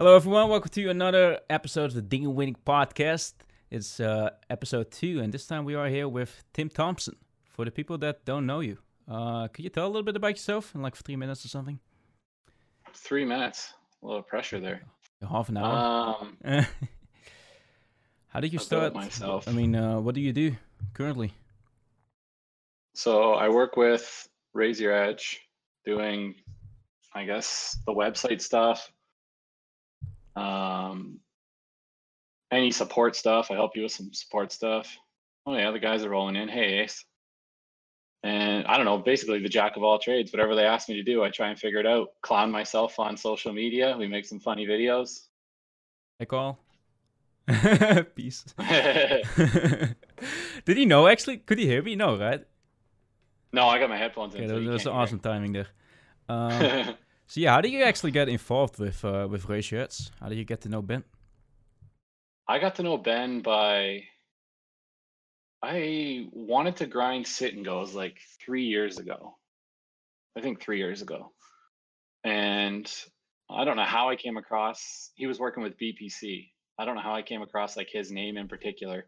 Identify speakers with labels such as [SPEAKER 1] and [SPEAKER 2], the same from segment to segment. [SPEAKER 1] Hello, everyone. Welcome to another episode of the Ding Winning Podcast. It's uh, episode two, and this time we are here with Tim Thompson. For the people that don't know you, uh, could you tell a little bit about yourself in like three minutes or something?
[SPEAKER 2] Three minutes. A little pressure there.
[SPEAKER 1] Half an hour.
[SPEAKER 2] Um,
[SPEAKER 1] How did you
[SPEAKER 2] about
[SPEAKER 1] start?
[SPEAKER 2] myself.
[SPEAKER 1] I mean, uh, what do you do currently?
[SPEAKER 2] so I work with Raise Your Edge, doing, I guess, the website stuff. Um, any support stuff. I help you with some support stuff. Oh yeah, the guys are rolling in. Hey Ace. And I don't know, basically the jack of all trades. Whatever they ask me to do, I try and figure it out. Clown myself on social media. We make some funny videos.
[SPEAKER 1] I call. Peace.
[SPEAKER 2] no,
[SPEAKER 1] did he know actually? Could he hear me? No, right?
[SPEAKER 2] I got my headphones in.
[SPEAKER 1] Yeah,
[SPEAKER 2] so
[SPEAKER 1] that
[SPEAKER 2] you
[SPEAKER 1] was
[SPEAKER 2] can't hear.
[SPEAKER 1] awesome timing there. Um, so yeah, how did you actually get involved with uh, with Ray Shirts? How did you get to know Ben?
[SPEAKER 2] I got to know Ben by I wanted to grind sit and goes like three years ago. I think three years ago. And I don't know how I came across he was working with BPC. I don't know how I came across like his name in particular,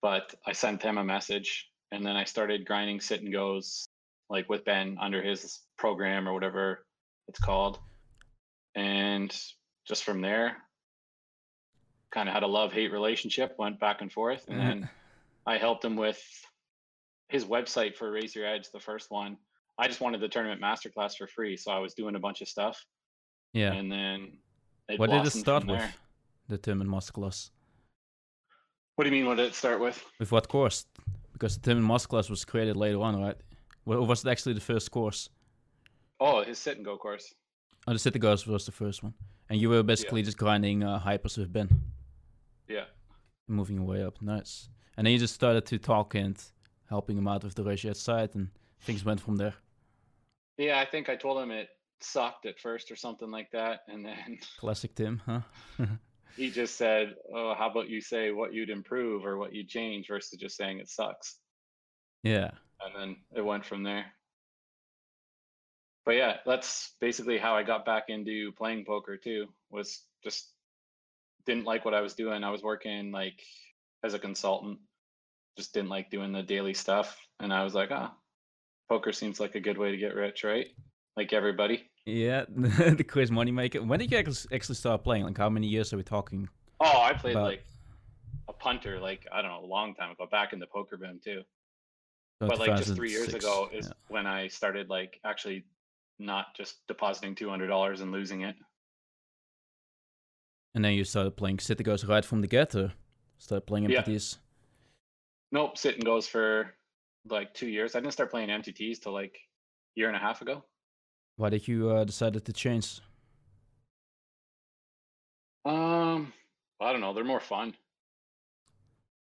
[SPEAKER 2] but I sent him a message and then I started grinding sit and goes like with Ben under his program or whatever it's called. And just from there, kind of had a love hate relationship, went back and forth, and
[SPEAKER 1] Yeah.
[SPEAKER 2] then I helped him with his website for Raise Your Edge, the first one. I just wanted the tournament masterclass for free, so I was doing a bunch of stuff,
[SPEAKER 1] Yeah.
[SPEAKER 2] and then it
[SPEAKER 1] what did it
[SPEAKER 2] blossomed
[SPEAKER 1] start
[SPEAKER 2] from
[SPEAKER 1] with?
[SPEAKER 2] there.
[SPEAKER 1] The Termin Masterclass.
[SPEAKER 2] What do you mean? What did it start with?
[SPEAKER 1] With what course? Because the Termin Masterclass was created later on, right? Well, was it actually the first course?
[SPEAKER 2] Oh, his sit and go course.
[SPEAKER 1] Oh, the City Girls was the first one. And you were basically just grinding uh, hypers with Ben,
[SPEAKER 2] Yeah,
[SPEAKER 1] moving your way up. Nice. And then you just started to talk and helping him out with the ratio side, and things went from there.
[SPEAKER 2] yeah. I think I told him it sucked at first or something like that, and then
[SPEAKER 1] Classic Tim, huh?
[SPEAKER 2] he just said, "Oh, how about you say what you'd improve or what you'd change versus just saying it sucks."
[SPEAKER 1] Yeah.
[SPEAKER 2] and then it went from there. But yeah, that's basically how I got back into playing poker too. Was just didn't like what I was doing. I was working like as a consultant. Just didn't like doing the daily stuff, and I was like, ah, poker seems like a good way to get rich, right? Like everybody.
[SPEAKER 1] Yeah, the quiz moneymaker. When did you ac- actually start playing? Like, how many years are we talking?
[SPEAKER 2] Oh, I played
[SPEAKER 1] But-
[SPEAKER 2] like a punter, like I don't know, a long time ago, back in the poker boom too.
[SPEAKER 1] Uh,
[SPEAKER 2] but like just three years
[SPEAKER 1] 2006.
[SPEAKER 2] ago is
[SPEAKER 1] Yeah.
[SPEAKER 2] when I started like actually not just depositing two hundred dollars and losing it.
[SPEAKER 1] And then you started playing City Girls right from the get, or started playing
[SPEAKER 2] Yeah.
[SPEAKER 1] MPTs?
[SPEAKER 2] Nope, sit and goes for like two years. I didn't start playing MTTs till like a year and a half ago.
[SPEAKER 1] Why did you uh, decided to change?
[SPEAKER 2] Um, I don't know. They're more fun.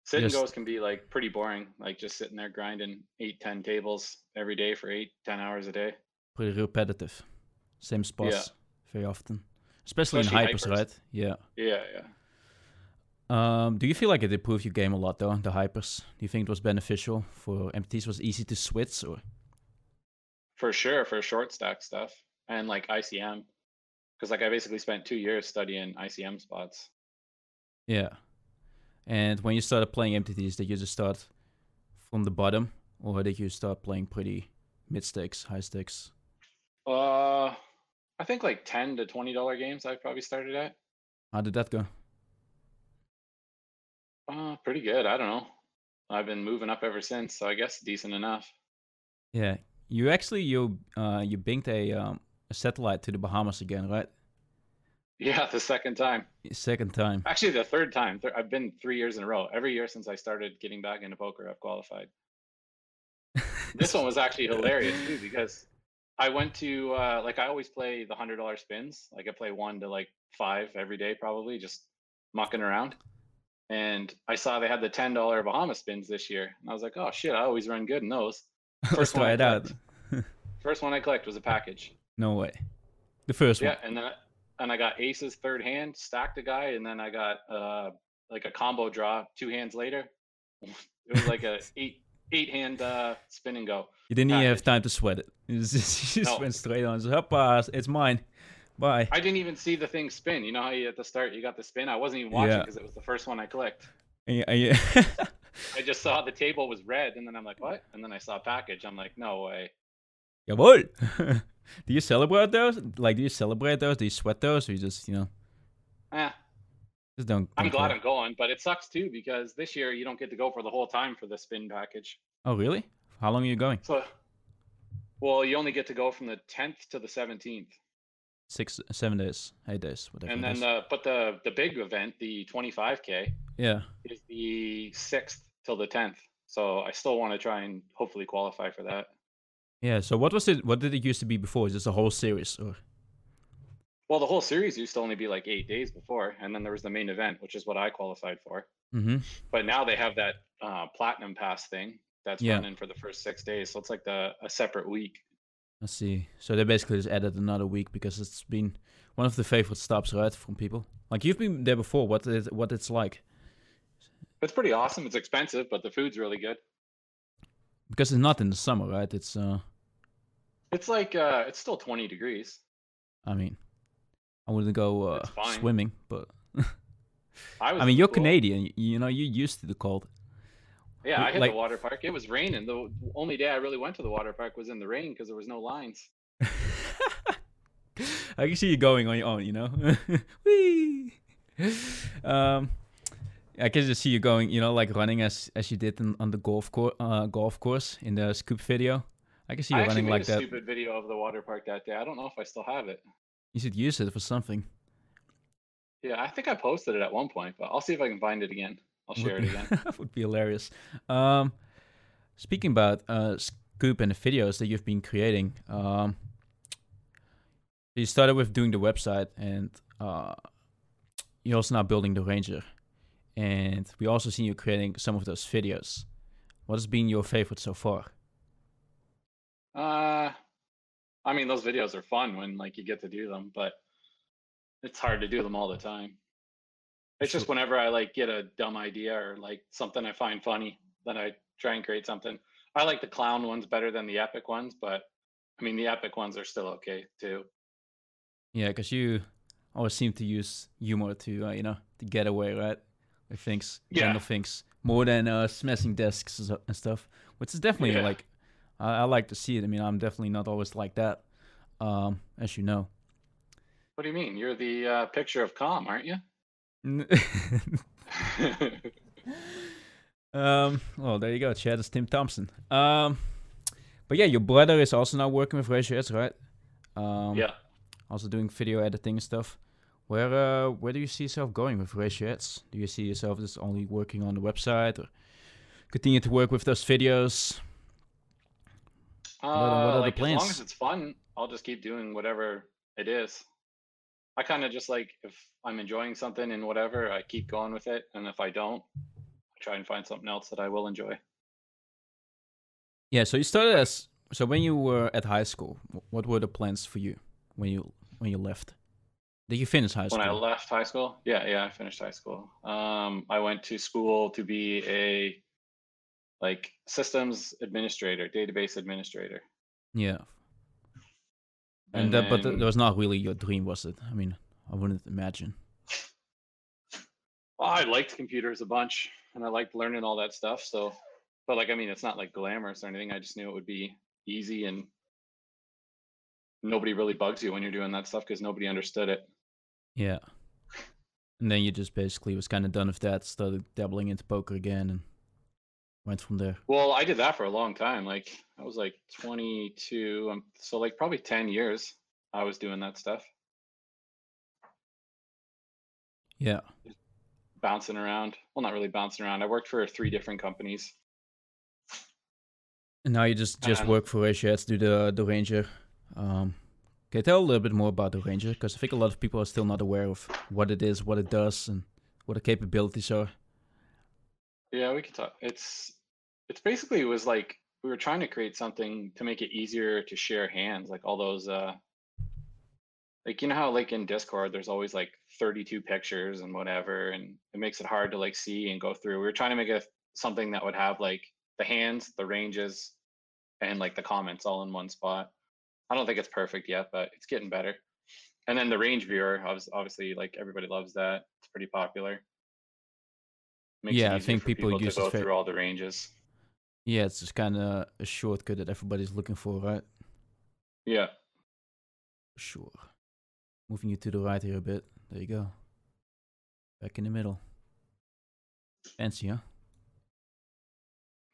[SPEAKER 2] Sit
[SPEAKER 1] Yes.
[SPEAKER 2] and goes can be like pretty boring, like just sitting there grinding eight, ten tables every day for eight, ten hours a day.
[SPEAKER 1] Pretty repetitive, same spots very often, especially, in
[SPEAKER 2] Especially
[SPEAKER 1] hypers,
[SPEAKER 2] hypers.
[SPEAKER 1] right? Yeah.
[SPEAKER 2] Yeah, yeah.
[SPEAKER 1] Um, do you feel like it improved your game a lot though? The hypers. Do you think it was beneficial for MPTs? Was it easy to switch or?
[SPEAKER 2] For sure, for short stack stuff and like ICM. Because like I basically spent two years studying ICM spots.
[SPEAKER 1] Yeah. And when you started playing MTTs, did you just start from the bottom or did you start playing pretty mid stakes, high stakes?
[SPEAKER 2] Uh I think like ten to twenty dollar games I probably started at.
[SPEAKER 1] How did that go?
[SPEAKER 2] Uh, pretty good. I don't know. I've been moving up ever since, so I guess decent enough.
[SPEAKER 1] Yeah. You actually you uh you binked a um a satellite to the Bahamas again, right?
[SPEAKER 2] Yeah, the second time.
[SPEAKER 1] Second time.
[SPEAKER 2] Actually, the third time. Th- I've been three years in a row. Every year since I started getting back into poker, I've qualified. This one was actually hilarious too because I went to uh, like I always play the hundred dollar spins. Like I play one to like five every day, probably just mucking around. And I saw they had the ten dollar Bahama spins this year, and I was like, oh shit, I always run good in those.
[SPEAKER 1] Let's
[SPEAKER 2] First one
[SPEAKER 1] try
[SPEAKER 2] I
[SPEAKER 1] it out.
[SPEAKER 2] clicked. First one I clicked was a package.
[SPEAKER 1] No way. The first
[SPEAKER 2] Yeah,
[SPEAKER 1] one.
[SPEAKER 2] and then and I got aces third hand, stacked a guy, and then I got uh like a combo draw two hands later. It was like a eight eight hand uh spin and go.
[SPEAKER 1] You didn't even have
[SPEAKER 2] package.
[SPEAKER 1] time to sweat it. You just, you just
[SPEAKER 2] No.
[SPEAKER 1] went straight on. So, hoppa, it's mine. Bye.
[SPEAKER 2] I didn't even see the thing spin. You know how you at the start you got the spin? I wasn't even watching
[SPEAKER 1] Yeah.
[SPEAKER 2] because it was the first one I clicked.
[SPEAKER 1] Yeah, yeah.
[SPEAKER 2] I just saw the table was red, and then I'm like, what? And then I saw package. I'm like, no way.
[SPEAKER 1] Yeah, boy. do you celebrate those? Like, do you celebrate those? Do you sweat those? Or you just, you know,
[SPEAKER 2] Eh,
[SPEAKER 1] just don't.
[SPEAKER 2] I'm
[SPEAKER 1] don't
[SPEAKER 2] glad
[SPEAKER 1] care?
[SPEAKER 2] I'm going, but it sucks too because this year you don't get to go for the whole time for the spin package.
[SPEAKER 1] Oh, really? How long are you going?
[SPEAKER 2] So, well, you only get to go from the 10th to the 17th,
[SPEAKER 1] Six, seven days, eight days, whatever.
[SPEAKER 2] and
[SPEAKER 1] it
[SPEAKER 2] then uh,
[SPEAKER 1] is.
[SPEAKER 2] the but the the big event, the 25k,
[SPEAKER 1] yeah.
[SPEAKER 2] is the 6th till the 10th. So I still want to try and hopefully qualify for that.
[SPEAKER 1] Yeah. So what was it? What did it used to be before? Is this a whole series or?
[SPEAKER 2] Well, the whole series used to only be like eight days before, and then there was the main event, which is what I qualified for.
[SPEAKER 1] Mm-hmm.
[SPEAKER 2] But now they have that uh, platinum pass thing that's
[SPEAKER 1] Yeah.
[SPEAKER 2] running for the first six days, so it's like the a separate week.
[SPEAKER 1] I see. So they basically just added another week because it's been one of the favorite stops, right, from people. Like you've been there before. What is what it's like?
[SPEAKER 2] It's pretty awesome. It's expensive, but the food's really good.
[SPEAKER 1] Because it's not in the summer, right? It's uh,
[SPEAKER 2] It's like uh, it's still 20 degrees.
[SPEAKER 1] I mean, I wouldn't go uh,
[SPEAKER 2] It's fine.
[SPEAKER 1] swimming, but
[SPEAKER 2] I was.
[SPEAKER 1] I mean, you're
[SPEAKER 2] cool.
[SPEAKER 1] Canadian. y- You know, you're used to the cold.
[SPEAKER 2] Yeah, I hit
[SPEAKER 1] like-
[SPEAKER 2] the water park. It was raining. The only day I really went to the water park was in the rain because there was no lines.
[SPEAKER 1] I can see you going on your own, you know. Whee! Um, I can just see you going, you know, like running as as you did in, on the golf course, uh, golf course in the scoop video. I can see you
[SPEAKER 2] I actually
[SPEAKER 1] running
[SPEAKER 2] made
[SPEAKER 1] like
[SPEAKER 2] a
[SPEAKER 1] that.
[SPEAKER 2] stupid video of the water park that day. I don't know if I still have it.
[SPEAKER 1] You should use it for something.
[SPEAKER 2] Yeah, I think I posted it at one point, but I'll see if I can find it again. I'll share it
[SPEAKER 1] would,
[SPEAKER 2] again.
[SPEAKER 1] would be hilarious. Um, speaking about uh, Scoop and the videos that you've been creating, um, you started with doing the website, and uh, you're also now building the Ranger, and we also seen you creating some of those videos. What has been your favorite so far?
[SPEAKER 2] Uh, I mean, those videos are fun when like you get to do them, but it's hard to do them all the time. It's just whenever I like get a dumb idea or like something I find funny, then I try and create something. I like the clown ones better than the epic ones, but I mean the epic ones are still okay too.
[SPEAKER 1] Yeah, because you always seem to use humor to, uh, you know, to get away, right? With things,
[SPEAKER 2] Yeah.
[SPEAKER 1] random things, more than uh, smashing desks and so- and stuff, which is definitely
[SPEAKER 2] Yeah.
[SPEAKER 1] like, I, I like to see it. I mean, I'm definitely not always like that, um, as you know.
[SPEAKER 2] What do you mean? You're the uh, picture of calm, aren't you?
[SPEAKER 1] um, well, there you go. Chad is Tim Thompson. Um, but yeah, your brother is also now working with Ratio S, right? Um,
[SPEAKER 2] yeah.
[SPEAKER 1] also doing video editing and stuff. Where uh, where do you see yourself going with Ratio Ads? Do you see yourself just only working on the website or continue to work with those videos? are- what
[SPEAKER 2] Uh,
[SPEAKER 1] are the
[SPEAKER 2] like, As long
[SPEAKER 1] plans?
[SPEAKER 2] as it's fun, I'll just keep doing whatever it is. I kind of just like if I'm enjoying something and whatever, I keep going with it. And if I don't, I try and find something else that I will enjoy.
[SPEAKER 1] Yeah, so you started as so when you were at high school, wh- what were the plans for you when you when you left? Did you finish high
[SPEAKER 2] when
[SPEAKER 1] school?
[SPEAKER 2] I left high school, yeah, yeah, I finished high school. Um, I went to school to be a like systems administrator, database administrator.
[SPEAKER 1] yeah, and, that but th- that was not really your dream, was it? I mean, I wouldn't imagine.
[SPEAKER 2] Well, I liked computers a bunch and I liked learning all that stuff. So, but like, I mean, it's not like glamorous or anything. I just knew it would be easy and nobody really bugs you when you're doing that stuff because nobody understood it.
[SPEAKER 1] Yeah, and then you just basically was kind of done with that, started dabbling into poker again, and went from there.
[SPEAKER 2] Well, I did that for a long time. Like, I was like 22. Um, so, like, probably 10 years I was doing that stuff,
[SPEAKER 1] Yeah.
[SPEAKER 2] bouncing around. Well, not really bouncing around. I worked for three different companies.
[SPEAKER 1] And now you just just
[SPEAKER 2] Um,
[SPEAKER 1] work for Asia, do the the ranger. Um, can you tell a little bit more about the ranger? Because I think a lot of people are still not aware of what it is, what it does, and what the capabilities are.
[SPEAKER 2] Yeah, we could talk. It's it's basically it was like we were trying to create something to make it easier to share hands, like all those uh like you know how like in Discord there's always like 32 pictures and whatever and it makes it hard to like see and go through. We were trying to make a something that would have like the hands, the ranges and like the comments all in one spot. I don't think it's perfect yet, but it's getting better. and then the range viewer obviously, obviously like everybody loves that it's pretty popular Makes it
[SPEAKER 1] Yeah, I
[SPEAKER 2] easier
[SPEAKER 1] think
[SPEAKER 2] for
[SPEAKER 1] people use
[SPEAKER 2] to
[SPEAKER 1] it
[SPEAKER 2] go
[SPEAKER 1] fa-
[SPEAKER 2] through all the ranges
[SPEAKER 1] Yeah, it's just kind of a shortcut that everybody's looking for, right?
[SPEAKER 2] yeah
[SPEAKER 1] Sure. Moving you to the right here a bit. There you go. Back in the middle. Fancy, huh?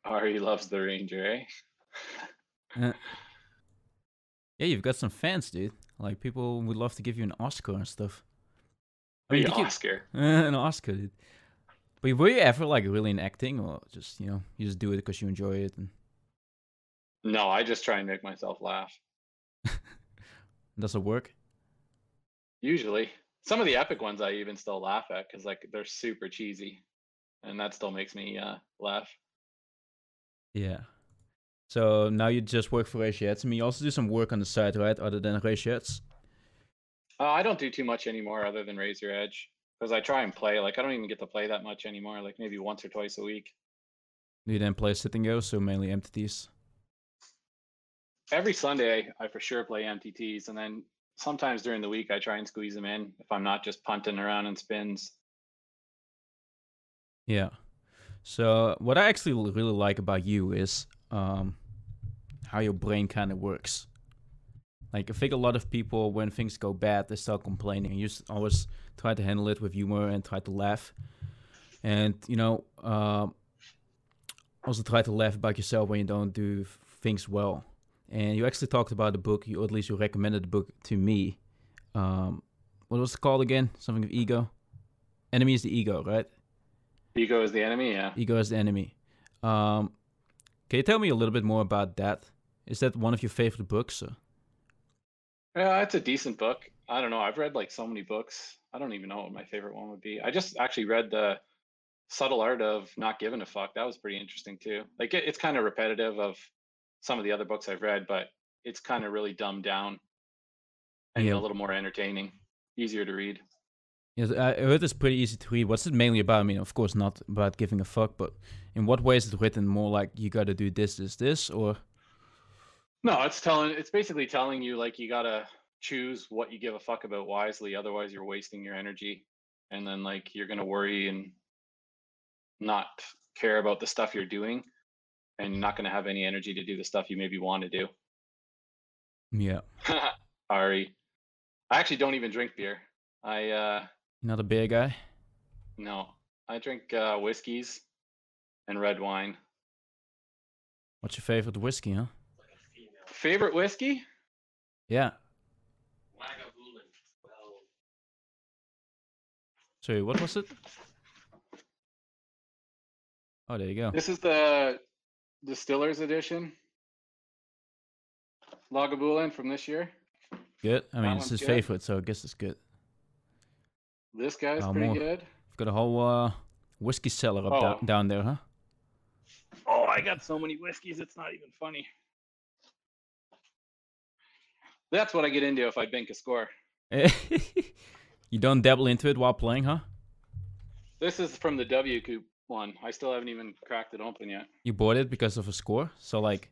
[SPEAKER 2] Ari loves the ranger eh
[SPEAKER 1] Yeah, you've got some fans, dude. Like people would love to give you an Oscar and stuff. I mean,
[SPEAKER 2] Hey,
[SPEAKER 1] did you-
[SPEAKER 2] Oscar.
[SPEAKER 1] an Oscar, dude. But were you ever like really in acting, or just you know you just do it because you enjoy it? And
[SPEAKER 2] No, I just try and make myself laugh.
[SPEAKER 1] does it work?
[SPEAKER 2] Usually, some of the epic ones I even still laugh at because like they're super cheesy, and that still makes me uh, laugh.
[SPEAKER 1] Yeah. So now you just work for Ratiets. I mean, you also do some work on the side, right? Other than Ratiets.
[SPEAKER 2] Uh, I don't do too much anymore other than Razor Edge because I try and play. Like I don't even get to play that much anymore. Like maybe once or twice a week.
[SPEAKER 1] Do you then play sit and go? So mainly entities.
[SPEAKER 2] Every Sunday, I for sure play MTTs, and then sometimes during the week I try and squeeze them in if I'm not just punting around in spins.
[SPEAKER 1] Yeah. So what I actually l- really like about you is um, how your brain kind of works. Like I think a lot of people, when things go bad, they start complaining, and you s- always try to handle it with humor and try to laugh. And you know, um also try to laugh about yourself when you don't do f- things well. And you actually talked about the book, you, or at least you recommended the book to me. Um, what was it called again? Something of ego. Enemy is the ego, right?
[SPEAKER 2] Ego is the enemy. Yeah.
[SPEAKER 1] Ego is the enemy. Um, can you tell me a little bit more about that? Is that one of your favorite books? or-
[SPEAKER 2] Yeah, it's a decent book. I don't know. I've read like so many books. I don't even know what my favorite one would be. I just actually read the subtle art of not giving a fuck. That was pretty interesting too. Like it, it's kind of repetitive of some of the other books I've read, but it's kind of really dumbed down and
[SPEAKER 1] Yeah.
[SPEAKER 2] a little more entertaining, easier to read.
[SPEAKER 1] Yes, I I heard it's pretty easy to read. What's it mainly about? I mean, of course, not about giving a fuck, but in what way is it written? More like you got to do this, this, this, or
[SPEAKER 2] No, it's telling. It's basically telling you like you gotta choose what you give a fuck about wisely. Otherwise, you're wasting your energy, and then like you're gonna worry and not care about the stuff you're doing, and you're not gonna have any energy to do the stuff you maybe want to do.
[SPEAKER 1] yeah,
[SPEAKER 2] Ari, I actually don't even drink beer. I uh
[SPEAKER 1] not a beer guy.
[SPEAKER 2] no, I drink uh, whiskeys and red wine.
[SPEAKER 1] What's your favorite whiskey? Huh?
[SPEAKER 2] Favorite whiskey?
[SPEAKER 1] Yeah. Sorry, what was it? Oh, there you go.
[SPEAKER 2] This is the distillers edition. Lagavulin from this year.
[SPEAKER 1] Good. I mean, it's
[SPEAKER 2] one's
[SPEAKER 1] his
[SPEAKER 2] good.
[SPEAKER 1] favorite, so I guess it's good.
[SPEAKER 2] This guy's
[SPEAKER 1] Uh,
[SPEAKER 2] pretty
[SPEAKER 1] more.
[SPEAKER 2] good.
[SPEAKER 1] You've got a whole uh, whiskey cellar up
[SPEAKER 2] Oh.
[SPEAKER 1] down, down there, huh?
[SPEAKER 2] Oh, I got so many whiskeys, it's not even funny. That's what I get into if I bank a score.
[SPEAKER 1] you don't dabble into it while playing, huh?
[SPEAKER 2] This is from the W Coop one. I still haven't even cracked it open yet.
[SPEAKER 1] You bought it because of a score. So like,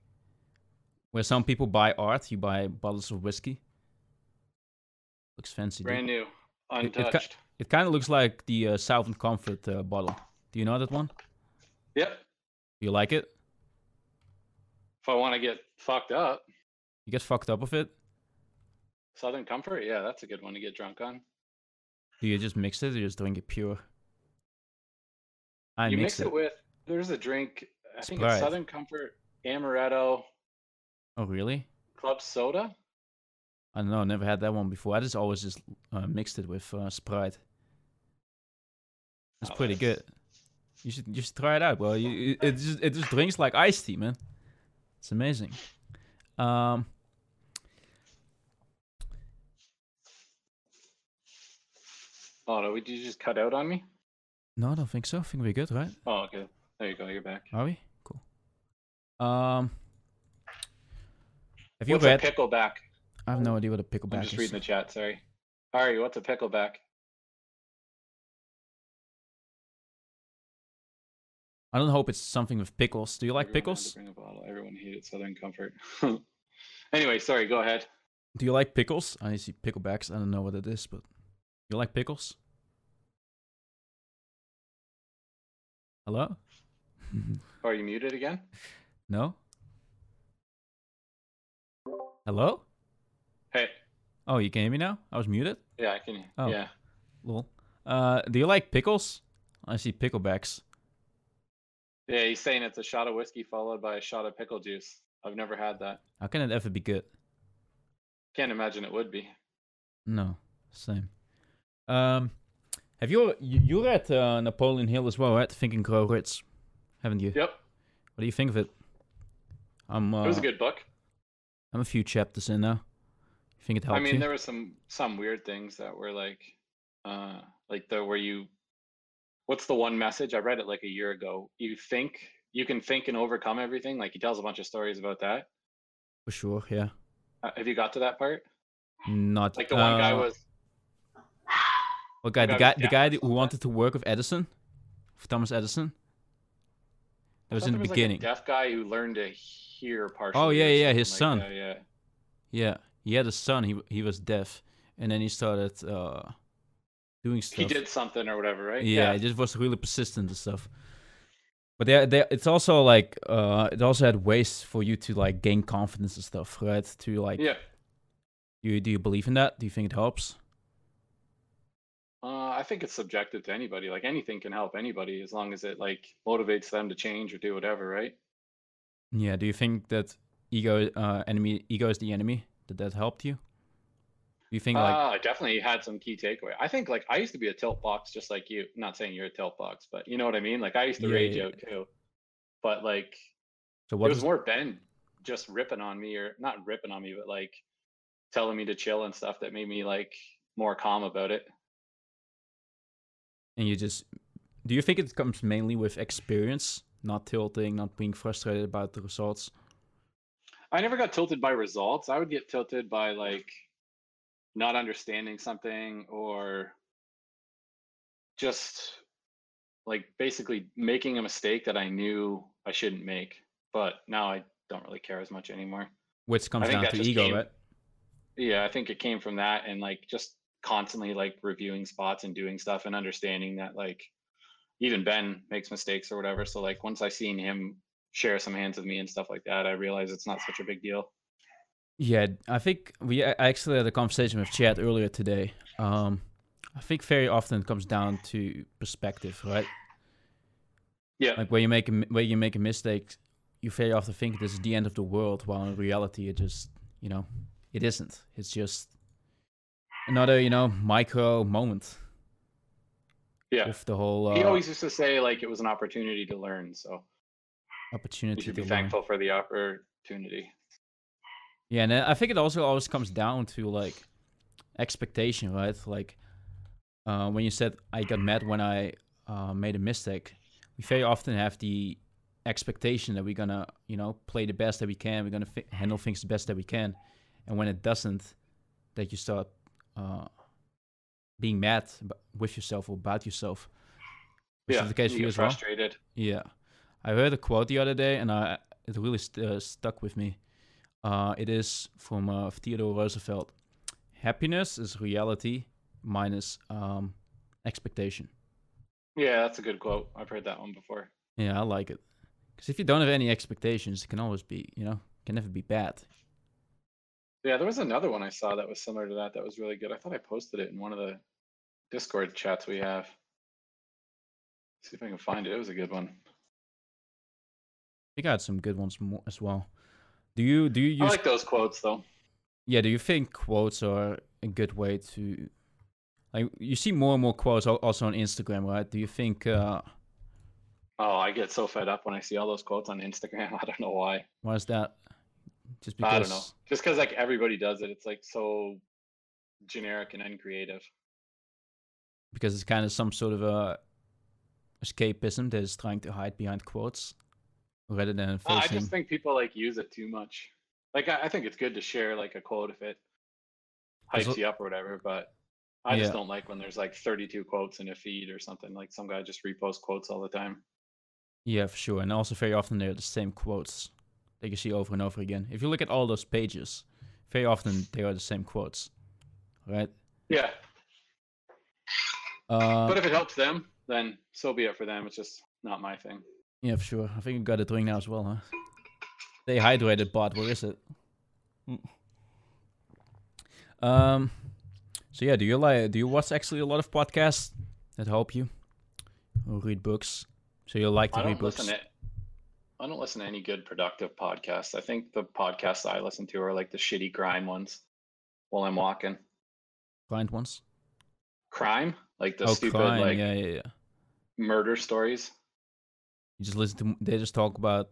[SPEAKER 1] where some people buy art, you buy bottles of whiskey. Looks fancy. dude.
[SPEAKER 2] Brand new,
[SPEAKER 1] it ca-
[SPEAKER 2] untouched.
[SPEAKER 1] It kind of looks like the uh, Southern Comfort uh, bottle. Do you know that one?
[SPEAKER 2] yep.
[SPEAKER 1] You like it?
[SPEAKER 2] If I want to get fucked up,
[SPEAKER 1] You get fucked up with it?
[SPEAKER 2] Southern Comfort. Yeah, that's a good one to get drunk on.
[SPEAKER 1] Do you just mix it or you just drink it pure? I
[SPEAKER 2] you
[SPEAKER 1] mix, it.
[SPEAKER 2] with. There's a drink. I think
[SPEAKER 1] Sprite.
[SPEAKER 2] it's Southern Comfort amaretto
[SPEAKER 1] Oh really?
[SPEAKER 2] club soda.
[SPEAKER 1] I don't know. I never had that one before. I just always just uh, mixed it with uh, Sprite. It's
[SPEAKER 2] Oh,
[SPEAKER 1] pretty
[SPEAKER 2] that's-
[SPEAKER 1] good. You should you should try it out. Well, you, you- it just it just drinks like iced tea, man. It's amazing. Um,
[SPEAKER 2] Oh no! Did you just cut out on me?
[SPEAKER 1] no, I don't think so. I think we're good, right?
[SPEAKER 2] Oh, okay. There you go. You're back.
[SPEAKER 1] Are we? Cool. Um, have you
[SPEAKER 2] What's
[SPEAKER 1] read?
[SPEAKER 2] a pickleback?
[SPEAKER 1] I have no idea what a
[SPEAKER 2] I'm
[SPEAKER 1] pickleback
[SPEAKER 2] just
[SPEAKER 1] is.
[SPEAKER 2] reading the chat. Sorry. Ari, what's a pickleback?
[SPEAKER 1] I don't hope it's something with pickles. Do you like
[SPEAKER 2] Everyone had to
[SPEAKER 1] pickles?
[SPEAKER 2] bring a bottle. Everyone hated Southern Comfort. anyway, sorry. Go ahead.
[SPEAKER 1] Do you like pickles? I see picklebacks. I don't know what it is, but you like pickles? Hello?
[SPEAKER 2] Are you muted again?
[SPEAKER 1] no? Hello?
[SPEAKER 2] Hey,
[SPEAKER 1] Oh, you can hear me now? I was muted?
[SPEAKER 2] yeah, I can.
[SPEAKER 1] Oh.
[SPEAKER 2] Yeah,
[SPEAKER 1] Lol. Uh, do you like pickles? I see picklebacks.
[SPEAKER 2] yeah. He's saying it's a shot of whiskey followed by a shot of pickle juice. I've never had that.
[SPEAKER 1] How can it ever be good?
[SPEAKER 2] Can't imagine it would be.
[SPEAKER 1] No, same. Um, have you you, you read uh, Napoleon Hill as well, right? Thinking Grow Rich, haven't you?
[SPEAKER 2] Yep,
[SPEAKER 1] What do you think of it? I'm uh,
[SPEAKER 2] it was a good book.
[SPEAKER 1] I'm a few chapters in now. You think it helped
[SPEAKER 2] I mean,
[SPEAKER 1] you?
[SPEAKER 2] there were some some weird things that were like, uh, like the where you, what's the one message? I read it like a year ago. You think you can think and overcome everything. Like he tells a bunch of stories about that.
[SPEAKER 1] For sure, yeah.
[SPEAKER 2] Uh, have you got to that part?
[SPEAKER 1] Not
[SPEAKER 2] Like the one guy
[SPEAKER 1] uh,
[SPEAKER 2] was.
[SPEAKER 1] What guy?
[SPEAKER 2] the
[SPEAKER 1] The
[SPEAKER 2] guy
[SPEAKER 1] guy.
[SPEAKER 2] was
[SPEAKER 1] The
[SPEAKER 2] down
[SPEAKER 1] guy
[SPEAKER 2] or
[SPEAKER 1] that- who
[SPEAKER 2] something.
[SPEAKER 1] wanted to work with Edison, with Thomas Edison. That
[SPEAKER 2] I
[SPEAKER 1] was
[SPEAKER 2] thought
[SPEAKER 1] in
[SPEAKER 2] there
[SPEAKER 1] the
[SPEAKER 2] like, a
[SPEAKER 1] beginning. Oh,
[SPEAKER 2] deaf guy who learned to hear partially.
[SPEAKER 1] yeah,
[SPEAKER 2] or
[SPEAKER 1] yeah, his
[SPEAKER 2] something
[SPEAKER 1] son.
[SPEAKER 2] that, yeah.
[SPEAKER 1] yeah, he had a son. He w- he was deaf, and then he started uh, doing stuff.
[SPEAKER 2] He did something or whatever, right?
[SPEAKER 1] yeah, it just was really persistent and stuff but there, there it's also like uh it also had ways for you to like gain confidence and stuff right to like
[SPEAKER 2] Yeah.
[SPEAKER 1] you do you believe in that do you think it helps
[SPEAKER 2] Uh, I think it's subjective to anybody. Like anything can help anybody as long as it like motivates them to change or do whatever, right?
[SPEAKER 1] yeah do you think that ego uh enemy ego is the enemy did that help you do you think like
[SPEAKER 2] Ah, I definitely had some key takeaway. I think like I used to be a tilt box just like you. Not saying you're a tilt box, but you know what I mean? Like I used to
[SPEAKER 1] Yeah,
[SPEAKER 2] rage
[SPEAKER 1] yeah,
[SPEAKER 2] out too. But like
[SPEAKER 1] so
[SPEAKER 2] it
[SPEAKER 1] what
[SPEAKER 2] was
[SPEAKER 1] was
[SPEAKER 2] more Ben just ripping on me or not ripping on me, but like telling me to chill and stuff that made me like more calm about it.
[SPEAKER 1] and you just do you think it comes mainly with experience not tilting not being frustrated about the results
[SPEAKER 2] I never got tilted by results. I would get tilted by like not understanding something or just like basically making a mistake that I knew I shouldn't make. But now I don't really care as much anymore.
[SPEAKER 1] which comes
[SPEAKER 2] think
[SPEAKER 1] down
[SPEAKER 2] that
[SPEAKER 1] to
[SPEAKER 2] just
[SPEAKER 1] ego
[SPEAKER 2] came-
[SPEAKER 1] right
[SPEAKER 2] Yeah, I think it came from that and like just constantly like reviewing spots and doing stuff and understanding that like even Ben makes mistakes or whatever. So like once I seen him share some hands with me and stuff like that, I realized it's not such a big deal.
[SPEAKER 1] Yeah, I think we a- actually had a conversation with Chad earlier today. Um, I think very often it comes down to perspective, right?
[SPEAKER 2] Yeah.
[SPEAKER 1] Like where you make a, mi- where you make a mistake, you very often think this is the end of the world, while in reality, it just you know, it isn't. It's just another you know micro moment
[SPEAKER 2] yeah.
[SPEAKER 1] of the whole uh,
[SPEAKER 2] he always used to say like it was an opportunity to learn so you
[SPEAKER 1] opportunity.
[SPEAKER 2] should be
[SPEAKER 1] to learn.
[SPEAKER 2] thankful for the opportunity
[SPEAKER 1] Yeah, and I think it also always comes down to like expectation, right? Like uh, when you said I got mad when I uh, made a mistake, we very often have the expectation that we're gonna, you know, play the best that we can. We're gonna fi- handle things the best that we can, and when it doesn't, that you start uh, being mad ab- with yourself or about yourself. Which
[SPEAKER 2] yeah
[SPEAKER 1] is the case
[SPEAKER 2] you
[SPEAKER 1] for you
[SPEAKER 2] get
[SPEAKER 1] as well.
[SPEAKER 2] frustrated
[SPEAKER 1] Yeah, I heard a quote the other day, and I it really st- uh, stuck with me. Uh, it is from uh, Theodore Roosevelt. Happiness is reality minus um, expectation.
[SPEAKER 2] yeah that's a good quote i've heard that one before
[SPEAKER 1] Yeah, I like it because if you don't have any expectations, it can always be you know can never be bad.
[SPEAKER 2] yeah there was another one i saw that was similar to that that was really good i thought i posted it in one of the discord chats we have see if i can find it it was a good one
[SPEAKER 1] We got some good ones mo- as well. Do you do you
[SPEAKER 2] i
[SPEAKER 1] use
[SPEAKER 2] like those quotes though
[SPEAKER 1] Yeah, do you think quotes are a good way to like you see more and more quotes al- also on Instagram, right? Do you think uh
[SPEAKER 2] oh i get so fed up when i see all those quotes on instagram i don't know why
[SPEAKER 1] why is that? Just because
[SPEAKER 2] i don't know just because like everybody does it it's like so generic and uncreative
[SPEAKER 1] because it's kind of some sort of a escapism that is trying to hide behind quotes rather than
[SPEAKER 2] Uh, I
[SPEAKER 1] facing.
[SPEAKER 2] just think people like use it too much. Like I, I think it's good to share like a quote if it
[SPEAKER 1] There's
[SPEAKER 2] hypes
[SPEAKER 1] a-
[SPEAKER 2] you up or whatever, but I
[SPEAKER 1] Yeah.
[SPEAKER 2] just don't like when there's like 32 quotes in a feed or something. Like some guy just reposts quotes all the time.
[SPEAKER 1] Yeah, for sure. And also, very often they're the same quotes that you see over and over again. If you look at all those pages, very often they are the same quotes, right?
[SPEAKER 2] Yeah.
[SPEAKER 1] Uh,
[SPEAKER 2] but if it helps them, then so be it for them. It's just not my thing.
[SPEAKER 1] yeah, for sure. I think we got it doing now as well, huh? They hydrated bot. Where is it? Mm. Um. So yeah, do you like? Do you watch actually a lot of podcasts that help you, or read books? So you like to
[SPEAKER 2] I
[SPEAKER 1] read
[SPEAKER 2] don't
[SPEAKER 1] books?
[SPEAKER 2] listen to. I don't listen to any good productive podcasts. I think the podcasts I listen to are like the shitty crime ones. While I'm walking,
[SPEAKER 1] Client ones?
[SPEAKER 2] crime like the
[SPEAKER 1] oh,
[SPEAKER 2] stupid
[SPEAKER 1] crime.
[SPEAKER 2] like
[SPEAKER 1] yeah, yeah, yeah.
[SPEAKER 2] murder stories.
[SPEAKER 1] You just listen to. They just talk about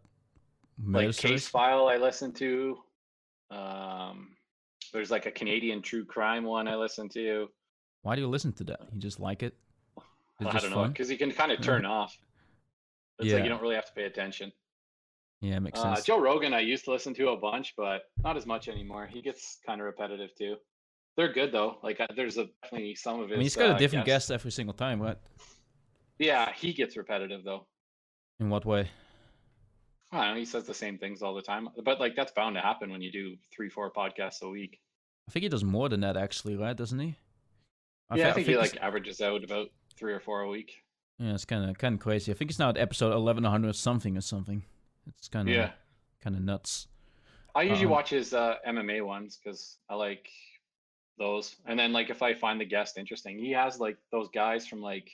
[SPEAKER 1] murder
[SPEAKER 2] like
[SPEAKER 1] stories.
[SPEAKER 2] case file I listen to. Um, there's like a Canadian true crime one I listen to.
[SPEAKER 1] Why do you listen to that? You just like it? It's
[SPEAKER 2] I
[SPEAKER 1] just
[SPEAKER 2] don't know
[SPEAKER 1] fun?
[SPEAKER 2] because you can kind of turn off. It's like
[SPEAKER 1] Yeah.
[SPEAKER 2] you don't really have to pay attention.
[SPEAKER 1] Yeah, it makes
[SPEAKER 2] Uh,
[SPEAKER 1] sense.
[SPEAKER 2] Joe Rogan I used to listen to a bunch, but not as much anymore. He gets kind of repetitive too. They're good though. Like I, there's a, definitely some of his.
[SPEAKER 1] I mean, he's got
[SPEAKER 2] uh,
[SPEAKER 1] a different
[SPEAKER 2] guests-
[SPEAKER 1] guest every single time, right?
[SPEAKER 2] Yeah, he gets repetitive though.
[SPEAKER 1] In what way?
[SPEAKER 2] I don't know. He says the same things all the time, but like that's bound to happen when you do three, four podcasts a week.
[SPEAKER 1] I think he does more than that, actually, right? Doesn't he?
[SPEAKER 2] yeah,
[SPEAKER 1] thi-
[SPEAKER 2] I think he
[SPEAKER 1] he's-
[SPEAKER 2] like averages out about three or four a week.
[SPEAKER 1] Yeah, it's kind of kind of crazy. I think it's now at episode eleven hundred something or something. It's kind of
[SPEAKER 2] Yeah.
[SPEAKER 1] kind of nuts.
[SPEAKER 2] I usually
[SPEAKER 1] Um,
[SPEAKER 2] watch his uh, MMA ones because I like those. And then like if I find the guest interesting, he has like those guys from like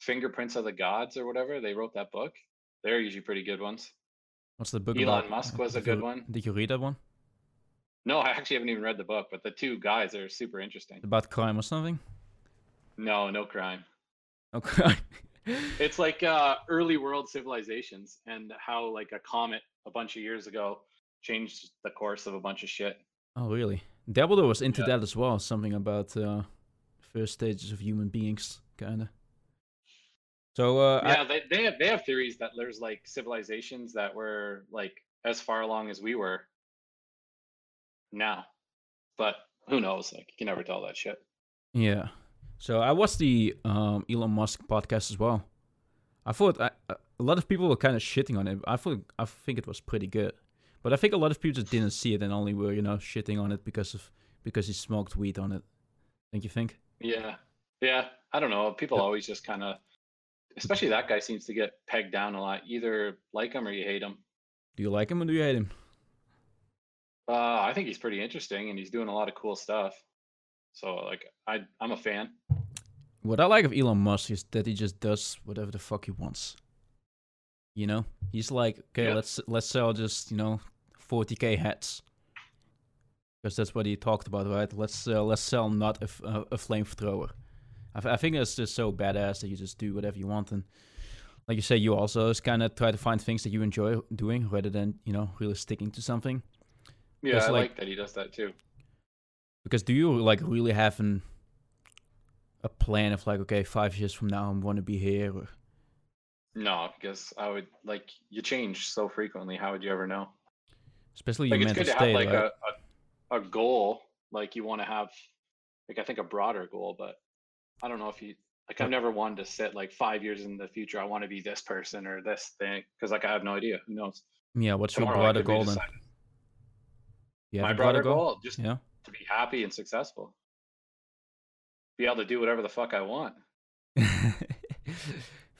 [SPEAKER 2] Fingerprints of the Gods or whatever. They wrote that book. They're usually pretty good ones.
[SPEAKER 1] What's the book?
[SPEAKER 2] Elon
[SPEAKER 1] about?
[SPEAKER 2] Musk was a
[SPEAKER 1] Did you-
[SPEAKER 2] good one.
[SPEAKER 1] Did you read that one
[SPEAKER 2] No, I actually haven't even read the book, but the two guys are super interesting.
[SPEAKER 1] about crime or something? Oh,
[SPEAKER 2] No, no crime.
[SPEAKER 1] Okay.
[SPEAKER 2] It's like uh, early world civilizations and how like a comet a bunch of years ago changed the course of a bunch of shit.
[SPEAKER 1] oh, really? Dumbledore was into
[SPEAKER 2] Yeah.
[SPEAKER 1] that as well. Something about uh, first stages of human beings, kind of. So uh, I-
[SPEAKER 2] yeah, they, they have they have theories that there's like civilizations that were like as far along as we were now, but who knows? Like you can never tell that shit.
[SPEAKER 1] Yeah. So I watched the um, Elon Musk podcast as well. I thought I, a lot of people were kind of shitting on it. I thought I think it was pretty good, but I think a lot of people just didn't see it and only were you know shitting on it because of because he smoked weed on it. Don't you think?
[SPEAKER 2] Yeah, yeah. I don't know. People always just kind of, especially that guy seems to get pegged down a lot. Either like him or you hate him.
[SPEAKER 1] Do you like him or do you hate him?
[SPEAKER 2] Uh, I think he's pretty interesting and he's doing a lot of cool stuff. So like I I'm a fan.
[SPEAKER 1] What I like of Elon Musk is that he just does whatever the fuck he wants. You know, he's like, okay,
[SPEAKER 2] Yeah.
[SPEAKER 1] let's let's sell just you know, forty k hats, because that's what he talked about, right? Let's uh, let's sell not a, f- uh, a flamethrower. I, th- I think that's just so badass that you just do whatever you want, and like you say, you also just kind of try to find things that you enjoy doing rather than you know really sticking to something.
[SPEAKER 2] Yeah,
[SPEAKER 1] It's
[SPEAKER 2] I
[SPEAKER 1] like-
[SPEAKER 2] like that he does that too.
[SPEAKER 1] Because do you like really have an a plan of like, okay, five years from now I'm gonna be here or
[SPEAKER 2] No, because I would like you change so frequently. How would you ever know?
[SPEAKER 1] especially
[SPEAKER 2] like
[SPEAKER 1] your
[SPEAKER 2] it's
[SPEAKER 1] mental
[SPEAKER 2] good to
[SPEAKER 1] state.
[SPEAKER 2] have like
[SPEAKER 1] right?
[SPEAKER 2] a, a a goal like you want to have like i think a broader goal but i don't know if you like i've never wanted to set like five years in the future i want to be this person or this thing because like i have no idea who knows
[SPEAKER 1] yeah, what's your
[SPEAKER 2] Tomorrow I
[SPEAKER 1] broader
[SPEAKER 2] could be
[SPEAKER 1] goal then?
[SPEAKER 2] deciding-
[SPEAKER 1] You have
[SPEAKER 2] my
[SPEAKER 1] a broader
[SPEAKER 2] broader goal just
[SPEAKER 1] Yeah.
[SPEAKER 2] to be happy and successful be able to do whatever the fuck i want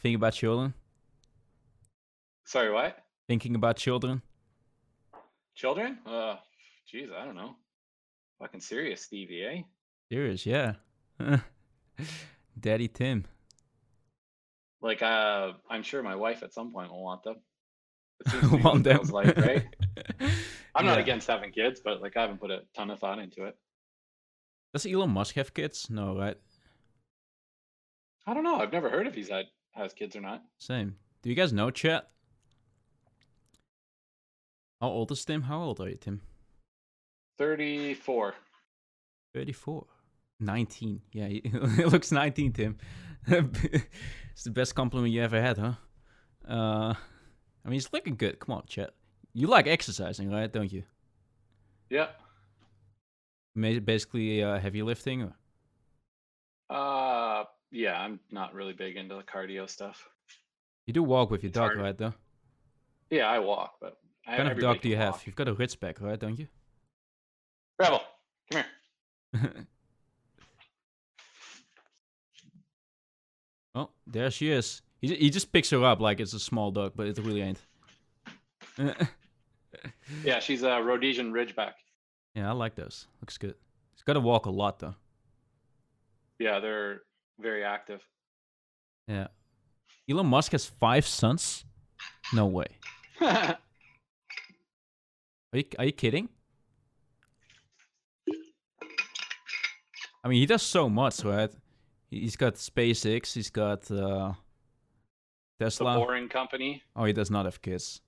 [SPEAKER 1] Think about children.
[SPEAKER 2] sorry what
[SPEAKER 1] Thinking about children.
[SPEAKER 2] children uh jeez i don't know fucking serious stevie eh
[SPEAKER 1] Serious, yeah. Daddy Tim.
[SPEAKER 2] like uh i'm sure my wife at some point will want them It seems to be what
[SPEAKER 1] Want
[SPEAKER 2] it
[SPEAKER 1] them.
[SPEAKER 2] feels like right I'm not
[SPEAKER 1] Yeah.
[SPEAKER 2] against having kids, but like I haven't put a ton of thought into it.
[SPEAKER 1] Does Elon Musk have kids? No, right?
[SPEAKER 2] I don't know. I've never heard if he's had has kids or not.
[SPEAKER 1] Same. Do you guys know chat? How old is Tim? How old are you, Tim?
[SPEAKER 2] Thirty four.
[SPEAKER 1] 34. 19. Yeah, he- it looks 19, Tim. it's the best compliment you ever had, huh? Uh, I mean, it's looking good. Come on, chat. You like exercising, right? Don't you?
[SPEAKER 2] Yeah.
[SPEAKER 1] Ma- Basically, uh, heavy lifting. Or...
[SPEAKER 2] Uh yeah, I'm not really big into the cardio stuff.
[SPEAKER 1] You do walk with your
[SPEAKER 2] It's
[SPEAKER 1] dog,
[SPEAKER 2] hard.
[SPEAKER 1] right? Though.
[SPEAKER 2] Yeah, I walk, but I
[SPEAKER 1] What kind of
[SPEAKER 2] everybody
[SPEAKER 1] dog do
[SPEAKER 2] can
[SPEAKER 1] you have?
[SPEAKER 2] walk.
[SPEAKER 1] You've got a Ritz back, right? Don't you?
[SPEAKER 2] Rebel, come here.
[SPEAKER 1] Oh, there she is. He, ju- he just picks her up like it's a small dog, but it really ain't.
[SPEAKER 2] Yeah, she's a Rhodesian Ridgeback.
[SPEAKER 1] yeah, I like those. Looks good. He's got to walk a lot though.
[SPEAKER 2] Yeah, they're very active.
[SPEAKER 1] Yeah. Elon Musk has five sons. No way.
[SPEAKER 2] I
[SPEAKER 1] Are you, are you kidding? I mean, he does so much, right? He- He's got SpaceX. He's got uh,
[SPEAKER 2] the
[SPEAKER 1] Tesla.
[SPEAKER 2] Boring Company,
[SPEAKER 1] Oh, he does not have kids.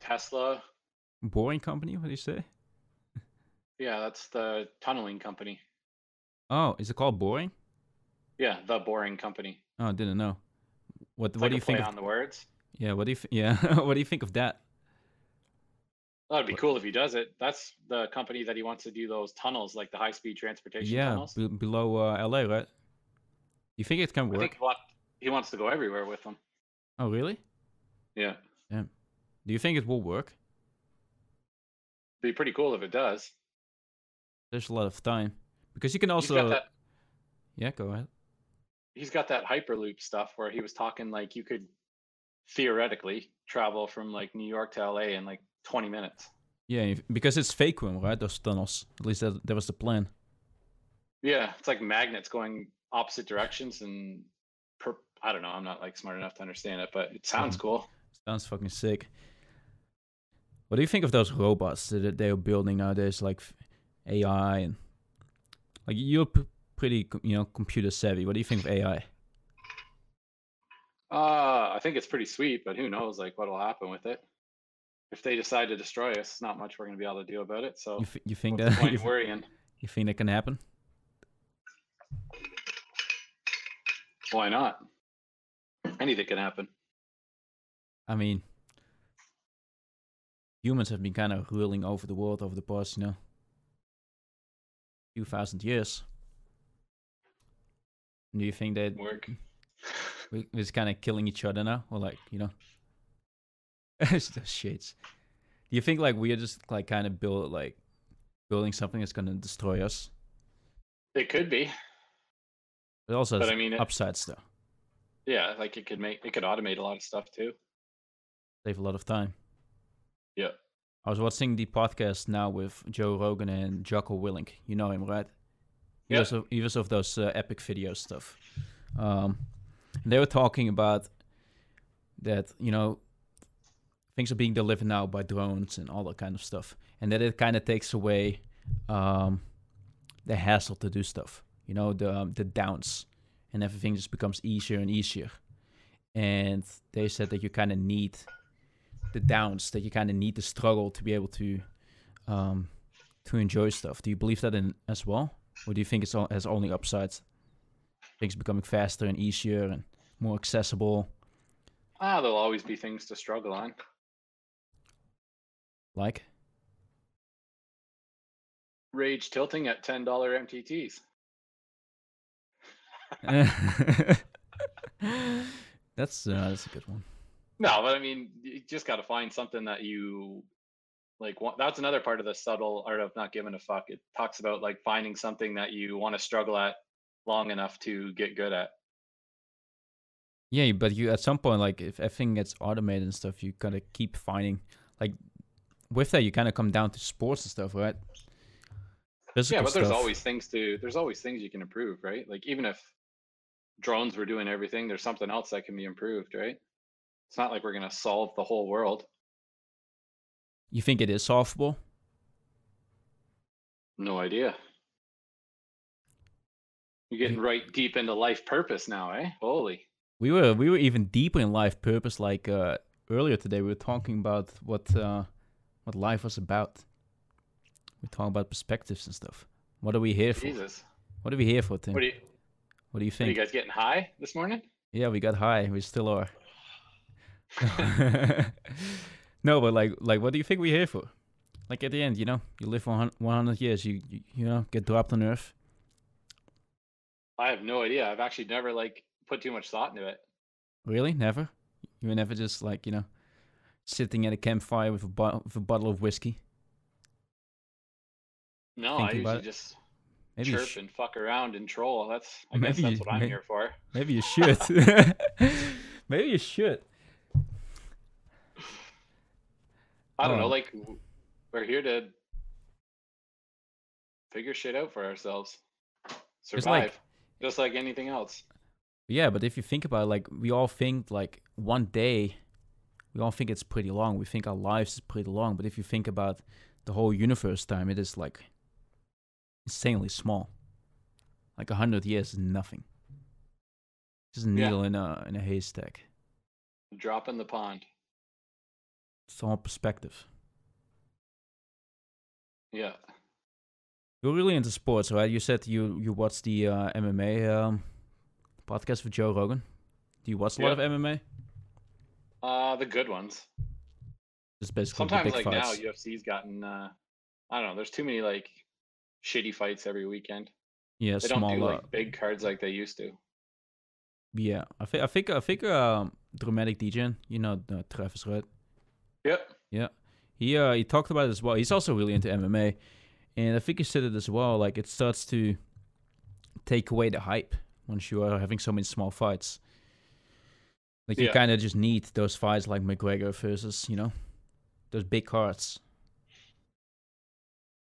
[SPEAKER 2] Tesla.
[SPEAKER 1] Boring company. What do you say?
[SPEAKER 2] Yeah, that's the tunneling company.
[SPEAKER 1] Oh, is it called boring?
[SPEAKER 2] Yeah, the Boring Company.
[SPEAKER 1] Oh, I didn't know. What
[SPEAKER 2] It's
[SPEAKER 1] What
[SPEAKER 2] like
[SPEAKER 1] do
[SPEAKER 2] a
[SPEAKER 1] you think?
[SPEAKER 2] play
[SPEAKER 1] Of,
[SPEAKER 2] on the words?
[SPEAKER 1] yeah. What do you? Th- yeah. what do you think of that?
[SPEAKER 2] That'd be
[SPEAKER 1] But-
[SPEAKER 2] cool if he does it. That's the company that he wants to do those tunnels, like the high-speed transportation
[SPEAKER 1] Yeah,
[SPEAKER 2] tunnels.
[SPEAKER 1] be- below uh, LA, right? You think it can
[SPEAKER 2] I think
[SPEAKER 1] work?
[SPEAKER 2] he, want, he wants to go everywhere with them.
[SPEAKER 1] Oh, really?
[SPEAKER 2] Yeah, it'd
[SPEAKER 1] Do you think it will work?
[SPEAKER 2] be pretty cool if it does.
[SPEAKER 1] There's a lot of time because you can
[SPEAKER 2] He's got
[SPEAKER 1] also.
[SPEAKER 2] that-
[SPEAKER 1] Yeah, go ahead.
[SPEAKER 2] he's got that hyperloop stuff where he was talking like you could theoretically travel from like New York to LA in like 20 minutes.
[SPEAKER 1] Yeah, if- because it's fake room, right? Those tunnels. At least that, that was the plan.
[SPEAKER 2] Yeah, it's like magnets going opposite directions and per- I don't know, I'm not like smart enough to understand it, but it sounds
[SPEAKER 1] Mhm.
[SPEAKER 2] cool.
[SPEAKER 1] Sounds fucking sick. What do you think of those robots that they are building nowadays, like f- AI and like you're p- pretty, co- you know, computer savvy. What do you think of AI?
[SPEAKER 2] Uh, I think it's pretty sweet, but who knows like what'll happen with it. If they decide to destroy us, it's not much we're going to be able to do about it. So
[SPEAKER 1] You, f- you think
[SPEAKER 2] what's the
[SPEAKER 1] that
[SPEAKER 2] point
[SPEAKER 1] you,
[SPEAKER 2] in worrying?
[SPEAKER 1] you think that can happen?
[SPEAKER 2] Why not? Anything can happen.
[SPEAKER 1] I mean, humans have been kind of ruling over the world over the past, you know, few thousand years. Do you think that
[SPEAKER 2] Work.
[SPEAKER 1] we we're just kind of killing each other now, or like you know, it's the shades. Do you think like we are just like kind of build like building something that's gonna destroy us?
[SPEAKER 2] It could be.
[SPEAKER 1] It also
[SPEAKER 2] But
[SPEAKER 1] has
[SPEAKER 2] I mean, it-
[SPEAKER 1] upsides though.
[SPEAKER 2] Yeah, like it could make it could automate a lot of stuff too.
[SPEAKER 1] Save a lot of time.
[SPEAKER 2] Yeah.
[SPEAKER 1] I was watching the podcast now with Joe Rogan and Jocko Willink. You know him, right? He
[SPEAKER 2] Yeah.
[SPEAKER 1] was of, he was of those uh, epic video stuff. Um, and they were talking about that you know things are being delivered now by drones and all that kind of stuff, and that it kind of takes away um, the hassle to do stuff. You know the um, the downs, and everything just becomes easier and easier. And they said that you kind of need the downs, that you kind of need the struggle to be able to um, to enjoy stuff. Do you believe that in as well? Or do you think it's all has only upsides? Things becoming faster and easier and more accessible,
[SPEAKER 2] Ah, there'll always be things to struggle on.
[SPEAKER 1] like
[SPEAKER 2] Rage tilting at ten dollar MTTs.
[SPEAKER 1] that's uh, that's a good one.
[SPEAKER 2] No, but I mean, you just got to find something that you like. Want. That's another part of the subtle art of not giving a fuck. It talks about like finding something that you want to struggle at long enough to get good at.
[SPEAKER 1] Yeah, but you at some point, like if everything gets automated and stuff, you gotta keep finding like with that you kind of come down to sports and stuff, right?
[SPEAKER 2] yeah,
[SPEAKER 1] Physical
[SPEAKER 2] but there's
[SPEAKER 1] stuff.
[SPEAKER 2] always things to. There's always things you can improve, right? Like even if drones were doing everything, there's something else that can be improved, right? It's not like we're gonna solve the whole world.
[SPEAKER 1] you think it is solvable.
[SPEAKER 2] No idea. You're getting right deep into life purpose now, eh? Holy.
[SPEAKER 1] We were we were even deeper in life purpose. Like uh, earlier today, we were talking about what uh, what life was about. We're talking about perspectives and stuff. What are we here for?
[SPEAKER 2] Jesus.
[SPEAKER 1] What are we here for, Tim?
[SPEAKER 2] What
[SPEAKER 1] What do
[SPEAKER 2] are you,
[SPEAKER 1] you,
[SPEAKER 2] what are you
[SPEAKER 1] think?
[SPEAKER 2] guys getting high this morning?
[SPEAKER 1] Yeah, we got high. We still are. no, but like like, what do you think we're here for? Like at the end, you know, you live 100 100 years. You, you you know get dropped on Earth.
[SPEAKER 2] I have no idea. I've actually never like put too much thought into it.
[SPEAKER 1] Really? Never? You were never just like, you know, sitting at a campfire with a, bo- with a bottle of whiskey?
[SPEAKER 2] No, I
[SPEAKER 1] Thinking about it.
[SPEAKER 2] usually just
[SPEAKER 1] Maybe you,
[SPEAKER 2] chirp
[SPEAKER 1] sh-
[SPEAKER 2] and fuck around and troll. That's I guess
[SPEAKER 1] Maybe
[SPEAKER 2] that's
[SPEAKER 1] you-
[SPEAKER 2] what I'm
[SPEAKER 1] may-
[SPEAKER 2] here for.
[SPEAKER 1] maybe you should. maybe you should.
[SPEAKER 2] I don't know.
[SPEAKER 1] Um,
[SPEAKER 2] Like w- we're here to figure shit out for ourselves, survive,
[SPEAKER 1] like-
[SPEAKER 2] just like anything else.
[SPEAKER 1] Yeah, but if you think about it, like we all think like one day, we all think it's pretty long. We think our lives is pretty long, but if you think about the whole universe time, it is like insanely small. Like a hundred years is nothing. Just a
[SPEAKER 2] Yeah.
[SPEAKER 1] needle in a in a haystack.
[SPEAKER 2] Drop in the pond.
[SPEAKER 1] It's all perspective.
[SPEAKER 2] Yeah,
[SPEAKER 1] You're really into sports, right? You said you you watch the uh, MMA um, podcast with Joe Rogan. Do you watch a lot
[SPEAKER 2] Yeah.
[SPEAKER 1] of MMA?
[SPEAKER 2] uh, the good ones.
[SPEAKER 1] Just basically the
[SPEAKER 2] Sometimes
[SPEAKER 1] big
[SPEAKER 2] like
[SPEAKER 1] fights.
[SPEAKER 2] now UFC's gotten. Uh, I don't know. There's too many like shitty fights every weekend.
[SPEAKER 1] yeah,
[SPEAKER 2] They
[SPEAKER 1] small
[SPEAKER 2] don't do
[SPEAKER 1] uh,
[SPEAKER 2] like big cards like they used to.
[SPEAKER 1] Yeah, I think I think I think um, dramatic DJ, you know uh, Travis, right?
[SPEAKER 2] Yep.
[SPEAKER 1] Yeah, he uh, he talked about it as well. He's also really into MMA, and I think he said it as well. Like it starts to take away the hype once you are having so many small fights. Like you
[SPEAKER 2] Yeah.
[SPEAKER 1] kind of just need those fights, like McGregor versus you know those big cards.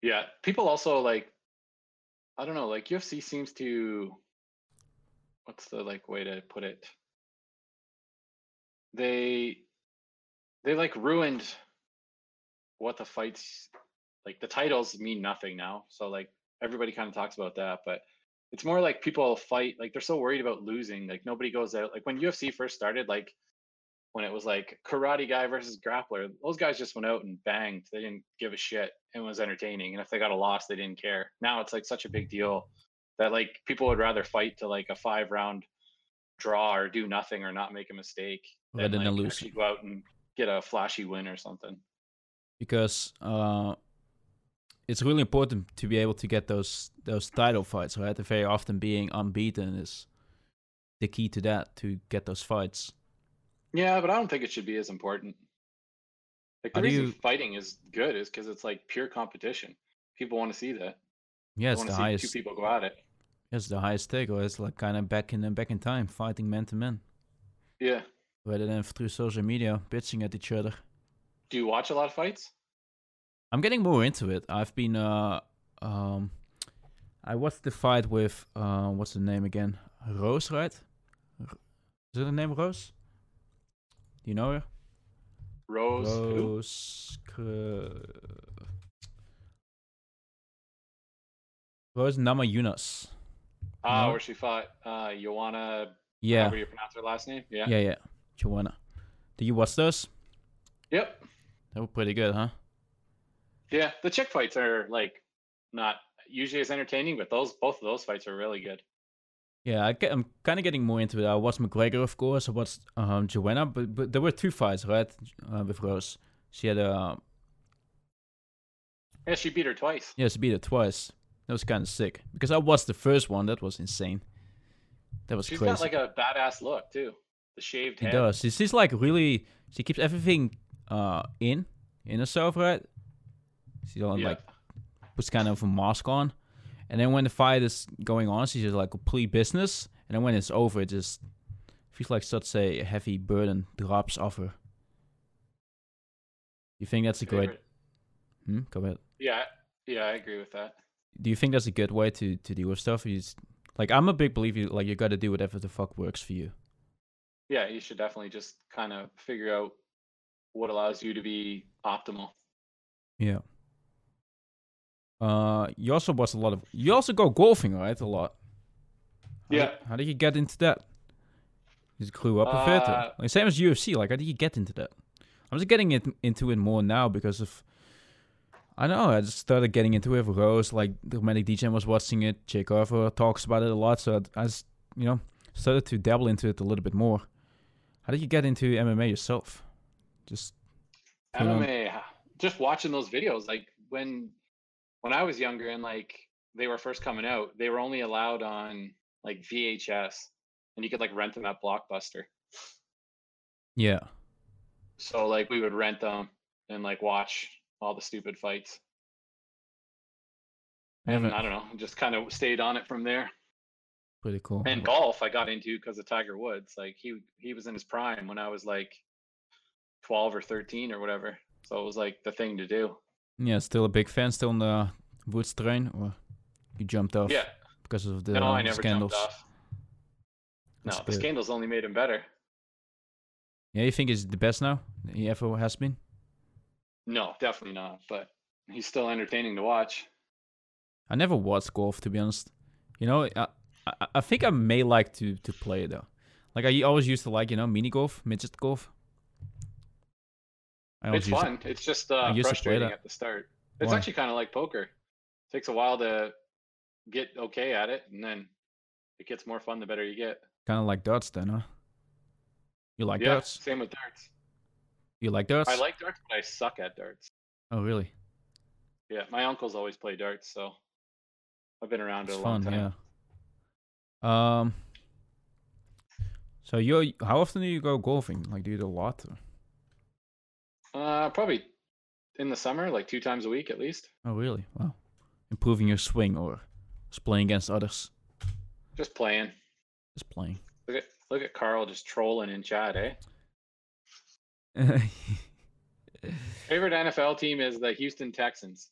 [SPEAKER 2] Yeah. People also like. I don't know. Like UFC seems to. What's the like way to put it? They. They like ruined. What the fights, like the titles mean nothing now. So like everybody kind of talks about that, but it's more like people fight like they're so worried about losing like nobody goes out like when ufc first started like when it was like karate guy versus grappler those guys just went out and banged they didn't give a shit and was entertaining and if they got a loss they didn't care now it's like such a big deal that like people would rather fight to like a five round draw or do nothing or not make a mistake
[SPEAKER 1] Rather than
[SPEAKER 2] like,
[SPEAKER 1] lose.
[SPEAKER 2] actually go out and get a flashy win or something
[SPEAKER 1] because uh, it's really important to be able to get those those title fights, right? And very often being unbeaten is the key to that to get those fights.
[SPEAKER 2] Yeah, but I don't think it should be as important. Like the
[SPEAKER 1] How do
[SPEAKER 2] reason
[SPEAKER 1] you-
[SPEAKER 2] fighting is good is because it's like pure competition. People want to see that.
[SPEAKER 1] Yeah,
[SPEAKER 2] They
[SPEAKER 1] it's
[SPEAKER 2] want
[SPEAKER 1] the
[SPEAKER 2] to see
[SPEAKER 1] highest.
[SPEAKER 2] two people go at it.
[SPEAKER 1] It's the highest take, or it's like kind of back in back in time, fighting man to man,
[SPEAKER 2] Yeah.
[SPEAKER 1] rather than through social media bitching at each other.
[SPEAKER 2] Do you watch a lot of fights?
[SPEAKER 1] I'm getting more into it. I've been uh um I watched the fight with uh what's the name again? Rose, right? R- Is it the name Rose? Do you know her?
[SPEAKER 2] Rose. Who?
[SPEAKER 1] Rose. Cre- Rose Nama Yunus.
[SPEAKER 2] Ah,
[SPEAKER 1] no.
[SPEAKER 2] where she fought uh Joanna
[SPEAKER 1] Yeah,
[SPEAKER 2] however you pronounce her last name. Yeah.
[SPEAKER 1] yeah, yeah. Joanna. Did you watch those?
[SPEAKER 2] Yep.
[SPEAKER 1] They were pretty good, huh?
[SPEAKER 2] Yeah. The chick fights are like not usually as entertaining, but those both of those fights are really good.
[SPEAKER 1] Yeah, I get, I'm kind of getting more into it. I watched McGregor, of course. I watched um, Joanna, but, but there were two fights, right? Uh, with Rose, she had uh,
[SPEAKER 2] Yeah, she beat her twice.
[SPEAKER 1] yeah, she beat her twice. That was kind of sick because I watched the first one. That was insane. That was
[SPEAKER 2] She's
[SPEAKER 1] crazy.
[SPEAKER 2] got like a badass look too. The shaved
[SPEAKER 1] She
[SPEAKER 2] head.
[SPEAKER 1] does. She's, she's like really. She keeps everything uh in in herself, right? She don't
[SPEAKER 2] Yeah.
[SPEAKER 1] like puts kind of a mask on, and then when the fight is going on, she's just like complete business. And then when it's over, it just feels like such a heavy burden drops off her. You think that's a great?
[SPEAKER 2] Favorite-
[SPEAKER 1] Hmm, go ahead.
[SPEAKER 2] Yeah. Yeah, I agree with that.
[SPEAKER 1] Do you think that's a good way to to deal with stuff? You just, like I'm a big believer. Like you got to do whatever the fuck works for you.
[SPEAKER 2] yeah, you should definitely just kind of figure out what allows you to be optimal.
[SPEAKER 1] Yeah. Uh, you also watch a lot of. You also go golfing, right? A lot. How
[SPEAKER 2] Yeah.
[SPEAKER 1] Did, how did you get into that? You just grew up with it.
[SPEAKER 2] Uh,
[SPEAKER 1] or- Like same as UFC. Like how did you get into that? I'm just getting it, into it more now because of. I don't know. I just started getting into it. with Rose, like Romantic DJ, was watching it. Jake Arthur talks about it a lot, so I, I just, you know, started to dabble into it a little bit more. How did you get into MMA yourself? Just Yeah.
[SPEAKER 2] MMA, just watching those videos, like when when I was younger and like they were first coming out, they were only allowed on like VHS, and you could like rent them at Blockbuster.
[SPEAKER 1] yeah.
[SPEAKER 2] So like we would rent them and like watch all the stupid fights.
[SPEAKER 1] I
[SPEAKER 2] And
[SPEAKER 1] haven't.
[SPEAKER 2] I don't know, just kind of stayed on it from there.
[SPEAKER 1] Pretty cool.
[SPEAKER 2] And golf, I got into because of Tiger Woods. Like he he was in his prime when I was like twelve or thirteen or whatever. So it was like the thing to do.
[SPEAKER 1] Yeah, still a big fan. Still on the Woods train, or you jumped off?
[SPEAKER 2] Yeah.
[SPEAKER 1] because of the um,
[SPEAKER 2] No, I never
[SPEAKER 1] scandals.
[SPEAKER 2] jumped off. No, the
[SPEAKER 1] Conspira-
[SPEAKER 2] scandals only made him better.
[SPEAKER 1] Yeah, you think he's the best now that he ever has been?
[SPEAKER 2] No, definitely not. But he's still entertaining to watch.
[SPEAKER 1] I never watched golf to be honest. You know, I I, I think I may like to to play it though. Like I always used to like you know mini golf, midget golf. I always
[SPEAKER 2] It's
[SPEAKER 1] used to-
[SPEAKER 2] fun. It's just uh,
[SPEAKER 1] used to play
[SPEAKER 2] frustrating
[SPEAKER 1] that.
[SPEAKER 2] at the start. It's
[SPEAKER 1] Why?
[SPEAKER 2] actually kind of like poker. takes a while to get okay at it, and then it gets more fun the better you get.
[SPEAKER 1] Kind of like darts, then, huh? You like
[SPEAKER 2] yeah,
[SPEAKER 1] darts?
[SPEAKER 2] same with darts.
[SPEAKER 1] You like darts?
[SPEAKER 2] I like darts, but I suck at darts.
[SPEAKER 1] Oh, really?
[SPEAKER 2] Yeah, my uncles always play darts, so I've been around
[SPEAKER 1] It's
[SPEAKER 2] it a
[SPEAKER 1] fun,
[SPEAKER 2] long time.
[SPEAKER 1] yeah. Um. So you, how often do you go golfing? Like, do you do a lot? or-
[SPEAKER 2] Uh, probably in the summer, like two times a week at least.
[SPEAKER 1] Oh, really? Wow. Improving your swing or just playing against others?
[SPEAKER 2] Just playing.
[SPEAKER 1] Just playing.
[SPEAKER 2] Look at look at Carl just trolling in chat, eh? Favorite NFL team is the Houston Texans.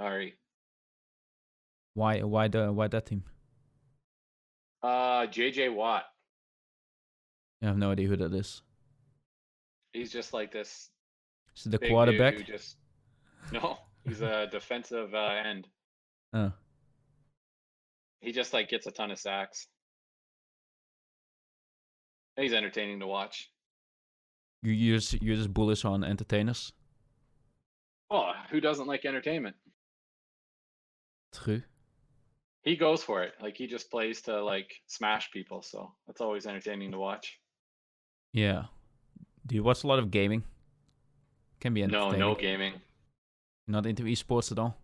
[SPEAKER 2] Sorry.
[SPEAKER 1] why? Why the? Why that team?
[SPEAKER 2] Uh, JJ Watt.
[SPEAKER 1] I have no idea who that is.
[SPEAKER 2] He's just like this
[SPEAKER 1] Is it the
[SPEAKER 2] big dude
[SPEAKER 1] quarterback?
[SPEAKER 2] who just no, he's a defensive uh, end.
[SPEAKER 1] Oh,
[SPEAKER 2] He just like gets a ton of sacks. He's entertaining to watch.
[SPEAKER 1] you you just you just bullish on entertainers.
[SPEAKER 2] Oh, who doesn't like entertainment?
[SPEAKER 1] True.
[SPEAKER 2] He goes for it. Like he just plays to like smash people, so that's always entertaining to watch.
[SPEAKER 1] Yeah. Do you watch a lot of gaming? Can be
[SPEAKER 2] No,
[SPEAKER 1] entertaining.
[SPEAKER 2] no gaming.
[SPEAKER 1] Not into esports at all.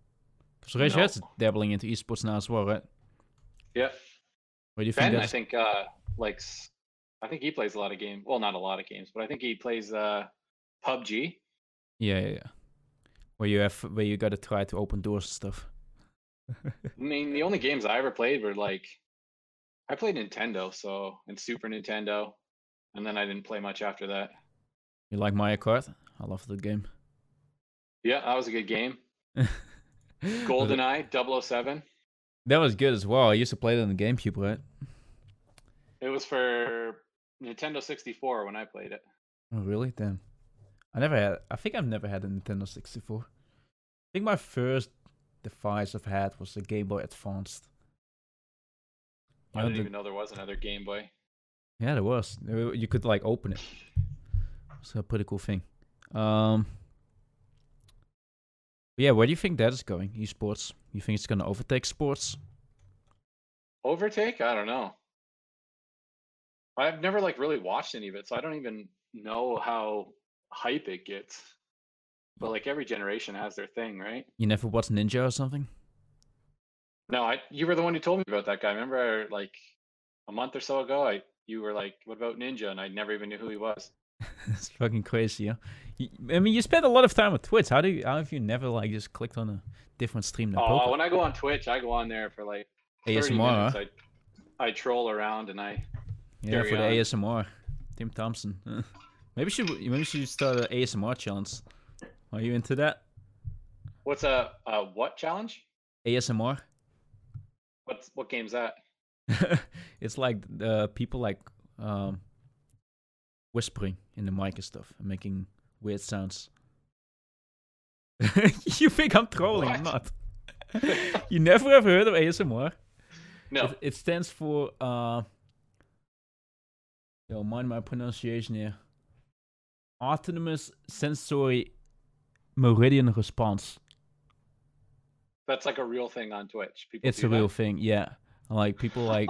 [SPEAKER 1] Because Regia's
[SPEAKER 2] No.
[SPEAKER 1] dabbling into esports now as well, right?
[SPEAKER 2] Yep.
[SPEAKER 1] What do you think?
[SPEAKER 2] Ben, I
[SPEAKER 1] that's-
[SPEAKER 2] think uh likes I think he plays a lot of games. Well, not a lot of games, but I think he plays uh PUBG.
[SPEAKER 1] Yeah, yeah, yeah. Where you have where you gotta try to open doors and stuff.
[SPEAKER 2] I mean, the only games I ever played were like I played Nintendo, so and Super Nintendo, and then I didn't play much after that.
[SPEAKER 1] You like Mario Kart? I love that game.
[SPEAKER 2] Yeah, that was a good game.
[SPEAKER 1] Golden.
[SPEAKER 2] GoldenEye 007.
[SPEAKER 1] That was good as well. I used to play that on the GameCube, right?
[SPEAKER 2] It was for Nintendo 64 when I played it.
[SPEAKER 1] Oh, really? Damn. I never had. I think I've never had a Nintendo 64. I think my first device I've had was the Game Boy Advanced.
[SPEAKER 2] I
[SPEAKER 1] Yeah,
[SPEAKER 2] didn't
[SPEAKER 1] the-
[SPEAKER 2] even know there was another Game Boy.
[SPEAKER 1] Yeah, there was. There were- You could like open it. It's a pretty cool thing. Um. but yeah, where do you think that is going? Esports. You think it's gonna overtake sports?
[SPEAKER 2] Overtake? I don't know. I've never like really watched any of it, so I don't even know how hype it gets. But like every generation has their thing, right?
[SPEAKER 1] You never watched Ninja or something?
[SPEAKER 2] No, I you were the one who told me about that guy. Remember like a month or so ago, I you were like, "What about Ninja?" and I never even knew who he was.
[SPEAKER 1] it's fucking crazy, yeah. You, I mean, you spend a lot of time on Twitch. How do you? How have you never like just clicked on a different stream than
[SPEAKER 2] Oh,
[SPEAKER 1] poker?
[SPEAKER 2] when I go on Twitch, I go on there for like 30
[SPEAKER 1] ASMR. huh?
[SPEAKER 2] minutes. I I troll around and I
[SPEAKER 1] Yeah, for the
[SPEAKER 2] Carry on.
[SPEAKER 1] ASMR. Tim Thompson. Huh. maybe she maybe she should start an ASMR challenge. Are you into that?
[SPEAKER 2] what's a, a what challenge?
[SPEAKER 1] ASMR?
[SPEAKER 2] What's what game's that?
[SPEAKER 1] it's like the people like um whispering in the mic and stuff and making weird sounds. you think I'm trolling? I'm not. you never have heard of ASMR?
[SPEAKER 2] No,
[SPEAKER 1] It, it stands for uh yo, mind my pronunciation here. Autonomous sensory meridian response.
[SPEAKER 2] that's like a real thing on Twitch. People
[SPEAKER 1] It's
[SPEAKER 2] do
[SPEAKER 1] a
[SPEAKER 2] that?
[SPEAKER 1] real thing, yeah. Like people like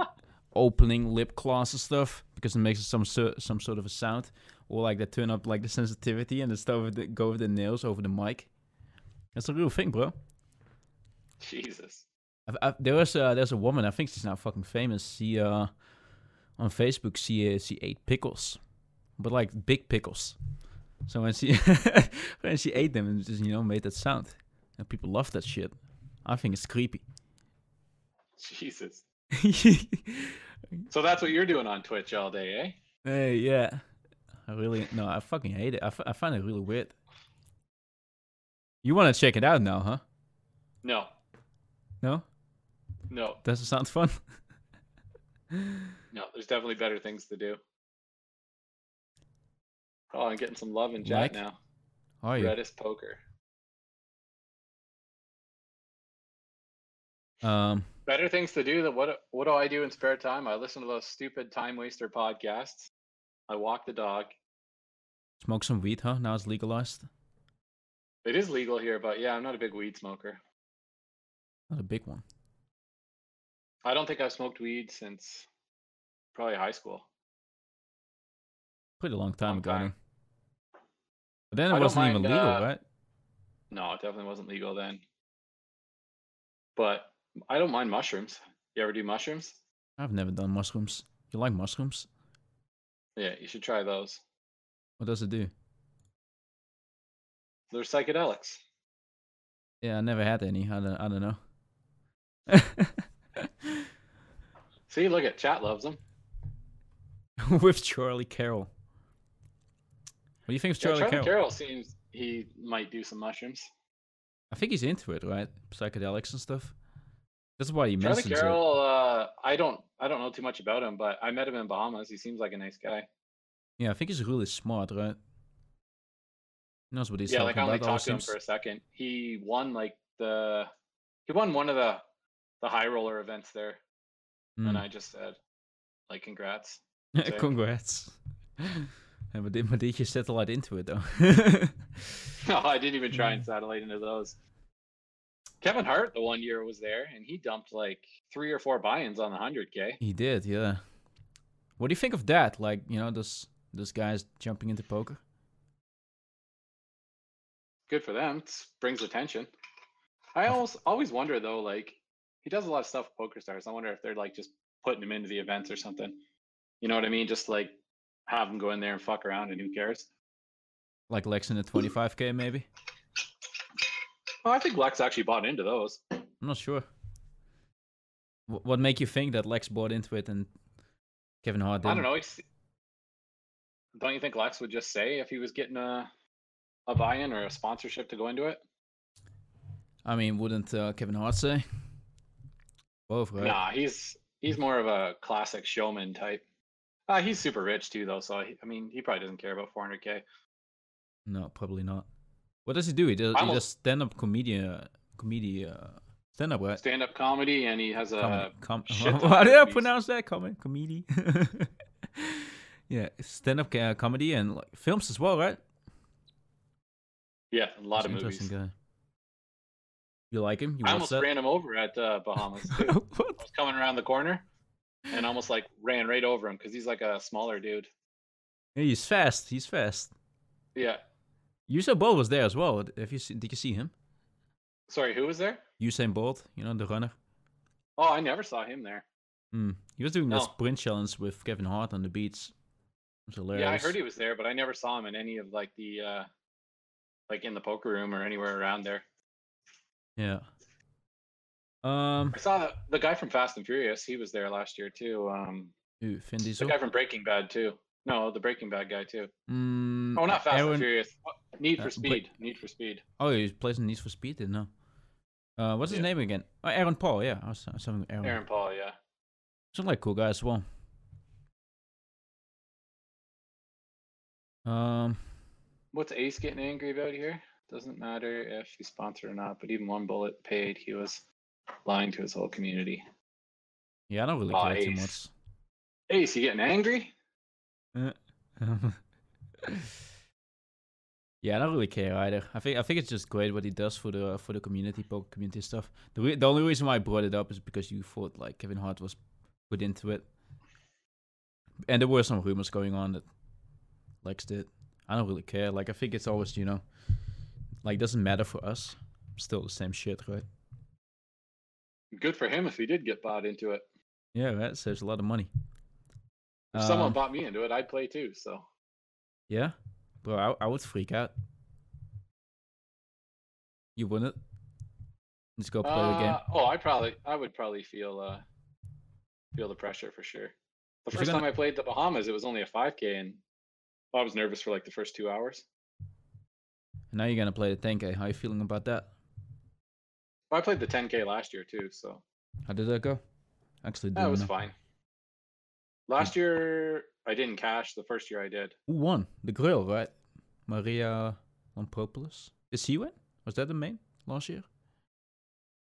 [SPEAKER 1] opening lip claws and stuff because it makes some sor- some sort of a sound, or like they turn up like the sensitivity and they start with the, go with the nails over the mic. That's a real thing, bro.
[SPEAKER 2] Jesus.
[SPEAKER 1] I, I, there was uh, there's a woman. I think she's now fucking famous. She uh, on Facebook she uh, she ate pickles, but like big pickles. So when she when she ate them, it just you know made that sound, and people loved that shit. I think it's creepy.
[SPEAKER 2] Jesus. So that's what you're doing on Twitch all day, eh?
[SPEAKER 1] hey, yeah. I really no. I fucking hate it. I, f- I find it really weird. You want to check it out now, huh?
[SPEAKER 2] No,
[SPEAKER 1] No,
[SPEAKER 2] no,
[SPEAKER 1] doesn't sound fun.
[SPEAKER 2] no. There's definitely better things to do. Oh, I'm getting some love in chat
[SPEAKER 1] Like?
[SPEAKER 2] now.
[SPEAKER 1] Are you?
[SPEAKER 2] Reddit poker.
[SPEAKER 1] Um.
[SPEAKER 2] Better things to do than what? What do I do in spare time? I listen to those stupid time waster podcasts. I walk the dog.
[SPEAKER 1] Smoke some weed, huh? Now it's legalized.
[SPEAKER 2] It is legal here, but yeah, I'm not a big weed smoker.
[SPEAKER 1] Not a big one.
[SPEAKER 2] I don't think I've smoked weed since probably high school.
[SPEAKER 1] Pretty long time
[SPEAKER 2] Long
[SPEAKER 1] ago.
[SPEAKER 2] time.
[SPEAKER 1] then. But then
[SPEAKER 2] I
[SPEAKER 1] it
[SPEAKER 2] don't
[SPEAKER 1] wasn't even
[SPEAKER 2] mind,
[SPEAKER 1] legal,
[SPEAKER 2] uh,
[SPEAKER 1] right?
[SPEAKER 2] No, it definitely wasn't legal then. But I don't mind mushrooms. You ever do mushrooms?
[SPEAKER 1] I've never done mushrooms. You like mushrooms?
[SPEAKER 2] Yeah, you should try those.
[SPEAKER 1] What does it do?
[SPEAKER 2] They're psychedelics.
[SPEAKER 1] Yeah, I never had any. I don't. I don't know.
[SPEAKER 2] See, look at chat loves them.
[SPEAKER 1] With Charlie Carroll. What do you think of Charlie,
[SPEAKER 2] Charlie
[SPEAKER 1] Carroll?
[SPEAKER 2] Carroll seems he might do some mushrooms.
[SPEAKER 1] I think he's into it, right? Psychedelics and stuff. That's why he
[SPEAKER 2] Charlie
[SPEAKER 1] mentions it.
[SPEAKER 2] Carroll, uh, I don't, I don't know too much about him, but I met him in Bahamas. He seems like a nice guy.
[SPEAKER 1] Yeah, I think he's really smart, right? He knows what he's
[SPEAKER 2] yeah,
[SPEAKER 1] talking
[SPEAKER 2] like I only
[SPEAKER 1] about. all
[SPEAKER 2] talked to him
[SPEAKER 1] seems-
[SPEAKER 2] for a second. He won like the, he won one of the, the high roller events there, and
[SPEAKER 1] Mm.
[SPEAKER 2] I just said, like, congrats. Same.
[SPEAKER 1] Congrats. Hebben dit maar ditje satellite into it though.
[SPEAKER 2] No, Oh, I didn't even try and satellite into those. Kevin Hart, the one year was there, and he dumped like three or four buy-ins on the hundred k.
[SPEAKER 1] he did, yeah. What do you think of that? Like, you know, those those guys jumping into poker?
[SPEAKER 2] Good for them. It's, brings attention. I always always wonder though, like he does a lot of stuff with poker stars. I wonder if they're like just putting him into the events or something. You know what I mean? Just like have him go in there and fuck around, and who cares?
[SPEAKER 1] Like Lex
[SPEAKER 2] Hmm.
[SPEAKER 1] in the 25k maybe?
[SPEAKER 2] Well, I think Lex actually bought into those.
[SPEAKER 1] I'm not sure. Wh- what make you think that Lex bought into it and Kevin Hart didn't?
[SPEAKER 2] I don't know. It's, don't you think Lex would just say if he was getting a a buy-in or a sponsorship to go into it?
[SPEAKER 1] I mean, wouldn't uh, Kevin Hart say? Both, right?
[SPEAKER 2] Nah, he's he's more of a classic showman type. Uh, he's super rich too, though. So I, I mean, he probably doesn't care about 400k.
[SPEAKER 1] No, probably not. What does he do? He does,
[SPEAKER 2] I'm
[SPEAKER 1] he
[SPEAKER 2] al-
[SPEAKER 1] does stand-up comedian, comedian, uh, stand-up, right?
[SPEAKER 2] Stand up comedy, and he has a
[SPEAKER 1] Comedy. Com-
[SPEAKER 2] uh, shit ton
[SPEAKER 1] How
[SPEAKER 2] of
[SPEAKER 1] do I
[SPEAKER 2] movies.
[SPEAKER 1] pronounce that? Comedy, comedy. yeah, stand-up uh, comedy and like films as well, right?
[SPEAKER 2] yeah, a lot of
[SPEAKER 1] He's an
[SPEAKER 2] movies.
[SPEAKER 1] Interesting guy. You like him? You
[SPEAKER 2] I
[SPEAKER 1] watch
[SPEAKER 2] almost
[SPEAKER 1] that?
[SPEAKER 2] ran him over at uh, Bahamas. Too. I
[SPEAKER 1] what?
[SPEAKER 2] was coming around the corner, and almost like ran right over him because he's like a smaller dude.
[SPEAKER 1] Yeah, he's fast. He's fast.
[SPEAKER 2] Yeah.
[SPEAKER 1] Usain Bolt was there as well. Have you seen, did you see him?
[SPEAKER 2] Sorry, who was there?
[SPEAKER 1] Usain Bolt, you know the runner.
[SPEAKER 2] Oh, I never saw him there.
[SPEAKER 1] Mm. He was doing that
[SPEAKER 2] No.
[SPEAKER 1] sprint challenge with Kevin Hart on the beats. It was hilarious.
[SPEAKER 2] Yeah, I heard he was there, but I never saw him in any of like the uh like in the poker room or anywhere around there.
[SPEAKER 1] Yeah. Um.
[SPEAKER 2] I saw the, the guy from Fast and Furious. He was there last year too. Um,
[SPEAKER 1] Ooh, Vin
[SPEAKER 2] the
[SPEAKER 1] Diesel.
[SPEAKER 2] guy from Breaking Bad too. No, the Breaking Bad guy too.
[SPEAKER 1] Mm,
[SPEAKER 2] Oh, not Fast
[SPEAKER 1] Aaron-
[SPEAKER 2] and Furious. Oh, Need
[SPEAKER 1] uh,
[SPEAKER 2] for
[SPEAKER 1] but-
[SPEAKER 2] Speed. Need for Speed.
[SPEAKER 1] Oh, he plays in Need for Speed. Didn't know. Uh, what's his
[SPEAKER 2] Yeah.
[SPEAKER 1] name again? Oh, Aaron Paul. Yeah, I was I was having Aaron.
[SPEAKER 2] Aaron Paul. Yeah.
[SPEAKER 1] Some like cool guy as well. Um.
[SPEAKER 2] What's Ace getting angry about here? Doesn't matter if he's sponsored or not. But even one bullet paid, he was lying to his whole community.
[SPEAKER 1] Yeah, I don't really
[SPEAKER 2] Aw,
[SPEAKER 1] care too much.
[SPEAKER 2] Ace. Ace, you getting angry?
[SPEAKER 1] Um, yeah, I don't really care either. I think I think it's just great what he does for the for the community, poker community stuff. The re- the only reason why I brought it up is because you thought like Kevin Hart was put into it, and there were some rumors going on that Lex did. I don't really care. Like I think it's always you know, like doesn't matter for us. Still the same shit, right?
[SPEAKER 2] Good for him if he did get bought into it.
[SPEAKER 1] Yeah, right. Saves a lot of money.
[SPEAKER 2] If someone
[SPEAKER 1] Um,
[SPEAKER 2] bought me into it, I'd play too. So
[SPEAKER 1] Yeah, bro, I, I would freak out. You wouldn't? Just go play again.
[SPEAKER 2] Uh, Oh, I probably I would probably feel uh feel the pressure for sure. The
[SPEAKER 1] If you're
[SPEAKER 2] first
[SPEAKER 1] gonna-
[SPEAKER 2] time I played the Bahamas, it was only a 5K, and I was nervous for like the first two hours.
[SPEAKER 1] Now you're gonna play the 10k. How you feeling about that?
[SPEAKER 2] Well, I played the 10K last year too, so
[SPEAKER 1] How did that go? Actually,
[SPEAKER 2] that
[SPEAKER 1] don't
[SPEAKER 2] was
[SPEAKER 1] know.
[SPEAKER 2] fine. Last year I didn't cash. The first year I did.
[SPEAKER 1] Who won? The grill, right? Maria Lampropoulos. Is she win? Was that the main last year?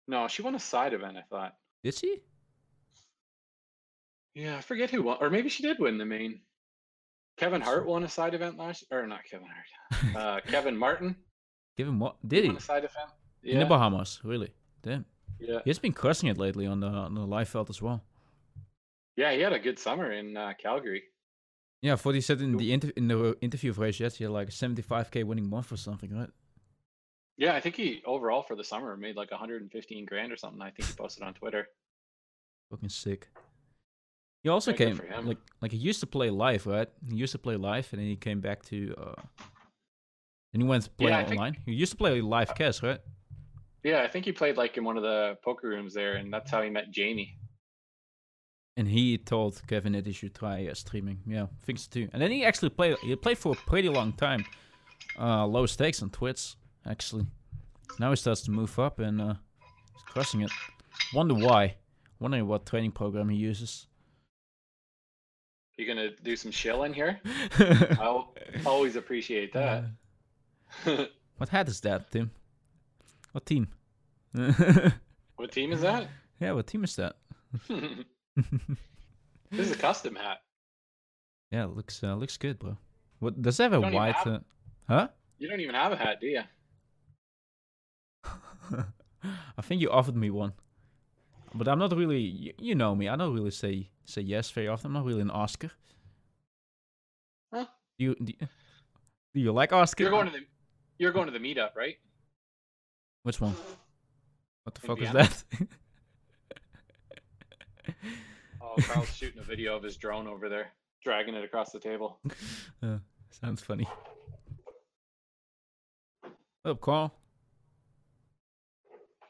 [SPEAKER 2] No, she won a side event. I thought.
[SPEAKER 1] Did she?
[SPEAKER 2] Yeah, I forget who won, or maybe she did win the main. Kevin
[SPEAKER 1] Yes.
[SPEAKER 2] Hart won a side event last, or not Kevin Hart, uh, Kevin Martin
[SPEAKER 1] Give him what? Did he?
[SPEAKER 2] won a side event.
[SPEAKER 1] In the
[SPEAKER 2] Yeah,
[SPEAKER 1] Bahamas, really? Damn.
[SPEAKER 2] yeah,
[SPEAKER 1] He's been crushing it lately on the on the live felt as well.
[SPEAKER 2] yeah. He had a good summer in uh, Calgary.
[SPEAKER 1] Yeah, I thought he said in
[SPEAKER 2] Nope.
[SPEAKER 1] the inter- in the interview of Ray Jets, he had like a 75k winning month or something, right?
[SPEAKER 2] Yeah, I think he overall for the summer made like 115 grand or something. I think he posted on Twitter.
[SPEAKER 1] Fucking sick. He also
[SPEAKER 2] Yeah, good
[SPEAKER 1] came
[SPEAKER 2] for him.
[SPEAKER 1] like like he used to play live, right? He used to play live, and then he came back to. uh and he went to play
[SPEAKER 2] Yeah, I think-
[SPEAKER 1] online. He used to play live cast, right?
[SPEAKER 2] Yeah, I think he played like in one of the poker rooms there, and that's how he met Jamie.
[SPEAKER 1] And he told Kevin that he should try uh, streaming. Yeah, things too. And then he actually played. He played for a pretty long time. Uh, low stakes on Twitch, actually. Now he starts to move up and uh, he's crushing it. Wonder why. Wondering what training program he uses.
[SPEAKER 2] You gonna do some shilling here? I al- always appreciate that.
[SPEAKER 1] what hat is that, Tim? What team?
[SPEAKER 2] what team is that?
[SPEAKER 1] yeah, what team is that?
[SPEAKER 2] this is a custom hat.
[SPEAKER 1] yeah, it looks uh, looks good, bro. What does it have a
[SPEAKER 2] Don't even
[SPEAKER 1] white?
[SPEAKER 2] have-
[SPEAKER 1] Uh, huh?
[SPEAKER 2] You don't even have a hat, do you?
[SPEAKER 1] I think you offered me one, but I'm not really. You, you know me. I don't really say say yes very often. I'm not really an Oscar.
[SPEAKER 2] Huh?
[SPEAKER 1] Do you do, you- do you like Oscar?
[SPEAKER 2] You're going to the you're going to the meetup, right?
[SPEAKER 1] Which one? What the
[SPEAKER 2] In
[SPEAKER 1] fuck is
[SPEAKER 2] Vienna?
[SPEAKER 1] that?
[SPEAKER 2] Oh, Carl's shooting a video of his drone over there, dragging it across the table.
[SPEAKER 1] Uh, sounds funny. What up, Carl?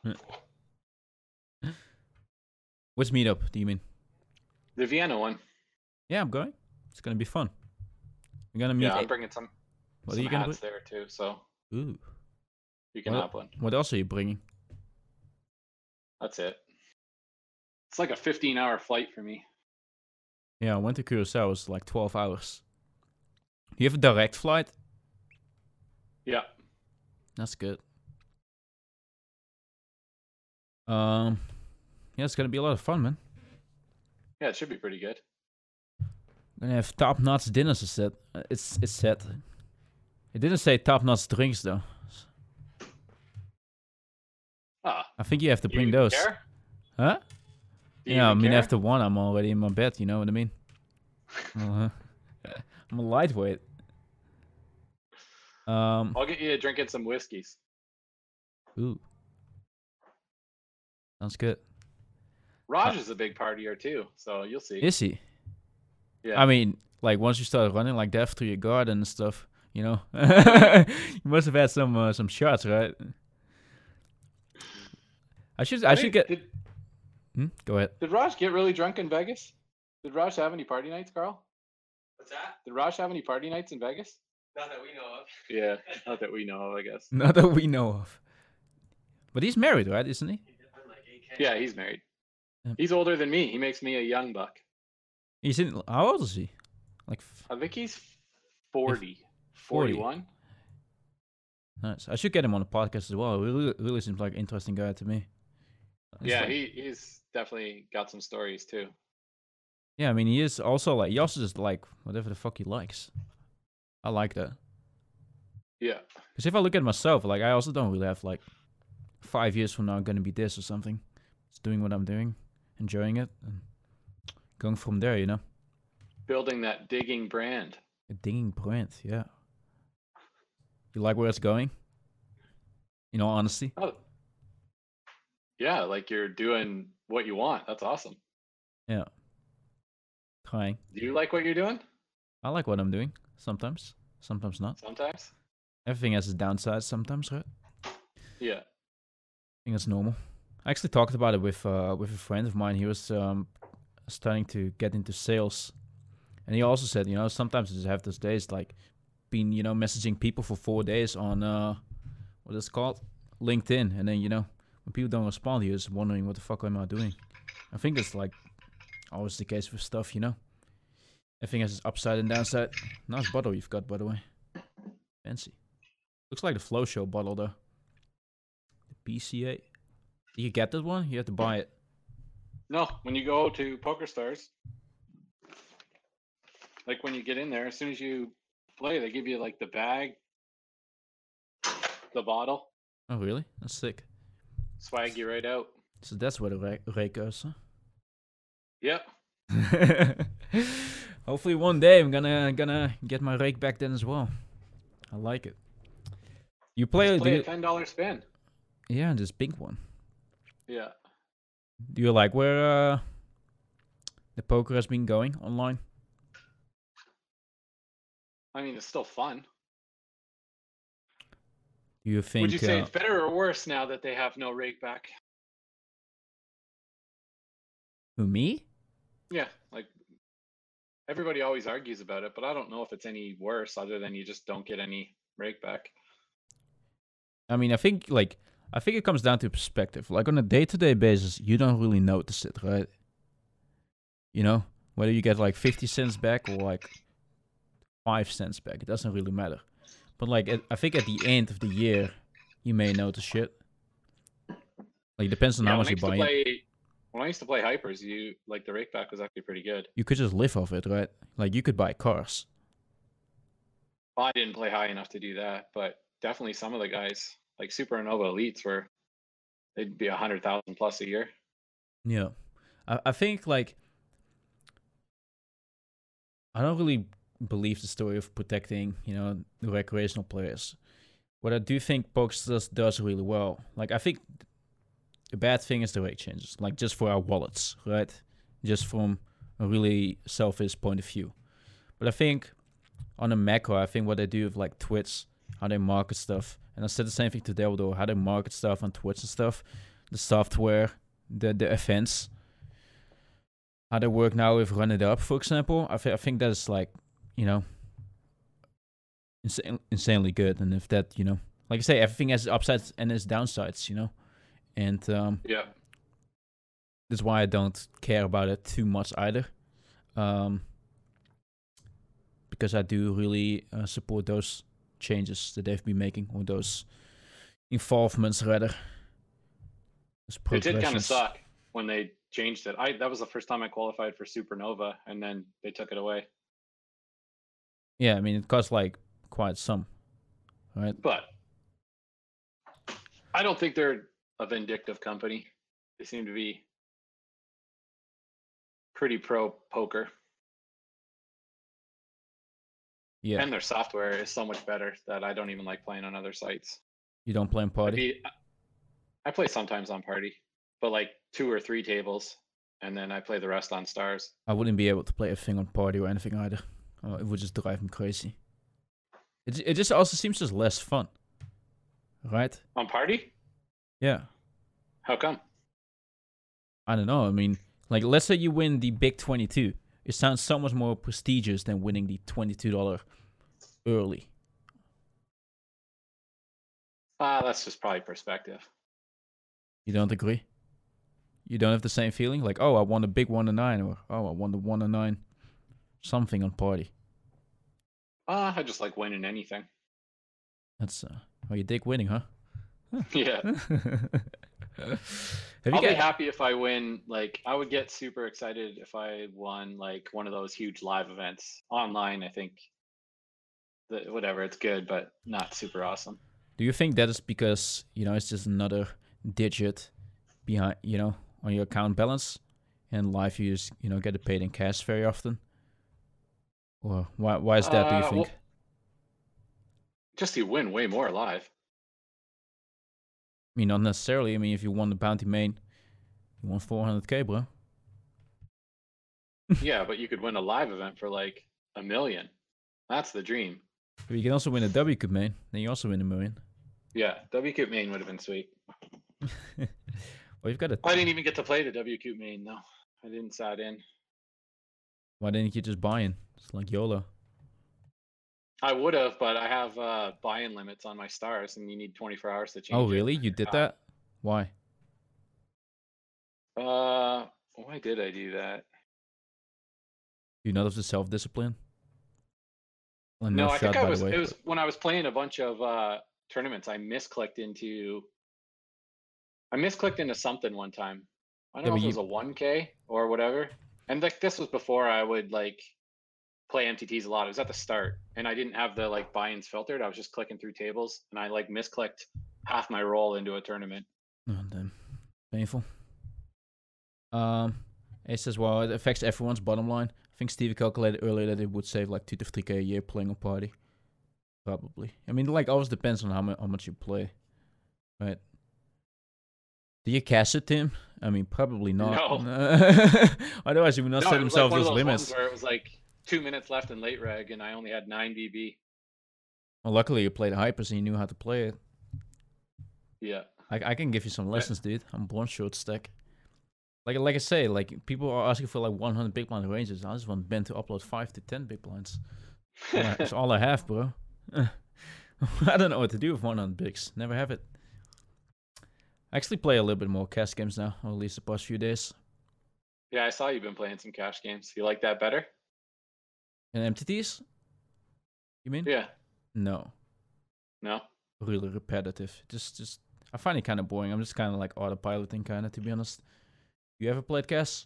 [SPEAKER 1] Huh. Which meetup do you mean?
[SPEAKER 2] The Vienna one.
[SPEAKER 1] Yeah, I'm going. It's gonna be fun. We're gonna meet.
[SPEAKER 2] Yeah, I'm
[SPEAKER 1] eight-
[SPEAKER 2] bringing some,
[SPEAKER 1] what are
[SPEAKER 2] some
[SPEAKER 1] you gonna
[SPEAKER 2] hats there too, so
[SPEAKER 1] bring? Ooh.
[SPEAKER 2] you can
[SPEAKER 1] Well-
[SPEAKER 2] hop one.
[SPEAKER 1] What else are you bringing?
[SPEAKER 2] That's it. It's like a 15 hour flight for me.
[SPEAKER 1] Yeah, I went to Curacao. It's like 12 hours. You have a direct flight.
[SPEAKER 2] Yeah.
[SPEAKER 1] That's good. Um, yeah, it's gonna be a lot of fun, man.
[SPEAKER 2] Yeah, it should be pretty good.
[SPEAKER 1] Gonna have top notch dinners. It said. Uh, It's it's said. It didn't say top notch drinks though.
[SPEAKER 2] Ah,
[SPEAKER 1] I think you have to
[SPEAKER 2] you
[SPEAKER 1] bring
[SPEAKER 2] even
[SPEAKER 1] those,
[SPEAKER 2] care?
[SPEAKER 1] huh?
[SPEAKER 2] Do you
[SPEAKER 1] yeah, I
[SPEAKER 2] even
[SPEAKER 1] mean
[SPEAKER 2] care?
[SPEAKER 1] after one, I'm already in my bed. You know what I mean? Uh, I'm a lightweight. Um,
[SPEAKER 2] I'll get you a drink and some whiskeys.
[SPEAKER 1] ooh, sounds good.
[SPEAKER 2] Raj
[SPEAKER 1] Uh,
[SPEAKER 2] is a big partier too, so you'll see.
[SPEAKER 1] Is he?
[SPEAKER 2] Yeah.
[SPEAKER 1] I mean, like once you start running like that through your garden and stuff, you know, you must have had some uh, some shots, right? I should I should
[SPEAKER 2] Wait,
[SPEAKER 1] get.
[SPEAKER 2] Did,
[SPEAKER 1] Hmm? Go ahead.
[SPEAKER 2] did Raj get really drunk in Vegas? Did Raj have any party nights, Carl?
[SPEAKER 3] What's that?
[SPEAKER 2] Did Raj have any party nights in Vegas?
[SPEAKER 3] Not that we know of.
[SPEAKER 2] Yeah, not that we know of, I guess.
[SPEAKER 1] Not that we know of. But he's married, right? Isn't he?
[SPEAKER 3] He's up in, like, 8K.
[SPEAKER 2] Yeah, he's married.
[SPEAKER 1] Yep.
[SPEAKER 2] He's older than me. He makes me a young buck.
[SPEAKER 1] He's in. How old is he? Like f-
[SPEAKER 2] I think he's 40,
[SPEAKER 1] 40.
[SPEAKER 2] 41.
[SPEAKER 1] nice. I should get him on the podcast as well. He really, really seems like an interesting guy to me. It's
[SPEAKER 2] Yeah,
[SPEAKER 1] like-
[SPEAKER 2] he, he's definitely got some stories too.
[SPEAKER 1] yeah. I mean, he is also like he also just like whatever the fuck he likes. I like that.
[SPEAKER 2] Yeah.
[SPEAKER 1] Because if I look at myself, like I also don't really have like five years from now I'm gonna be this or something. Just doing what I'm doing, enjoying it, and going from there. You know,
[SPEAKER 2] Building that digging brand.
[SPEAKER 1] a dinging brand. Yeah. You like where it's going? In all honesty,
[SPEAKER 2] Oh. Yeah, like you're doing what you want. That's awesome.
[SPEAKER 1] trying.
[SPEAKER 2] Do you like what you're doing?
[SPEAKER 1] I like what I'm doing. Sometimes, sometimes not.
[SPEAKER 2] Sometimes?
[SPEAKER 1] Everything has its downsides. Sometimes, right?
[SPEAKER 2] Yeah.
[SPEAKER 1] think that's normal. I actually talked about it with uh, with a friend of mine. He was um, starting to get into sales, and he also said, you know, sometimes you just have those days like been, you know, messaging people for four days on uh, what is it called LinkedIn, and then you know when people don't respond, you're just wondering what the fuck am I doing. I think that's like always the case with stuff, you know. Everything has its upside and downside. Nice bottle you've got, by the way. Fancy. Looks like the Flow Show bottle though. The BCA. Did you get that one? You had to buy it.
[SPEAKER 2] No, when you go to Poker Stars, like when you get in there, as soon as you play, they give you like the bag, the bottle,
[SPEAKER 1] Oh really? That's sick.
[SPEAKER 2] swag you right out.
[SPEAKER 1] So that's where the ra- rake goes, huh?
[SPEAKER 2] Yep.
[SPEAKER 1] Hopefully one day I'm gonna gonna get my rake back then as well. I like it. You play, do
[SPEAKER 2] Play a
[SPEAKER 1] you,
[SPEAKER 2] ten dollar spin.
[SPEAKER 1] yeah, this pink one.
[SPEAKER 2] Yeah.
[SPEAKER 1] Do you like where uh, the poker has been going online?
[SPEAKER 2] I mean, it's still fun.
[SPEAKER 1] Do you think?
[SPEAKER 2] Would you say
[SPEAKER 1] uh,
[SPEAKER 2] it's better or worse now that they have no rake back?
[SPEAKER 1] who, me?
[SPEAKER 2] Yeah, like everybody always argues about it, but I don't know if it's any worse other than you just don't get any rake back.
[SPEAKER 1] I mean, I think like I think it comes down to perspective. Like on a day-to-day basis, you don't really notice it, right? You know, whether you get like 50 cents back or like 5 cents back, it doesn't really matter. But like at, I think at the end of the year, you may notice shit. Like it depends on
[SPEAKER 2] Yeah,
[SPEAKER 1] how
[SPEAKER 2] when
[SPEAKER 1] much
[SPEAKER 2] I
[SPEAKER 1] you
[SPEAKER 2] used to
[SPEAKER 1] buy. it.
[SPEAKER 2] play, when I used to play hypers, you like the rake back was actually pretty good.
[SPEAKER 1] You could just live off it, right? Like you could buy cars.
[SPEAKER 2] Well, I didn't play high enough to do that, but definitely some of the guys like Supernova Elites were they'd be a hundred thousand plus a year.
[SPEAKER 1] Yeah. I, I think like I don't really believe the story of protecting, you know, the recreational players. What I do think Pokestars does really well, like I think the bad thing is the rate changes, like just for our wallets, right? Just from a really selfish point of view. But I think on a macro, I think what they do with like Twitch, how they market stuff, and I said the same thing to Deldo, how they market stuff on Twitch and stuff, the software, the the events, how they work now with Run It Up, for example. I, thi- I think that's like, you know, insane, insanely good. And if that, you know, like I say, everything has its upsides and its downsides, you know, and um,
[SPEAKER 2] Yeah.
[SPEAKER 1] that's why I don't care about it too much either, um, because I do really uh, support those changes that they've been making or those involvements rather. Those
[SPEAKER 2] It did kind of
[SPEAKER 1] progressions.
[SPEAKER 2] suck when they changed it. I that was the first time I qualified for Supernova and then they took it away.
[SPEAKER 1] Yeah, I mean it costs like quite some, right?
[SPEAKER 2] But I don't think they're a vindictive company. They seem to be pretty pro poker,
[SPEAKER 1] Yeah,
[SPEAKER 2] and their software is so much better that I don't even like playing on other sites.
[SPEAKER 1] you don't play in
[SPEAKER 2] I
[SPEAKER 1] party.
[SPEAKER 2] mean, I- I play sometimes on Party, but like two or three tables, and then I play the rest on Stars.
[SPEAKER 1] I wouldn't be able to play a thing on party or anything either. Uh, it would just drive me crazy. It ju- it just also seems just less fun, right?
[SPEAKER 2] On Party?
[SPEAKER 1] Yeah,
[SPEAKER 2] How come?
[SPEAKER 1] I don't know. I mean, like let's say you win the big twenty-two, it sounds so much more prestigious than winning the twenty-two dollar early.
[SPEAKER 2] Ah, that's just probably perspective.
[SPEAKER 1] You don't agree? You don't have the same feeling, like oh, I won the big one to nine, or oh, I won the one to nine, something on party.
[SPEAKER 2] Ah, I just like winning anything.
[SPEAKER 1] That's uh, oh, you dig winning, huh?
[SPEAKER 2] yeah.
[SPEAKER 1] Have you
[SPEAKER 2] I'll be
[SPEAKER 1] got,
[SPEAKER 2] happy if I win. Like, I would get super excited if I won like one of those huge live events online. I think that whatever, it's good, but not super awesome.
[SPEAKER 1] do you think that is because you know it's just another digit behind you know on your account balance, and live you just you know get it paid in cash very often, or why why is that? do you
[SPEAKER 2] Uh, well-
[SPEAKER 1] think?
[SPEAKER 2] Just you win way more live.
[SPEAKER 1] I mean, not necessarily. I mean, if you won the bounty main, you won 400k, bro.
[SPEAKER 2] yeah, but you could win a live event for like a million. That's the dream.
[SPEAKER 1] But you can also win a W Cup main. Then you also win a million.
[SPEAKER 2] Yeah, WCUP main would have been sweet.
[SPEAKER 1] well, you've got a.
[SPEAKER 2] I didn't even get to play the WQ main though. I didn't side in.
[SPEAKER 1] Why didn't you just buy in? It's like YOLO.
[SPEAKER 2] I would have, but I have uh, buy-in limits on my stars, and you need 24 hours to change.
[SPEAKER 1] Oh,
[SPEAKER 2] it.
[SPEAKER 1] really? You did
[SPEAKER 2] Uh,
[SPEAKER 1] that? Why?
[SPEAKER 2] Uh, why did I do that?
[SPEAKER 1] You not of the self discipline? Well,
[SPEAKER 2] No,
[SPEAKER 1] shot,
[SPEAKER 2] I think I
[SPEAKER 1] by the
[SPEAKER 2] was.
[SPEAKER 1] way,
[SPEAKER 2] It was
[SPEAKER 1] but-
[SPEAKER 2] when I was playing a bunch of uh, tournaments. I misclicked into. I misclicked into something one time. I don't
[SPEAKER 1] Yeah,
[SPEAKER 2] know
[SPEAKER 1] but
[SPEAKER 2] if
[SPEAKER 1] you-
[SPEAKER 2] it was a 1K or whatever. And like this was before I would like play MTTs a lot. It was at the start, and I didn't have the like buy-ins filtered. I was just clicking through tables, and I like misclicked half my roll into a tournament.
[SPEAKER 1] Oh, damn. Painful. Um, it says, well, it affects everyone's bottom line. I think Stevie calculated earlier that it would save like 2 to 3k a year playing on party. Probably. I mean, like, always depends on how, mu- how much you play. Right? Do you cash it, Tim? I mean, probably not. Otherwise, he would not
[SPEAKER 2] No,
[SPEAKER 1] set
[SPEAKER 2] it was,
[SPEAKER 1] himself
[SPEAKER 2] one of
[SPEAKER 1] those
[SPEAKER 2] ones
[SPEAKER 1] limits.
[SPEAKER 2] Where it was like two minutes left in late reg, and I only had nine DB.
[SPEAKER 1] Well, luckily, you played Hypers and you knew how to play it.
[SPEAKER 2] Yeah.
[SPEAKER 1] I, I can give you some lessons, dude. I'm born short stack. Like like I say, like people are asking for like 100 big blind ranges. I just want Ben to upload five to 10 big blinds. All I- That's all I have, bro. I don't know what to do with 100 bigs. Never have it. I actually play a little bit more cast games now, or at least the past few days.
[SPEAKER 2] Yeah, I saw you've been playing some cash games. You like that better?
[SPEAKER 1] And MTTs? You mean?
[SPEAKER 2] Yeah.
[SPEAKER 1] No.
[SPEAKER 2] No.
[SPEAKER 1] really repetitive. Just just I find it kind of boring. I'm just kind of like autopiloting kind of to be honest. You ever played Cass?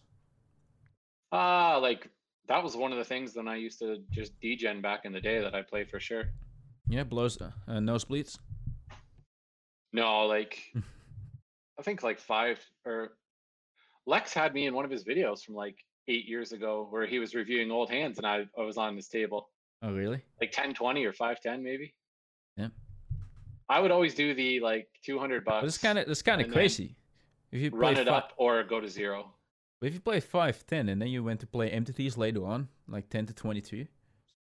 [SPEAKER 2] Ah, like that was one of the things when I used to just degen back in the day that I played for sure.
[SPEAKER 1] Yeah, blows uh, uh, nosebleeds.
[SPEAKER 2] No, like I think like five or Lex had me in one of his videos from like eight years ago where he was reviewing old hands and I, I was on his table.
[SPEAKER 1] Oh really?
[SPEAKER 2] Like ten twenty or five ten maybe.
[SPEAKER 1] Yeah.
[SPEAKER 2] I would always do the like two hundred bucks.
[SPEAKER 1] But it's kind of it's kind of
[SPEAKER 2] and then
[SPEAKER 1] crazy. If you play
[SPEAKER 2] run it
[SPEAKER 1] fi-
[SPEAKER 2] up or go to zero.
[SPEAKER 1] if you play five ten and then you went to play MTTs later on, like ten to twenty two,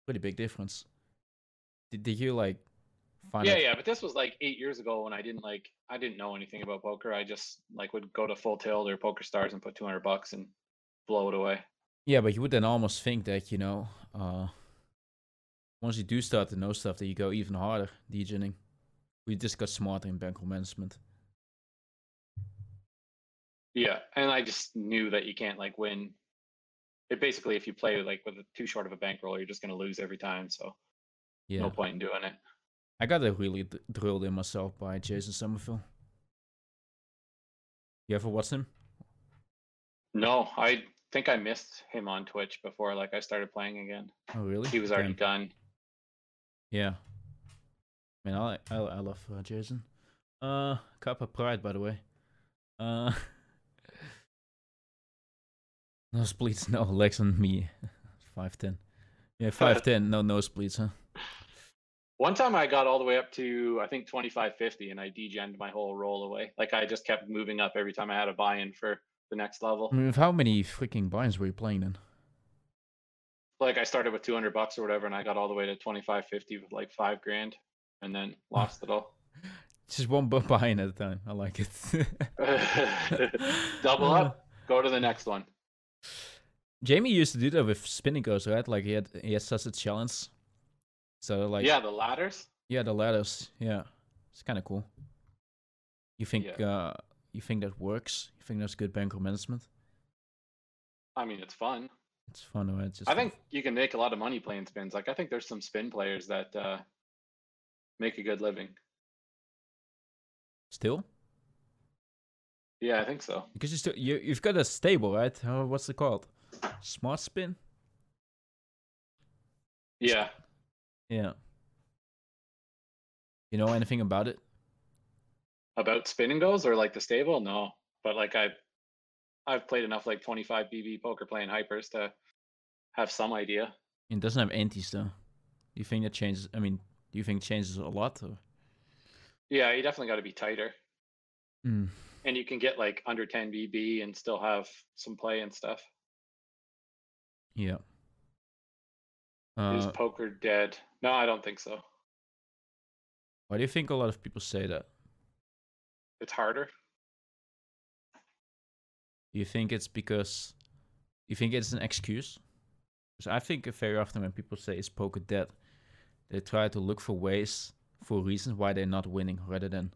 [SPEAKER 1] pretty big difference. Did, did you like find
[SPEAKER 2] yeah
[SPEAKER 1] out?
[SPEAKER 2] yeah but this was like eight years ago when i didn't like i didn't know anything about poker i just like would go to full tilt or poker stars and put 200 bucks and blow it away
[SPEAKER 1] Yeah, but you would then almost think that you know, uh, once you do start to know stuff, that you go even harder degening. We just got smarter in bank management.
[SPEAKER 2] yeah and i just knew that you can't like win it basically if you play like with a too short of a bankroll you're just going to lose every time so
[SPEAKER 1] Yeah,
[SPEAKER 2] no point in doing it
[SPEAKER 1] I got it really d- drilled in myself by Jason Somerville. You ever watch him?
[SPEAKER 2] no i think i missed him on twitch before like i started playing again
[SPEAKER 1] Oh, really?
[SPEAKER 2] he was already
[SPEAKER 1] Damn.
[SPEAKER 2] done
[SPEAKER 1] Yeah. Man, I like- I, I love uh, Jason. Uh, cup of pride, by the way. Uh, no splits, no legs on me. Five ten. Yeah, five ten. No no splits, huh?
[SPEAKER 2] One time I got all the way up to I think 2550 and I degened my whole roll away. Like I just kept moving up every time I had a buy-in for the next level.
[SPEAKER 1] I mean, with how many freaking binds were you playing then?
[SPEAKER 2] Like I started with 200 bucks or whatever and I got all the way to 2550 with like 5 grand and then lost it all.
[SPEAKER 1] Just one bu- bind at a time. I like it.
[SPEAKER 2] Double up, go to the next one.
[SPEAKER 1] Jamie used to do that with spinning goes, right? Like he had he had such a challenge. So like
[SPEAKER 2] yeah, the ladders.
[SPEAKER 1] yeah, the ladders. Yeah. It's kinda cool. You think
[SPEAKER 2] Yeah.
[SPEAKER 1] uh you think that works? You think that's good bankroll management?
[SPEAKER 2] I mean, it's fun.
[SPEAKER 1] It's fun, right? Just
[SPEAKER 2] I think you can make a lot of money playing spins. Like I think there's some spin players that uh make a good living.
[SPEAKER 1] still?
[SPEAKER 2] Yeah, I think so.
[SPEAKER 1] Because you still you you've got a stable, right? Uh, what's it called? Smart spin?
[SPEAKER 2] Yeah.
[SPEAKER 1] Yeah. You know anything about it?
[SPEAKER 2] about spin and goes or like the stable no but like i i've played enough like 25 bb poker playing hypers to have some idea
[SPEAKER 1] It doesn't have antis though. Do you think that changes I mean, do you think it changes a lot or
[SPEAKER 2] yeah you definitely got to be tighter
[SPEAKER 1] Mm.
[SPEAKER 2] and you can get like under 10 bb and still have some play and stuff
[SPEAKER 1] Yeah. Uh,
[SPEAKER 2] is poker dead no i don't think so
[SPEAKER 1] Why do you think a lot of people say that?
[SPEAKER 2] it's harder
[SPEAKER 1] Do you think it's because you think it's an excuse? Because I think very often when people say is poker dead, they try to look for ways for reasons why they're not winning rather than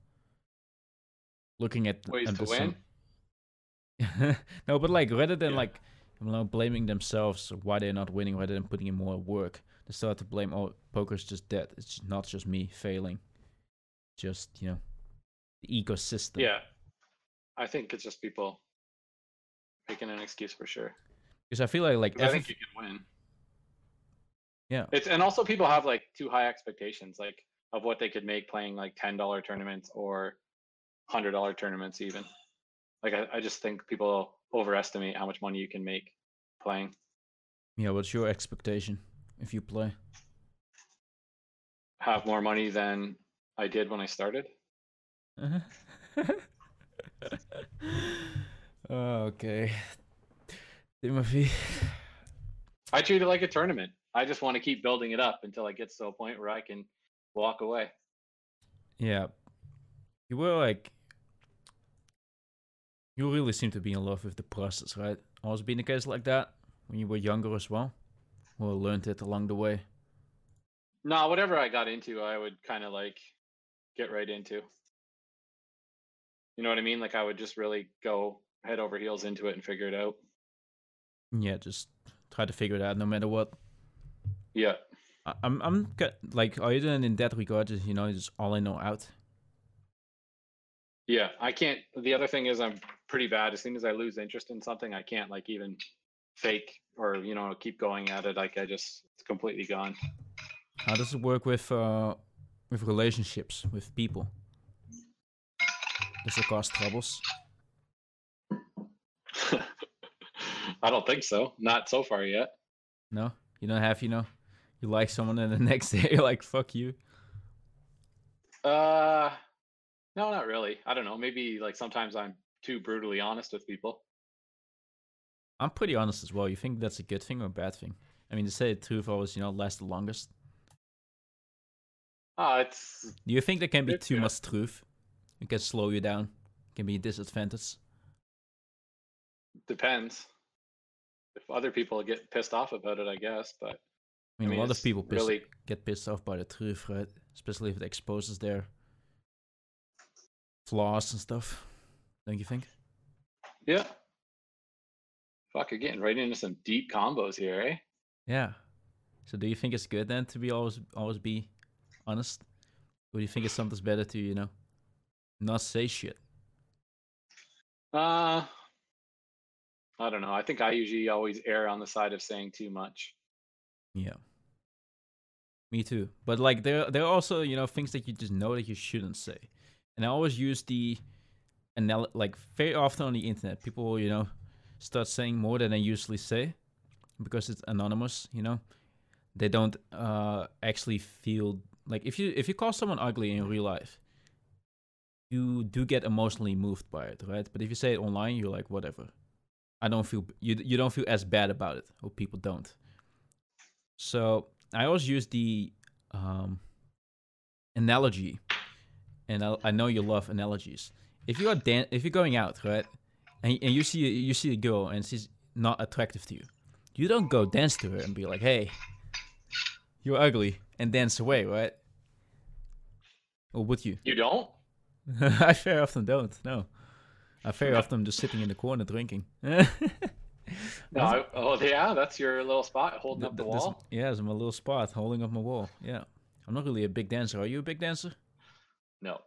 [SPEAKER 1] looking at
[SPEAKER 2] Ways
[SPEAKER 1] at
[SPEAKER 2] to
[SPEAKER 1] the sum- no, but like rather than
[SPEAKER 2] Yeah.
[SPEAKER 1] like you know, blaming themselves why they're not winning, rather than putting in more work, they start to blame oh poker's just dead. It's not just me failing, just you know the ecosystem.
[SPEAKER 2] Yeah. I think it's just people making an excuse for sure.
[SPEAKER 1] because I feel like like
[SPEAKER 2] 'Cause I
[SPEAKER 1] every,
[SPEAKER 2] think you can win.
[SPEAKER 1] Yeah.
[SPEAKER 2] It's and also people have like too high expectations, like of what they could make playing like ten dollar tournaments or hundred dollar tournaments even. Like I, I just think people overestimate how much money you can make playing.
[SPEAKER 1] yeah. What's your expectation if you play?
[SPEAKER 2] Have more money than I did when I started.
[SPEAKER 1] Oh, okay, Timothy.
[SPEAKER 2] I treat it like a tournament. I just want to keep building it up until it gets to a point where I can walk away.
[SPEAKER 1] Yeah. You were like you really seem to be in love with the process, right? Always been the case like that when you were younger as well? Or learned it along the way.
[SPEAKER 2] No, whatever I got into, I would kind of like get right into. You know what I mean? Like I would just really go head over heels into it and figure it out.
[SPEAKER 1] Yeah, just try to figure it out no matter what.
[SPEAKER 2] Yeah.
[SPEAKER 1] I- I'm I'm ca- like are you doing in that regard just you know, just all in or out?
[SPEAKER 2] Yeah. I can't the other thing is I'm pretty bad. As soon as I lose interest in something, I can't like even fake or, you know, keep going at it. Like I just it's completely gone.
[SPEAKER 1] How does it work with uh with relationships, with people? Does it cause troubles?
[SPEAKER 2] I don't think so. Not so far yet.
[SPEAKER 1] No? You don't have, you know? You like someone and the next day you're like, fuck you.
[SPEAKER 2] Uh no, not really. I don't know. Maybe like sometimes I'm too brutally honest with people.
[SPEAKER 1] I'm pretty honest as well. You think that's a good thing or a bad thing? I mean, to say the truth, always you know last the longest.
[SPEAKER 2] Ah, it's
[SPEAKER 1] Do you think there can be
[SPEAKER 2] It's
[SPEAKER 1] too
[SPEAKER 2] good.
[SPEAKER 1] much truth? It can slow you down. It can be a disadvantage.
[SPEAKER 2] depends if other people get pissed off about it i guess but
[SPEAKER 1] I mean,
[SPEAKER 2] mean,
[SPEAKER 1] a lot of
[SPEAKER 2] it's
[SPEAKER 1] people piss,
[SPEAKER 2] really-
[SPEAKER 1] get pissed off by the truth, right? Especially if it exposes their flaws and stuff. Don't you think?
[SPEAKER 2] yeah fuck you're getting right into some deep combos here eh
[SPEAKER 1] Yeah. So do you think it's good then to be always always be honest? Or do you think it's something's better to you know not say shit?
[SPEAKER 2] uh i don't know i think i usually always err on the side of saying too much
[SPEAKER 1] Yeah. Me too. But like there there are also, you know, things that you just know that you shouldn't say. And I always use the anal like very often on the internet, people, you know, start saying more than they usually say because it's anonymous, you know. They don't uh actually feel like if you if you call someone ugly in real life, you do get emotionally moved by it, right? But if you say it online, you're like whatever. I don't feel you you don't feel as bad about it, or people don't. So I always use the um, analogy, and I, I know you love analogies. If you are dan- if you're going out, right, and, and you see you see a girl and she's not attractive to you, you don't go dance to her and be like, "Hey, you're ugly," and dance away, right? Or would you?
[SPEAKER 2] you don't
[SPEAKER 1] I very often don't. No, I very often just sitting in the corner drinking.
[SPEAKER 2] no I, oh yeah that's your little spot holding
[SPEAKER 1] Th-
[SPEAKER 2] up the
[SPEAKER 1] th- this-
[SPEAKER 2] wall
[SPEAKER 1] yeah, it's my little spot holding up my wall. Yeah. I'm not really a big dancer. Are you a big dancer?
[SPEAKER 2] no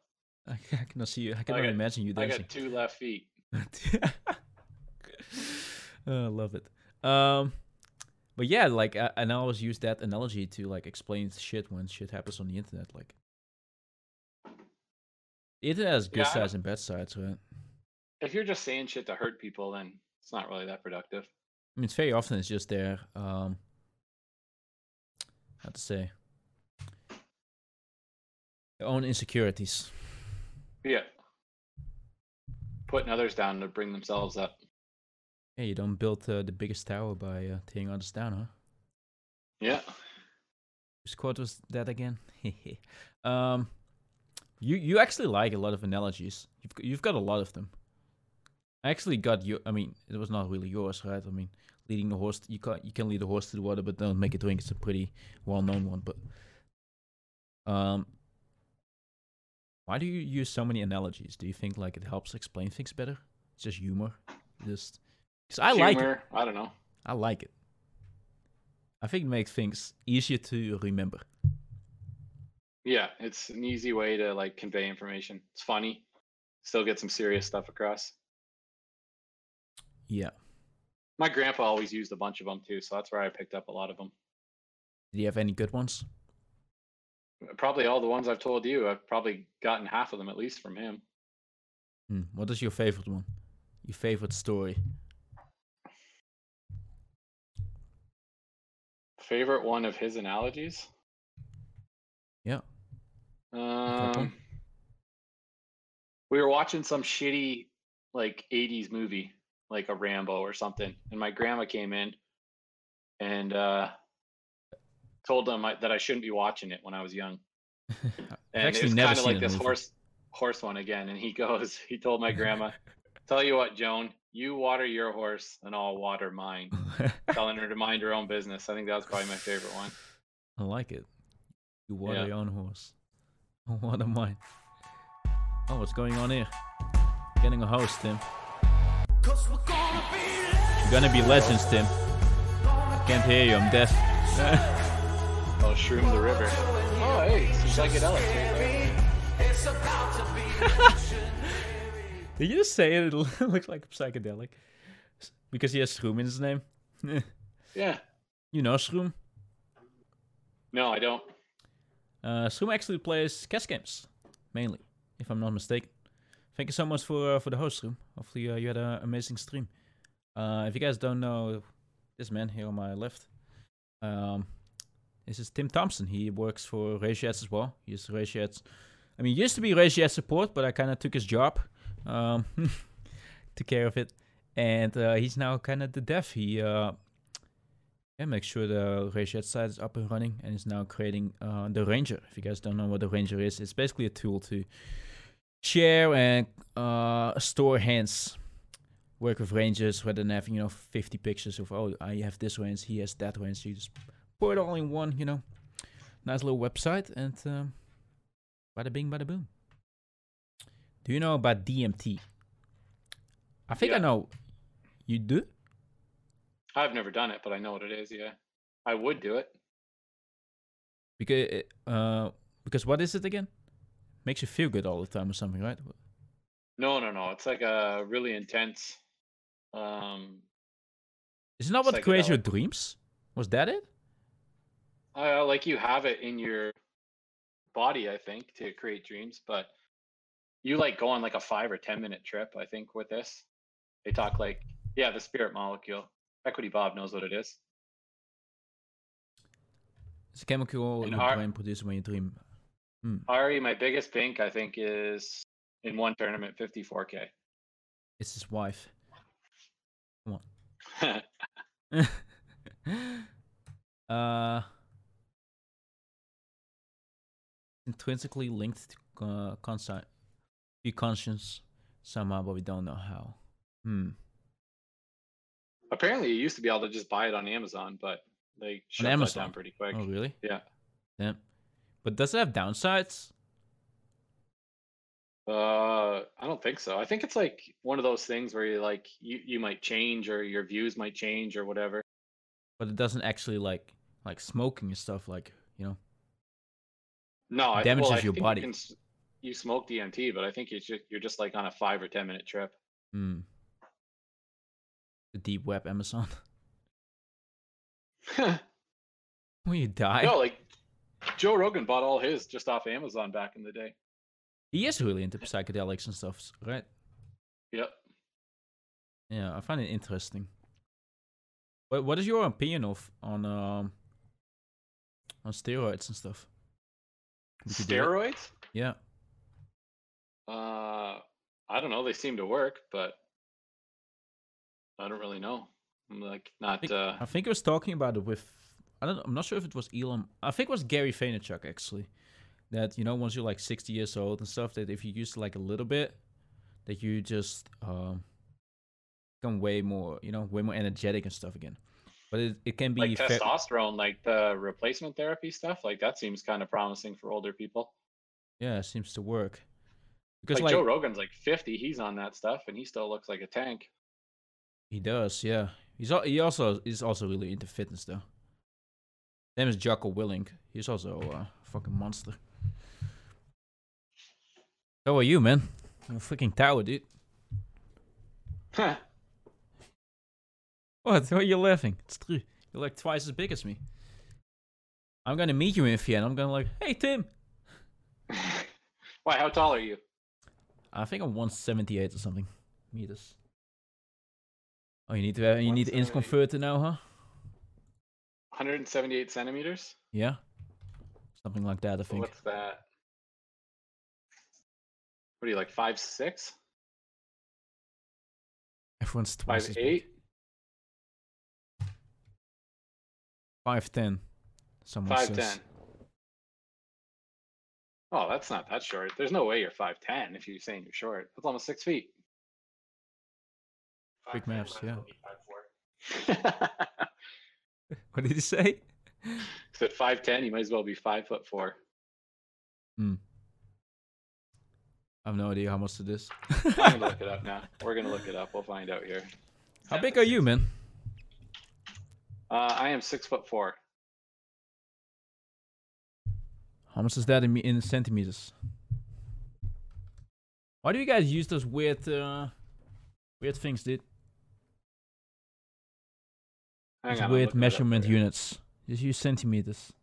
[SPEAKER 1] I, ca- I cannot see you. I cannot
[SPEAKER 2] got-
[SPEAKER 1] imagine you
[SPEAKER 2] i
[SPEAKER 1] dancing.
[SPEAKER 2] got two left feet
[SPEAKER 1] Oh, I love it. Um, but yeah, like, I, and I always use that analogy to like explain shit when shit happens on the internet. Like, the internet has good
[SPEAKER 2] Yeah, I
[SPEAKER 1] sides and bad sides, right?
[SPEAKER 2] if you're just saying shit to hurt people then it's not really that productive
[SPEAKER 1] I mean, it's very often it's just their um, how to say, their own insecurities.
[SPEAKER 2] yeah putting others down to bring themselves up
[SPEAKER 1] Hey, you don't build uh, the biggest tower by uh, tearing others down, huh?
[SPEAKER 2] yeah
[SPEAKER 1] Whose quote was that again? um, you you actually like a lot of analogies. You've g- you've got a lot of them. I actually got you. I mean, it was not really yours, right? I mean, leading a horse, you can you can lead a horse to the water, but don't make it drink. It's a pretty well-known one. But um, why do you use so many analogies? Do you think like it helps explain things better? It's just humor, just because I like it.
[SPEAKER 2] Humor, I don't know.
[SPEAKER 1] I like it. I think it makes things easier to remember.
[SPEAKER 2] Yeah, it's an easy way to like convey information. It's funny. Still get some serious stuff across.
[SPEAKER 1] Yeah.
[SPEAKER 2] My grandpa always used a bunch of them too, so that's where I picked up a lot of them.
[SPEAKER 1] Do you have any good ones?
[SPEAKER 2] Probably all the ones I've told you, I've probably gotten half of them at least from him.
[SPEAKER 1] Hmm. What is your favorite one? Your favorite story?
[SPEAKER 2] Favorite one of his analogies?
[SPEAKER 1] Yeah.
[SPEAKER 2] Um, we were watching some shitty like 80s movie, like a Rambo or something, and my grandma came in and uh told them I, that I shouldn't be watching it when I was young.
[SPEAKER 1] I've
[SPEAKER 2] And
[SPEAKER 1] actually
[SPEAKER 2] it's
[SPEAKER 1] never
[SPEAKER 2] kind of
[SPEAKER 1] seen
[SPEAKER 2] like
[SPEAKER 1] that
[SPEAKER 2] this
[SPEAKER 1] movie.
[SPEAKER 2] horse horse one again. And he goes, he told my grandma, "Tell you what, Joan, you water your horse, and I'll water mine." Telling her to mind her own business. I think that was probably my favorite one.
[SPEAKER 1] I like it. You water
[SPEAKER 2] Yeah.
[SPEAKER 1] your own horse. What am I? Oh, what's going on here? Getting a host, Tim. You're gonna be legends, Tim. I can't hear you. I'm deaf.
[SPEAKER 2] Oh, Shroom the River. Oh, hey, some psychedelic.
[SPEAKER 1] Did you just say it? It looks like psychedelic because he has Shroom in his name.
[SPEAKER 2] Yeah.
[SPEAKER 1] you know Shroom.
[SPEAKER 2] No, I don't.
[SPEAKER 1] Uh, Shroom actually plays chess games mainly, if I'm not mistaken. Thank you so much for uh, for the host room. Hopefully uh, you had an amazing stream. Uh, if you guys don't know this man here on my left, um, this is Tim Thompson. He works for Rayshats as well. He's Rayshats. I mean, he used to be Rayshats support, but I kind of took his job, um, took care of it, and uh, he's now kind of the dev. He uh, yeah, make sure the Rayshad site is up and running and is now creating uh, the Ranger. If you guys don't know what the Ranger is, it's basically a tool to share and uh, store hands. Work with rangers rather than having you know 50 pictures of oh I have this range, he has that range. You just pour it all in one, you know. Nice little website and um, bada bing, bada boom. Do you know about DMT? I think I
[SPEAKER 2] Yeah.
[SPEAKER 1] know. You do?
[SPEAKER 2] I've never done it, but I know what it is. Yeah. I would do it.
[SPEAKER 1] Because uh, because what is it again? Makes you feel good all the time or something, right?
[SPEAKER 2] No, no, no. It's like a really intense. Um,
[SPEAKER 1] Isn't that what creates your
[SPEAKER 2] Psychedelic.
[SPEAKER 1] dreams? Was that it?
[SPEAKER 2] uh, like you have it in your body, I think, to create dreams. But you like go on like a five or ten minute trip, I think, with this. They talk like, yeah, the spirit molecule. Equity Bob knows what it is.
[SPEAKER 1] It's a chemical
[SPEAKER 2] An
[SPEAKER 1] your
[SPEAKER 2] ar-
[SPEAKER 1] brain produces when you dream.
[SPEAKER 2] Ari, my biggest pink, I think, is in one tournament, 54k.
[SPEAKER 1] It's his wife.
[SPEAKER 2] I
[SPEAKER 1] uh, intrinsically linked to uh, consci- to conscience somehow, but we don't know how. Hmm.
[SPEAKER 2] Apparently, you used to be able to just buy it on Amazon, but they shut that
[SPEAKER 1] Amazon?
[SPEAKER 2] down pretty quick.
[SPEAKER 1] Oh, really?
[SPEAKER 2] Yeah.
[SPEAKER 1] Damn. But does it have downsides?
[SPEAKER 2] Uh, I don't think so. I think it's like one of those things where you like you you might change or your views might change or whatever.
[SPEAKER 1] But it doesn't actually like like smoking and stuff like you know.
[SPEAKER 2] No, I,
[SPEAKER 1] Damages
[SPEAKER 2] well, I
[SPEAKER 1] your
[SPEAKER 2] think you
[SPEAKER 1] body.
[SPEAKER 2] can s- You smoke DMT, but I think you're just, you're just like on a five or ten minute trip.
[SPEAKER 1] Hmm. The deep web, Amazon. Will you die?
[SPEAKER 2] no, like Joe Rogan bought all his just off Amazon back in the day.
[SPEAKER 1] He is really into psychedelics and stuff, s- right?
[SPEAKER 2] Yep.
[SPEAKER 1] Yeah, I find it interesting. What What is your opinion of on um on steroids and stuff? Would you do it?
[SPEAKER 2] Steroids?
[SPEAKER 1] Yeah.
[SPEAKER 2] Uh, I don't know. They seem to work, but I don't really know. I'm like
[SPEAKER 1] I think,
[SPEAKER 2] not. Uh,
[SPEAKER 1] I think he was talking about it with I don't I'm not sure if it was Elon I think it was Gary Vaynerchuk actually that you know once you're like 60 years old and stuff that if you use like a little bit that you just um become way more, you know, way more energetic and stuff again. But it, it can be
[SPEAKER 2] Like
[SPEAKER 1] fair-
[SPEAKER 2] testosterone, like the replacement therapy stuff, like that seems kind of promising for older people.
[SPEAKER 1] yeah, it seems to work. Because
[SPEAKER 2] Like,
[SPEAKER 1] like,
[SPEAKER 2] Joe Rogan's like 50, he's on that stuff, and he still looks like a tank.
[SPEAKER 1] he does, yeah. He's al- he also is also really into fitness though. Name is Jocko Willing. He's also a fucking monster. How are you, man? I'm freaking tower, dude. What? Why are you laughing? It's true. You're like twice as big as me. I'm gonna meet you in Vienna. I'm gonna like, hey Tim.
[SPEAKER 2] Why? How tall are you?
[SPEAKER 1] I think I'm 178 or something meters. Oh, you need to have, you need the inch
[SPEAKER 3] 178.
[SPEAKER 1] converter now, huh?
[SPEAKER 2] 178 centimeters.
[SPEAKER 1] Yeah, something like that. I think.
[SPEAKER 2] What's that? What are you like five six?
[SPEAKER 1] Everyone's
[SPEAKER 2] Five
[SPEAKER 1] twice as big.
[SPEAKER 2] eight?
[SPEAKER 1] Five ten. Someone
[SPEAKER 2] Five
[SPEAKER 1] says.
[SPEAKER 2] ten. Oh, that's not that short. There's no way you're five ten if you're saying you're short. That's almost six feet.
[SPEAKER 1] Quick maps, yeah.
[SPEAKER 2] Except
[SPEAKER 1] What did he say?
[SPEAKER 2] five ten, you might as well be five foot four.
[SPEAKER 1] I have no idea how much it is.
[SPEAKER 2] I'm gonna look it up now. We're gonna look it up. We'll find out here.
[SPEAKER 1] how big are you, man?
[SPEAKER 2] Uh, I am six foot four.
[SPEAKER 1] How much is that in, me- in centimeters? Why do you guys use those weird, uh, weird things, dude?
[SPEAKER 2] Hang
[SPEAKER 1] Those
[SPEAKER 2] on, I'm
[SPEAKER 1] weird
[SPEAKER 2] looking it up
[SPEAKER 1] measurement
[SPEAKER 2] here.
[SPEAKER 1] units. Just use centimeters.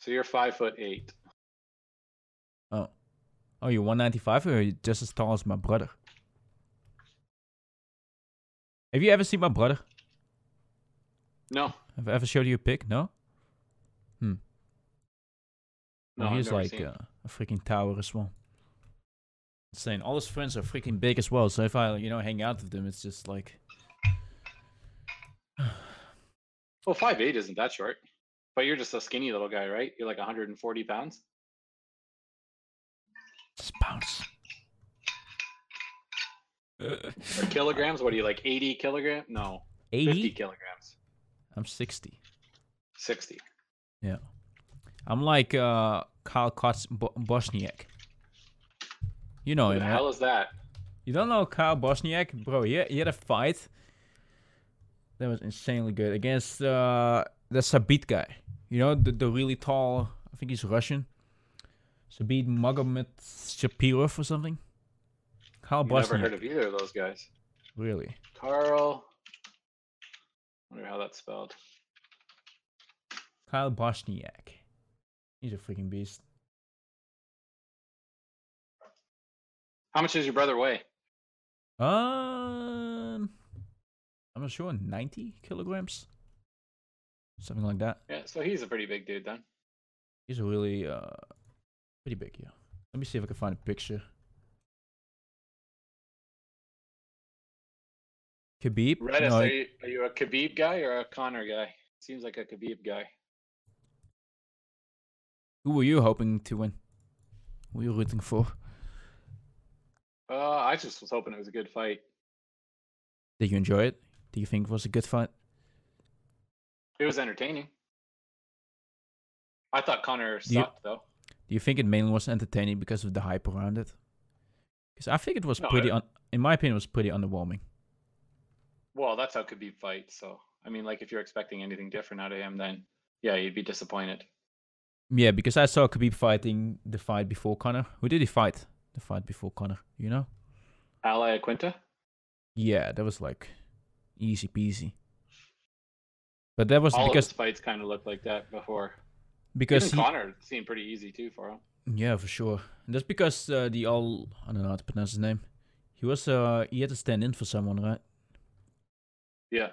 [SPEAKER 2] So you're five foot eight.
[SPEAKER 1] Oh, you're 195 or you're just as tall as my brother? Have you ever seen my brother?
[SPEAKER 2] No,
[SPEAKER 1] Have I ever showed you a pic? No?
[SPEAKER 2] no, I've
[SPEAKER 1] he's
[SPEAKER 2] never
[SPEAKER 1] like
[SPEAKER 2] seen
[SPEAKER 1] uh, a freaking tower as well. Insane. All his friends are freaking big as well. So if I, you know, hang out with them, it's just like,
[SPEAKER 2] Well, five eight isn't that short, but you're just a skinny little guy, right? You're like 140 pounds.
[SPEAKER 1] just bounce.
[SPEAKER 2] Or kilograms? What are you like 80 kilogram? No, 50
[SPEAKER 1] 80?
[SPEAKER 2] kilograms.
[SPEAKER 1] I'm 60.
[SPEAKER 2] 60.
[SPEAKER 1] I'm like uh, Kyle Kots- Bo- Bosniak. You know
[SPEAKER 2] Who
[SPEAKER 1] him,
[SPEAKER 2] the
[SPEAKER 1] right?
[SPEAKER 2] hell is that?
[SPEAKER 1] You don't know Kyle Bosniak, bro? He he had a fight that was insanely good against uh, the Sabit guy. You know the, the really tall. I think he's Russian. Sabit Magomed Shapirov or something. Kyle
[SPEAKER 2] I've never heard
[SPEAKER 1] Bosniak,
[SPEAKER 2] of either of those guys.
[SPEAKER 1] really?
[SPEAKER 2] Carl. Wonder how that's spelled.
[SPEAKER 1] Kyle Bosniak. He's a freaking beast.
[SPEAKER 2] How much does your brother weigh?
[SPEAKER 1] Um, I'm not sure. Ninety kilograms, something like that.
[SPEAKER 2] Yeah, so he's a pretty big dude then.
[SPEAKER 1] He's a really uh pretty big, yeah. Let me see if I can find a picture. Khabib?
[SPEAKER 2] Redis,
[SPEAKER 1] No,
[SPEAKER 2] are, you, are you a Khabib guy or a Connor guy? Seems like a Khabib guy.
[SPEAKER 1] who were you hoping to win? Who were you rooting for?
[SPEAKER 2] Uh, I just was hoping it was a good fight.
[SPEAKER 1] Did you enjoy it? Do you think it was a good fight?
[SPEAKER 2] It was entertaining. I thought Connor
[SPEAKER 1] You-
[SPEAKER 2] sucked though.
[SPEAKER 1] Do you think it mainly was entertaining because of the hype around it? Because I think it was
[SPEAKER 2] No, I-
[SPEAKER 1] pretty, un- in my opinion, it was pretty underwhelming.
[SPEAKER 2] Well, that's how Khabib fights. So, I mean, like if you're expecting anything different out of him, then yeah, you'd be disappointed.
[SPEAKER 1] Yeah, because I saw Khabib fighting the fight before Connor. Who did he fight? The fight before Connor, you know?
[SPEAKER 2] Ally Aquinta?
[SPEAKER 1] Yeah, that was like easy peasy. But that was
[SPEAKER 2] All of his
[SPEAKER 1] because
[SPEAKER 2] fights kind of looked like that before.
[SPEAKER 1] because
[SPEAKER 2] Even
[SPEAKER 1] he,
[SPEAKER 2] Connor seemed pretty easy too for him.
[SPEAKER 1] yeah for sure. And that's because uh, the all I don't know how to pronounce his name. He was uh he had to stand in for someone, right?
[SPEAKER 2] Yeah.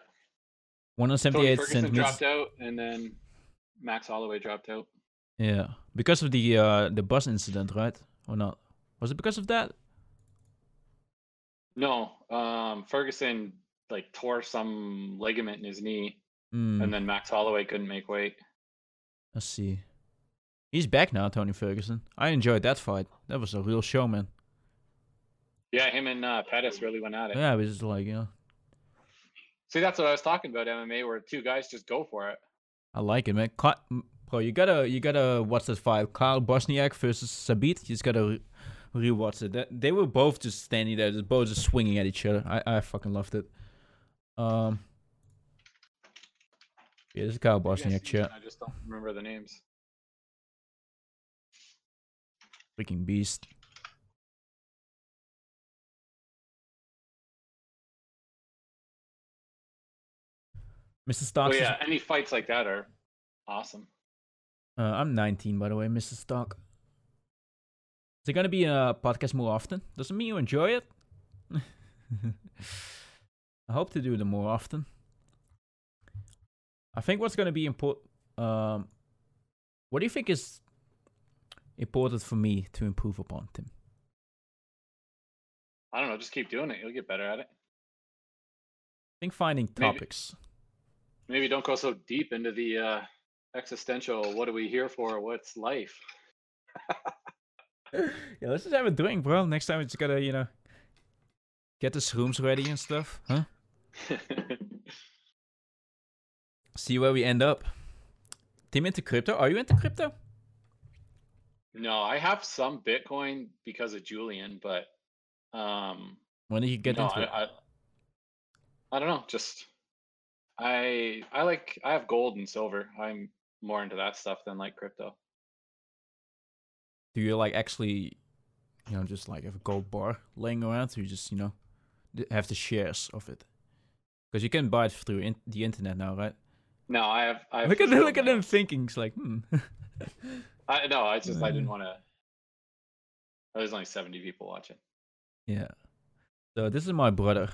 [SPEAKER 1] One hundred
[SPEAKER 2] Tony
[SPEAKER 1] seventy-eight
[SPEAKER 2] Ferguson dropped
[SPEAKER 1] centimeters.
[SPEAKER 2] out, and then Max Holloway dropped out.
[SPEAKER 1] Yeah, because of the uh the bus incident, right? Or not? Was it because of that?
[SPEAKER 2] No, um, Ferguson like tore some ligament in his knee,
[SPEAKER 1] Hmm,
[SPEAKER 2] and then Max Holloway couldn't make weight.
[SPEAKER 1] I see. He's back now, Tony Ferguson. I enjoyed that fight. That was a real show, man.
[SPEAKER 2] Yeah, him and uh, Pettis really went at it.
[SPEAKER 1] Yeah, it was just like you know,
[SPEAKER 2] See, that's what I was talking about MMA, where two guys just go for it.
[SPEAKER 1] I like it, man. Ky- m- Bro, you gotta you gotta watch that fight. Kyle Bosniak versus Sabit. You just gotta re- rewatch it. That, they were both just standing there, just both just swinging at each other. I, I fucking loved it. Um, yeah, this is Kyle
[SPEAKER 2] Maybe I've
[SPEAKER 1] Bosniak
[SPEAKER 2] seen it,
[SPEAKER 1] chat.
[SPEAKER 2] I just don't remember the names.
[SPEAKER 1] Freaking beast. Mr.
[SPEAKER 2] Oh
[SPEAKER 1] Starks. is-
[SPEAKER 2] yeah, any fights like that are awesome.
[SPEAKER 1] Uh, I'm 19, by the way, Mr. Stock. Is it gonna be a podcast more often? Doesn't mean you enjoy it. I hope to do them more often. I think what's gonna be important. Um, what do you think is important for me to improve upon, Tim?
[SPEAKER 2] I don't know, just keep doing it. You'll get better at it.
[SPEAKER 1] I think finding
[SPEAKER 2] Maybe-
[SPEAKER 1] topics.
[SPEAKER 2] Maybe don't go so deep into the uh, existential. What are we here for? What's life?
[SPEAKER 1] yeah, let's just have a drink, bro. Next time, we just gotta you know get the rooms ready and stuff, huh? See where we end up. Tim into crypto? Are you into crypto?
[SPEAKER 2] no, I have some Bitcoin because of Julian, but um,
[SPEAKER 1] When did you get
[SPEAKER 2] no,
[SPEAKER 1] into
[SPEAKER 2] I,
[SPEAKER 1] it?
[SPEAKER 2] I, I don't know. Just I I like I have gold and silver. I'm more into that stuff than like crypto.
[SPEAKER 1] Do you like actually, you know, just like have a gold bar laying around? Or you just you know th- have the shares of it? Because you can buy it through in- the internet now, right?
[SPEAKER 2] No, I have. I have
[SPEAKER 1] Look at
[SPEAKER 2] physical
[SPEAKER 1] look at
[SPEAKER 2] gold.
[SPEAKER 1] him thinking. It's like, hmm.
[SPEAKER 2] I no, I just I didn't
[SPEAKER 1] Uh.
[SPEAKER 2] want to. There's only 70 people watching.
[SPEAKER 1] yeah. So this is my brother.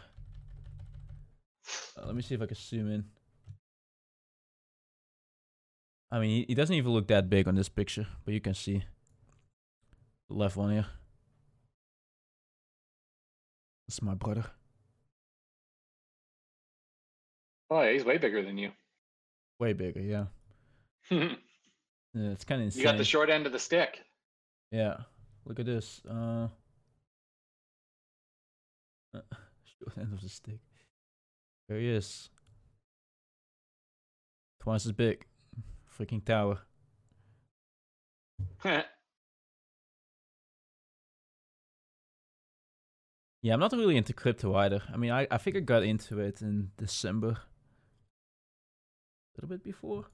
[SPEAKER 1] Uh, let me see if I can zoom in. I mean, he, he doesn't even look that big on this picture, but you can see the left one here. That's my brother.
[SPEAKER 2] Oh, yeah, he's way bigger than you.
[SPEAKER 1] Way bigger, yeah.
[SPEAKER 2] you
[SPEAKER 1] Yeah, it's kind of insane.
[SPEAKER 2] got the short end of the stick.
[SPEAKER 1] yeah, look at this. Uh, uh, short end of the stick. There he is. Twice as big. Freaking tower. Yeah, I'm not really into crypto either. I mean, I, I think I got into it in December, a little bit before.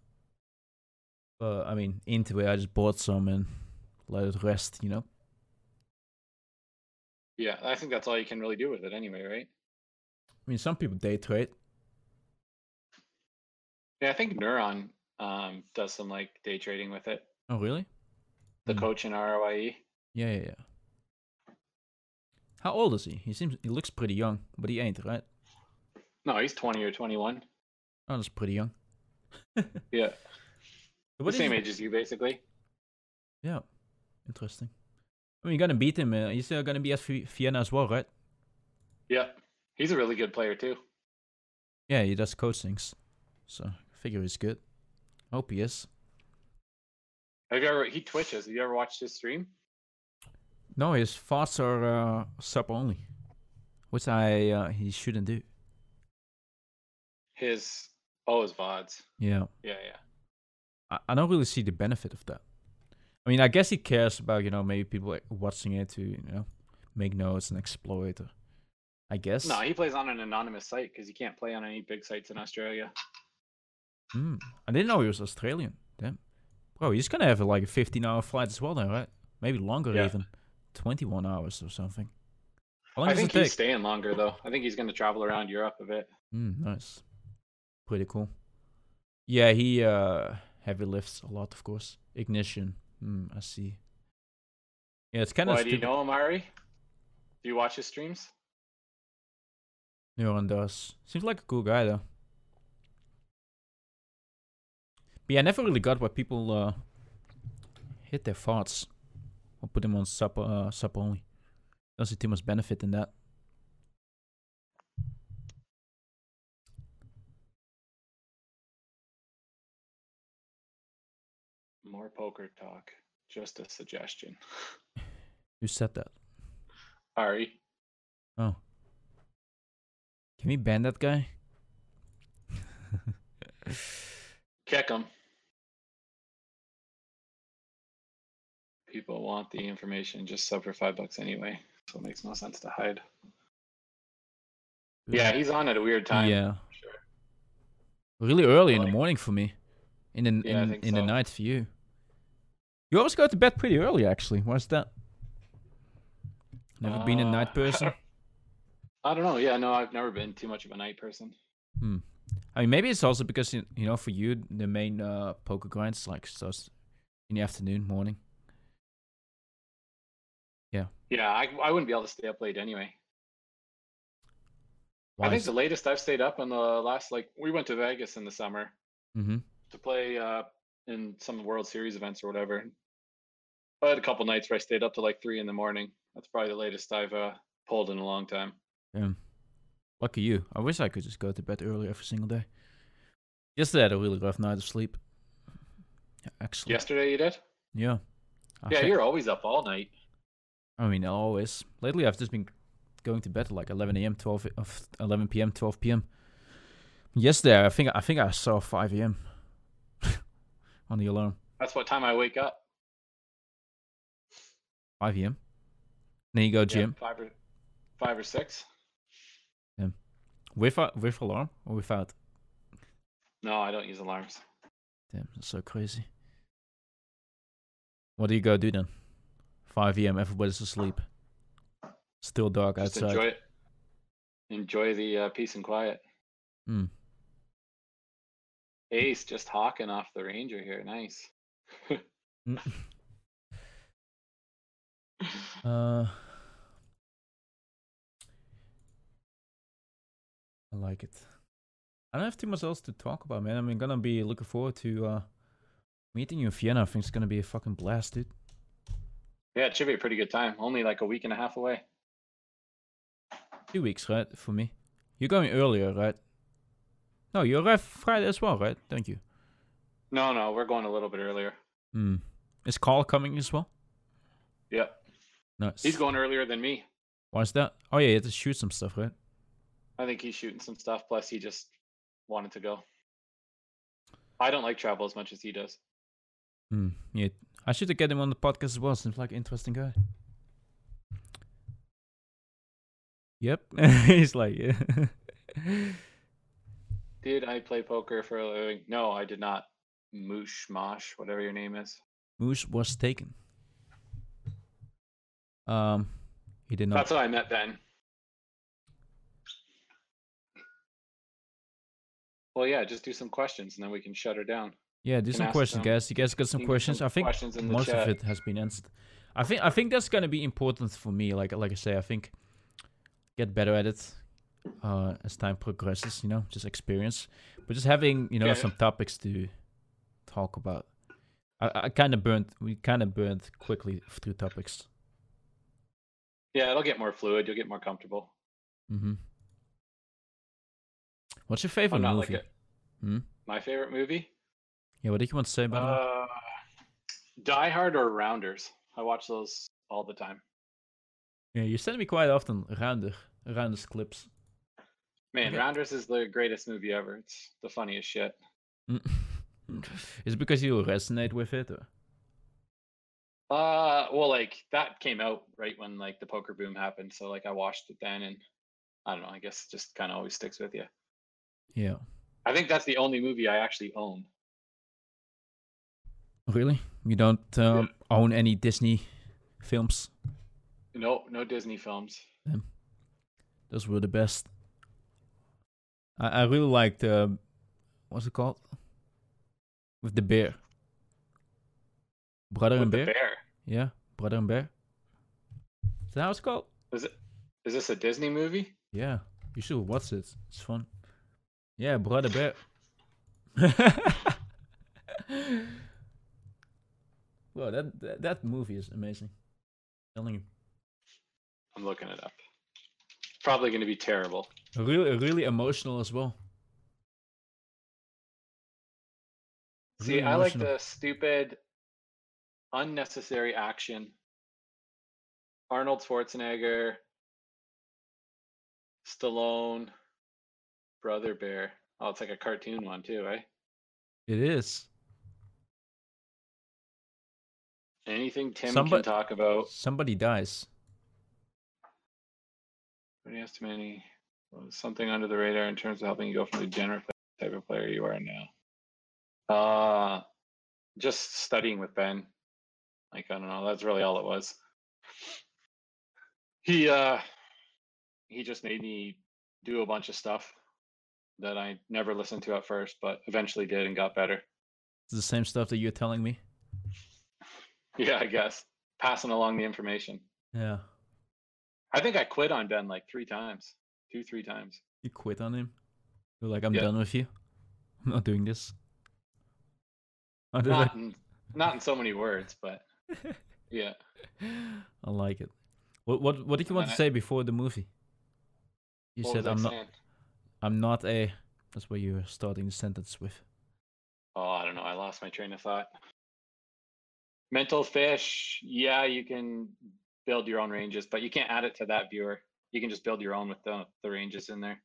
[SPEAKER 1] But I mean, into it, I just bought some and let it rest, you know?
[SPEAKER 2] yeah, I think that's all you can really do with it anyway, right?
[SPEAKER 1] I mean, some people day trade.
[SPEAKER 2] Yeah, I think Neuron um, does some like day trading with it.
[SPEAKER 1] Oh, really?
[SPEAKER 2] The
[SPEAKER 1] Mm.
[SPEAKER 2] coach in ROIE.
[SPEAKER 1] Yeah, yeah, yeah. How old is he? He seems he looks pretty young, but he ain't, right?
[SPEAKER 2] No, he's 20 or 21.
[SPEAKER 1] Oh, that's pretty young.
[SPEAKER 2] Yeah,
[SPEAKER 1] What
[SPEAKER 2] the
[SPEAKER 1] is
[SPEAKER 2] same
[SPEAKER 1] he-
[SPEAKER 2] age as you basically.
[SPEAKER 1] Yeah, interesting. I mean, you're gonna beat him. Uh, he's uh, gonna be at Vi- Vienna as well, right?
[SPEAKER 2] Yeah, he's a really good player too.
[SPEAKER 1] Yeah, he does coach things, so I figure he's good. Hope he is.
[SPEAKER 2] Have you ever? He twitches. Have you ever watched his stream?
[SPEAKER 1] No, his thoughts are uh, sub only, which I uh, he shouldn't do.
[SPEAKER 2] His oh, his vods.
[SPEAKER 1] Yeah,
[SPEAKER 2] Yeah, yeah.
[SPEAKER 1] I, I don't really see the benefit of that. I mean, I guess he cares about you know maybe people like, watching it to you know make notes and exploit. Or, I guess.
[SPEAKER 2] No, he plays on an anonymous site because he can't play on any big sites in Australia.
[SPEAKER 1] Hmm. I didn't know he was Australian. Damn, bro, he's gonna have like a fifteen-hour flight as well, then, right? Maybe longer
[SPEAKER 2] Yeah.
[SPEAKER 1] even, twenty-one hours or something. How long
[SPEAKER 2] I
[SPEAKER 1] does
[SPEAKER 2] think
[SPEAKER 1] it take?
[SPEAKER 2] he's staying longer though. I think he's going to travel around Europe a bit.
[SPEAKER 1] Mm, nice. Pretty cool. Yeah, he uh heavy lifts a lot, of course. Ignition. Mm, I see. Yeah, it's kind of
[SPEAKER 2] Why do you
[SPEAKER 1] stupid.
[SPEAKER 2] know him, Ari? Do you watch his streams?
[SPEAKER 1] Neuron does. Seems like a cool guy though. But yeah, I never really got why people uh hit their thoughts or put them on sub uh, sub only. Don't see too much benefit in that.
[SPEAKER 2] More poker talk. Just a suggestion.
[SPEAKER 1] Who said that?
[SPEAKER 2] Ari,
[SPEAKER 1] Oh. Can we ban that guy?
[SPEAKER 2] Kick him. People want the information just sub for five bucks anyway, so it makes no sense to hide. Yeah, he's on at a weird time.
[SPEAKER 1] Yeah.
[SPEAKER 2] Sure.
[SPEAKER 1] Really early in the
[SPEAKER 2] Like-
[SPEAKER 1] morning for me. In the
[SPEAKER 2] Yeah, I
[SPEAKER 1] in,
[SPEAKER 2] think
[SPEAKER 1] in the
[SPEAKER 2] so.
[SPEAKER 1] night for you. You always go to bed pretty early actually. Why's that? Never been a night
[SPEAKER 2] Uh,
[SPEAKER 1] person.
[SPEAKER 2] I don't know. Yeah, no, I've never been too much of a night person.
[SPEAKER 1] I mean, maybe it's also because you you know, for you, the main uh, poker grinds like starts in the afternoon, morning.
[SPEAKER 2] Yeah, I, I wouldn't be able to stay up late anyway. I
[SPEAKER 1] Why
[SPEAKER 2] think the latest I've stayed up on the last like we went to Vegas in the summer
[SPEAKER 1] mm-hmm.
[SPEAKER 2] to play uh in some World Series events or whatever. I had a couple nights where I stayed up till like three in the morning. That's probably the latest I've uh, pulled in a long time.
[SPEAKER 1] Lucky you. I wish I could just go to bed early every single day. Yesterday I had a really rough night of sleep. Yeah, Oh, Actually,
[SPEAKER 2] Yesterday you did?
[SPEAKER 1] yeah. I
[SPEAKER 2] Yeah,
[SPEAKER 1] think-
[SPEAKER 2] you're always up all night.
[SPEAKER 1] I mean, always. Lately, I've just been going to bed at like 11 a.m., 12, of 11 p.m., 12 p.m. Yesterday, I think I think I saw 5 a.m. on the alarm.
[SPEAKER 2] That's what time I wake up.
[SPEAKER 1] 5 a.m. Then you go
[SPEAKER 2] Yeah,
[SPEAKER 1] gym
[SPEAKER 2] five or five or six.
[SPEAKER 1] with a, with alarm or without.
[SPEAKER 2] No, I don't use alarms.
[SPEAKER 1] Damn, that's so crazy. What do you go do then? 5 a.m. Everybody's asleep. Still dark
[SPEAKER 2] Just
[SPEAKER 1] outside.
[SPEAKER 2] enjoy it. Enjoy the uh, peace and quiet.
[SPEAKER 1] Hmm.
[SPEAKER 2] Ace just hawking off the ranger here. Nice.
[SPEAKER 1] Mm. uh, I like it. I don't have too much else to talk about, man. I'm gonna be looking forward to uh, meeting you in Vienna. I think it's gonna be a fucking blast, dude.
[SPEAKER 2] Yeah, it should be a pretty good time. Only like a week and a half away.
[SPEAKER 1] Two weeks, right? For me, you're going earlier, right? No, you arrive Friday as well, right? Don't you?
[SPEAKER 2] No, no, we're going a little bit earlier.
[SPEAKER 1] Hmm. Is Carl coming as well?
[SPEAKER 2] Yep.
[SPEAKER 1] Nice.
[SPEAKER 2] He's going earlier than me.
[SPEAKER 1] Why's that? Oh yeah, you have to shoot some stuff, right?
[SPEAKER 2] I think he's shooting some stuff. Plus, he just wanted to go. I don't like travel as much as he does.
[SPEAKER 1] Hmm. Yeah. I should get him on the podcast as well. Seems like an interesting guy. Yep. He's like, yeah.
[SPEAKER 2] Did I play poker for a living? No, I did not. Moosh Mosh, whatever your name is.
[SPEAKER 1] Moose was taken. Um, he did not.
[SPEAKER 2] That's how I met Ben. Well, yeah, just do some questions and then we can shut her down.
[SPEAKER 1] yeah, do
[SPEAKER 2] can
[SPEAKER 1] some
[SPEAKER 2] ask
[SPEAKER 1] questions,
[SPEAKER 2] them.
[SPEAKER 1] guys. You guys got
[SPEAKER 2] You
[SPEAKER 1] some
[SPEAKER 2] can get
[SPEAKER 1] questions?
[SPEAKER 2] some
[SPEAKER 1] I think
[SPEAKER 2] questions in the
[SPEAKER 1] most of
[SPEAKER 2] chat.
[SPEAKER 1] it has been answered. I think I think that's gonna be important for me. Like like I say, I think get better at it uh, as time progresses. You know, just experience, but just having you know
[SPEAKER 2] Yeah.
[SPEAKER 1] some topics to talk about. I, I kind of burned. We kind of burned quickly through topics.
[SPEAKER 2] Yeah, it'll get more fluid. You'll get more comfortable.
[SPEAKER 1] hmm What's your
[SPEAKER 2] I'm
[SPEAKER 1] favorite
[SPEAKER 2] not
[SPEAKER 1] movie?
[SPEAKER 2] like it.
[SPEAKER 1] Hmm?
[SPEAKER 2] My favorite movie?
[SPEAKER 1] Yeah, what did you want to say about it?
[SPEAKER 2] Uh, Die Hard or Rounders? I watch those all the time.
[SPEAKER 1] Yeah, you send me quite often rounder, rounders clips.
[SPEAKER 2] Man,
[SPEAKER 1] Okay.
[SPEAKER 2] Rounders is the greatest movie ever. It's the funniest shit.
[SPEAKER 1] Mm. Is it because you resonate with it? Or?
[SPEAKER 2] Uh, well, like that came out right when like the poker boom happened, so like I watched it then, and I don't know. I guess it just kind of always sticks with you.
[SPEAKER 1] Yeah.
[SPEAKER 2] I think that's the only movie I actually own.
[SPEAKER 1] Really? You don't um, own any Disney films?
[SPEAKER 2] No, no Disney films.
[SPEAKER 1] Those were the best. I, I really liked um what's it called? With the bear. Brother
[SPEAKER 2] With
[SPEAKER 1] and
[SPEAKER 2] the
[SPEAKER 1] bear?
[SPEAKER 2] bear.
[SPEAKER 1] Yeah, brother and bear. Is that how it's called?
[SPEAKER 2] Is it? Is this a Disney movie?
[SPEAKER 1] Yeah, you should watch it. It's fun. Yeah, brother bear. Whoa, that, that that movie is amazing. telling you.
[SPEAKER 2] I'm looking it up. Probably going to be terrible.
[SPEAKER 1] really really emotional as well.
[SPEAKER 2] See,
[SPEAKER 1] Really
[SPEAKER 2] I like
[SPEAKER 1] emotional.
[SPEAKER 2] the stupid, unnecessary action. Arnold Schwarzenegger, Stallone, Brother Bear. Oh, it's like a cartoon one too, eh?
[SPEAKER 1] It is.
[SPEAKER 2] Anything Tim
[SPEAKER 1] Somebody-
[SPEAKER 2] can talk about.
[SPEAKER 1] Somebody dies.
[SPEAKER 2] What do you estimate any- well, something under the radar in terms of helping you go from the general type of player you are now? Uh just studying with Ben. Like I don't know, that's really all it was. He uh he just made me do a bunch of stuff that I never listened to at first, but eventually did and got better.
[SPEAKER 1] It's the same stuff that you're telling me.
[SPEAKER 2] Yeah, I guess. Passing along the information.
[SPEAKER 1] Yeah.
[SPEAKER 2] I think I quit on Ben like three times. Two, three times.
[SPEAKER 1] You quit on him. You're like, I'm
[SPEAKER 2] Yeah.
[SPEAKER 1] done with you. I'm not doing this. I, did
[SPEAKER 2] Not in, not in so many words, but
[SPEAKER 1] like-
[SPEAKER 2] yeah.
[SPEAKER 1] I like it. What what what did you
[SPEAKER 2] And
[SPEAKER 1] want
[SPEAKER 2] then
[SPEAKER 1] to
[SPEAKER 2] I-
[SPEAKER 1] say before the movie? You
[SPEAKER 2] What
[SPEAKER 1] said
[SPEAKER 2] was I
[SPEAKER 1] I'm not
[SPEAKER 2] saying?
[SPEAKER 1] I'm not a that's what you're starting the sentence with.
[SPEAKER 2] Oh, I don't know. I lost my train of thought. Mental fish. Yeah, you can build your own ranges, but you can't add it to that viewer. You can just build your own with the, the ranges in there.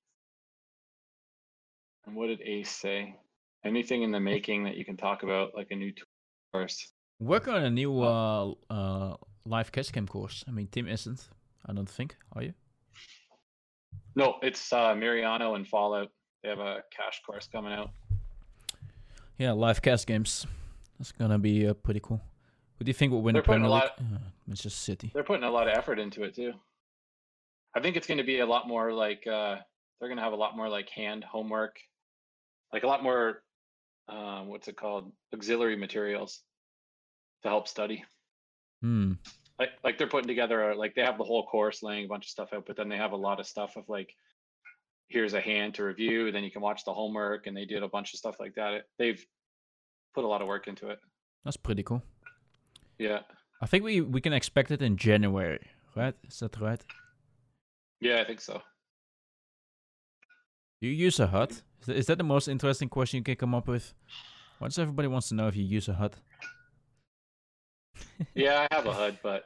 [SPEAKER 2] And what did Ace say? Anything in the making that you can talk about, like a new tool course?
[SPEAKER 1] Work on a new uh
[SPEAKER 2] Oh.
[SPEAKER 1] uh live catch cam course. I mean Tim isn't. I don't think. Are you?
[SPEAKER 2] No, it's uh, Mariano and Fallout. They have a cash course coming out.
[SPEAKER 1] Yeah, live cast games. That's gonna be uh, pretty cool. Who do you think will win
[SPEAKER 2] They're
[SPEAKER 1] the
[SPEAKER 2] putting
[SPEAKER 1] Premier
[SPEAKER 2] a
[SPEAKER 1] League? Uh, Manchester City.
[SPEAKER 2] They're putting a lot of effort into it too. I think it's going to be a lot more like uh, they're going to have a lot more like hand homework, like a lot more uh, what's it called auxiliary materials to help study.
[SPEAKER 1] Hmm.
[SPEAKER 2] Like like they're putting together a- like they have the whole course laying a bunch of stuff out, but then they have a lot of stuff of like here's a hand to review, then you can watch the homework, and they did a bunch of stuff like that. It, they've put a lot of work into it.
[SPEAKER 1] That's pretty cool.
[SPEAKER 2] Yeah,
[SPEAKER 1] I think we we can expect it in January, right? Is that right?
[SPEAKER 2] yeah, I think so.
[SPEAKER 1] Do you use a HUD? Is tha- Is that the most interesting question you can come up with? Why does everybody wants to know if you use a HUD?
[SPEAKER 2] yeah, I have a HUD, but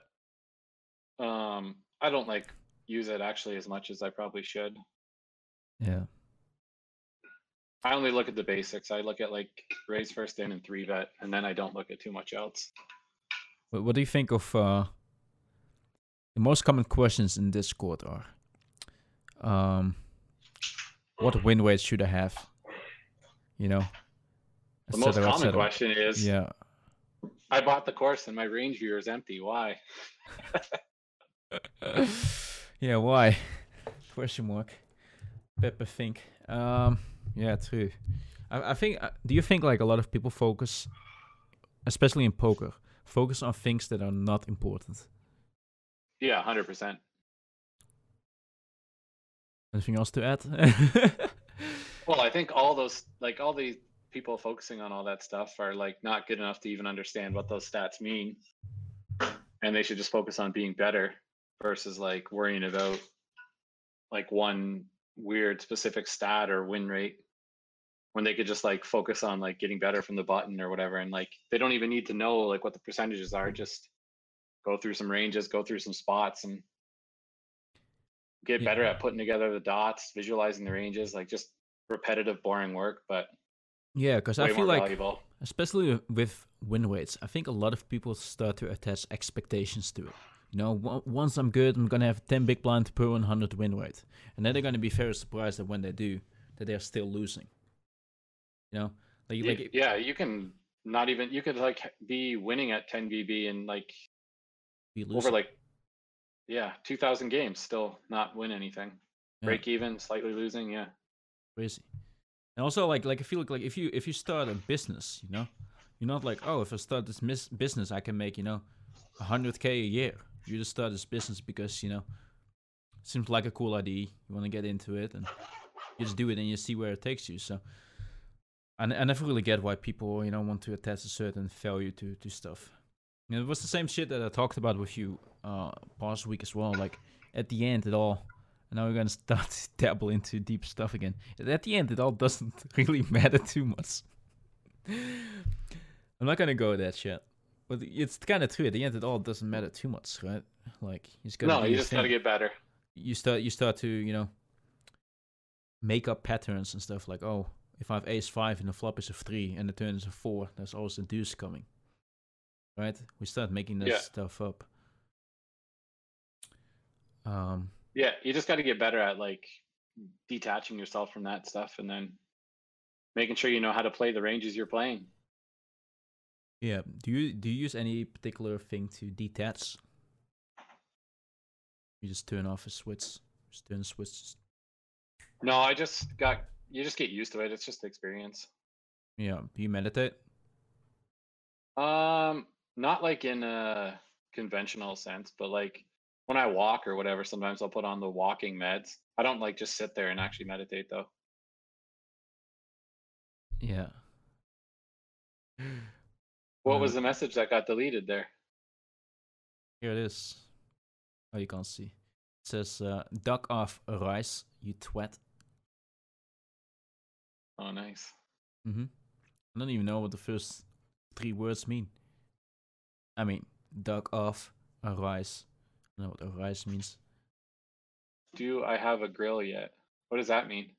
[SPEAKER 2] um, I don't like use it actually as much as I probably should.
[SPEAKER 1] Yeah.
[SPEAKER 2] I only look at the basics. I look at like raise first in and three vet, and then I don't look at too much else.
[SPEAKER 1] What, what do you think of uh, the most common questions in Discord are? Um, what win weight should I have? You know.
[SPEAKER 2] The
[SPEAKER 1] et
[SPEAKER 2] most
[SPEAKER 1] cetera, et
[SPEAKER 2] common
[SPEAKER 1] cetera.
[SPEAKER 2] question is,
[SPEAKER 1] Yeah.
[SPEAKER 2] I bought the course and my range viewer is empty. Why?
[SPEAKER 1] yeah. Why? Question mark. Pepper think. Um. Yeah. True. I, I think. Uh, do you think like a lot of people focus, especially in poker, focus on things that are not important?
[SPEAKER 2] Yeah, hundred percent.
[SPEAKER 1] Anything else to add?
[SPEAKER 2] Well, I think all those like all these people focusing on all that stuff are like not good enough to even understand what those stats mean, and they should just focus on being better versus like worrying about like one weird specific stat or win rate when they could just like focus on like getting better from the button or whatever and like they don't even need to know like what the percentages are just go through some ranges go through some spots and get
[SPEAKER 1] Yeah.
[SPEAKER 2] better at putting together the dots visualizing the ranges like just repetitive boring work but
[SPEAKER 1] yeah, because
[SPEAKER 2] way
[SPEAKER 1] I feel
[SPEAKER 2] more
[SPEAKER 1] like,
[SPEAKER 2] valuable
[SPEAKER 1] especially with win weights, I think a lot of people start to attach expectations to it. You know, on- once I'm good, I'm gonna have ten big blind per 100 win weight, and then they're gonna be very surprised that when they do, that they're still losing. You know, like,
[SPEAKER 2] You-
[SPEAKER 1] like
[SPEAKER 2] yeah you can not even you could like be winning at 10 vb and like
[SPEAKER 1] be
[SPEAKER 2] over
[SPEAKER 1] losing.
[SPEAKER 2] like yeah 2000 games still not win anything
[SPEAKER 1] Yeah.
[SPEAKER 2] break even slightly losing yeah
[SPEAKER 1] crazy. And also, like, like I feel like, like if you if you start a business, you know, you're not like, oh, if I start this mis- business, I can make you know, hundred k a year. You just start this business because you know, seems like a cool idea. You want to get into it, and you just do it, and you see where it takes you. So, and I never really get why people you know want to attach a certain value to to stuff. And it was the same shit that I talked about with you uh past week as well. Like at the end, it all and now we're gonna start to dabble into deep stuff again. And at the end, it all doesn't really matter too much. I'm not gonna go with that shit, but it's kind of true. At the end, it all doesn't matter too much, right? Like you just gotta
[SPEAKER 2] no
[SPEAKER 1] do
[SPEAKER 2] you
[SPEAKER 1] your
[SPEAKER 2] just got to
[SPEAKER 1] thing.
[SPEAKER 2] get better
[SPEAKER 1] you start you start to you know make up patterns and stuff like, oh, if I have ace five and the flop is a three and the turn is a four, there's always a deuce coming. Right? We start making that
[SPEAKER 2] Yeah.
[SPEAKER 1] stuff up. Um,
[SPEAKER 2] Yeah, you just got to get better at like detaching yourself from that stuff and then making sure you know how to play the ranges you're playing.
[SPEAKER 1] yeah. Do you do you use any particular thing to detach? You just turn off a switch. Just turn switch.
[SPEAKER 2] No, I just got you just get used to it. It's just experience.
[SPEAKER 1] Yeah. Do you meditate?
[SPEAKER 2] Um, not like in a conventional sense, but like when I walk or whatever, sometimes I'll put on the walking meds. I don't like just sit there and actually meditate though.
[SPEAKER 1] Yeah.
[SPEAKER 2] What was
[SPEAKER 1] Uh,
[SPEAKER 2] the message that got deleted there?
[SPEAKER 1] Here it is. Oh, you can't see. It says, uh, duck off rice, you twat.
[SPEAKER 2] Oh, nice.
[SPEAKER 1] Mm-hmm. I don't even know what the first three words mean. I mean, duck off rice. I know what rice means.
[SPEAKER 2] Do I have a grill yet? What does that mean?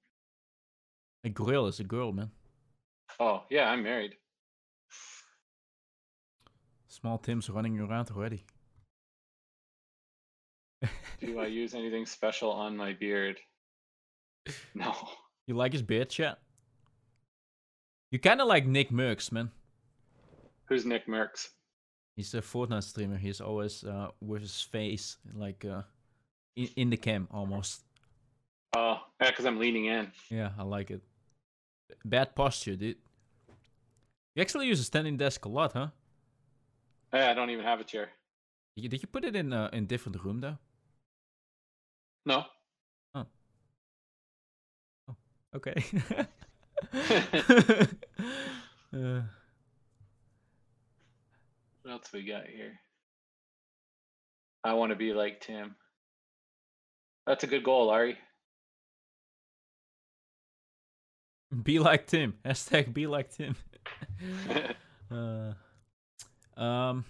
[SPEAKER 1] A grill is a girl, man.
[SPEAKER 2] Oh, yeah, I'm married.
[SPEAKER 1] Small Tim's running around already.
[SPEAKER 2] Do I use anything special on my beard? No.
[SPEAKER 1] You like his beard chat? You kind of like Nick Merckx, man.
[SPEAKER 2] Who's Nick Merckx?
[SPEAKER 1] He's a Fortnite streamer. He's always uh, with his face like uh, in, in the cam almost.
[SPEAKER 2] Oh, yeah, because I'm leaning in.
[SPEAKER 1] Yeah, I like it. Bad posture, dude. You actually use a standing desk a lot, huh?
[SPEAKER 2] Hey, I don't even have a chair.
[SPEAKER 1] Did you, did you put it in a in different room though?
[SPEAKER 2] No.
[SPEAKER 1] Okay. Uh,
[SPEAKER 2] What else we got here? I want to be like Tim. That's a good goal, Ari.
[SPEAKER 1] be like Tim. Hashtag be like Tim. Uh, um,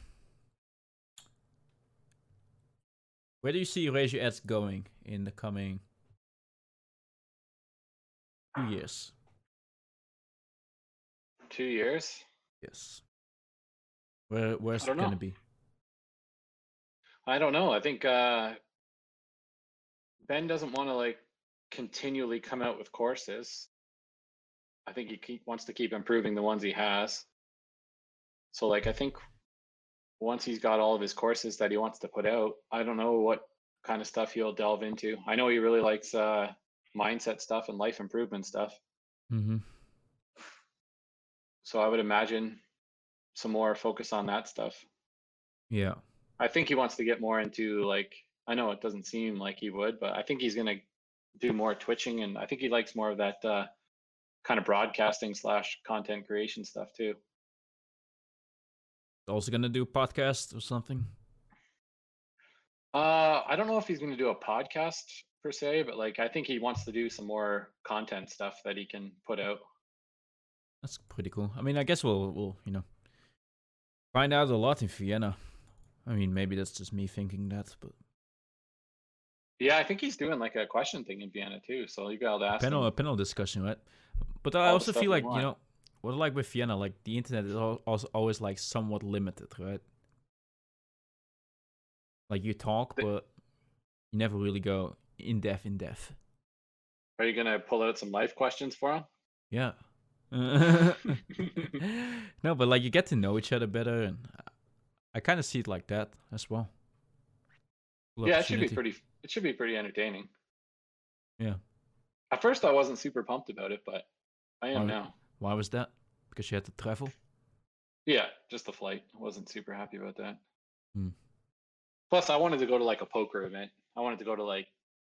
[SPEAKER 1] where do you see Raise Your Ads going in the coming two years?
[SPEAKER 2] Two years.
[SPEAKER 1] Yes. Where where's it
[SPEAKER 2] I don't
[SPEAKER 1] gonna
[SPEAKER 2] know.
[SPEAKER 1] be?
[SPEAKER 2] I don't know. I think uh, Ben doesn't want to like continually come out with courses. I think he keep, wants to keep improving the ones he has. So like I think once he's got all of his courses that he wants to put out, I don't know what kind of stuff he'll delve into. I know he really likes uh, mindset stuff and life improvement stuff.
[SPEAKER 1] Mm-hmm.
[SPEAKER 2] So I would imagine some more focus on that stuff.
[SPEAKER 1] Yeah.
[SPEAKER 2] I think he wants to get more into like I know it doesn't seem like he would, but I think he's gonna do more twitching and I think he likes more of that uh kind of broadcasting slash content creation stuff too.
[SPEAKER 1] Also gonna do a podcast or something.
[SPEAKER 2] Uh I don't know if he's gonna do a podcast per se, but like I think he wants to do some more content stuff that he can put out.
[SPEAKER 1] That's pretty cool. I mean, I guess we'll we'll you know find out a lot in Vienna. I mean, maybe that's just me thinking that, but
[SPEAKER 2] Yeah, I think he's doing like a question thing in Vienna too. So you got to ask him.
[SPEAKER 1] panel a panel discussion, right? But I
[SPEAKER 2] All the
[SPEAKER 1] also
[SPEAKER 2] stuff
[SPEAKER 1] feel
[SPEAKER 2] we
[SPEAKER 1] like you
[SPEAKER 2] want.
[SPEAKER 1] know what I like with Vienna, like the internet is al- also always like somewhat limited, right? Like you talk,
[SPEAKER 2] The-
[SPEAKER 1] but you never really go in depth. In depth,
[SPEAKER 2] Are you gonna pull out some life questions for him?
[SPEAKER 1] yeah. no, but like you get to know each other better, and I- I kind of see it like that as well. Cool
[SPEAKER 2] yeah, it should be
[SPEAKER 1] opportunity.
[SPEAKER 2] pretty. It should be pretty entertaining.
[SPEAKER 1] Yeah.
[SPEAKER 2] At first, I wasn't super pumped about it, but I am
[SPEAKER 1] Oh,
[SPEAKER 2] now.
[SPEAKER 1] Why was that? Because you had to travel.
[SPEAKER 2] Yeah, just the flight. I wasn't super happy about that.
[SPEAKER 1] Hmm.
[SPEAKER 2] Plus, I wanted to go to like a poker event. I wanted to go to like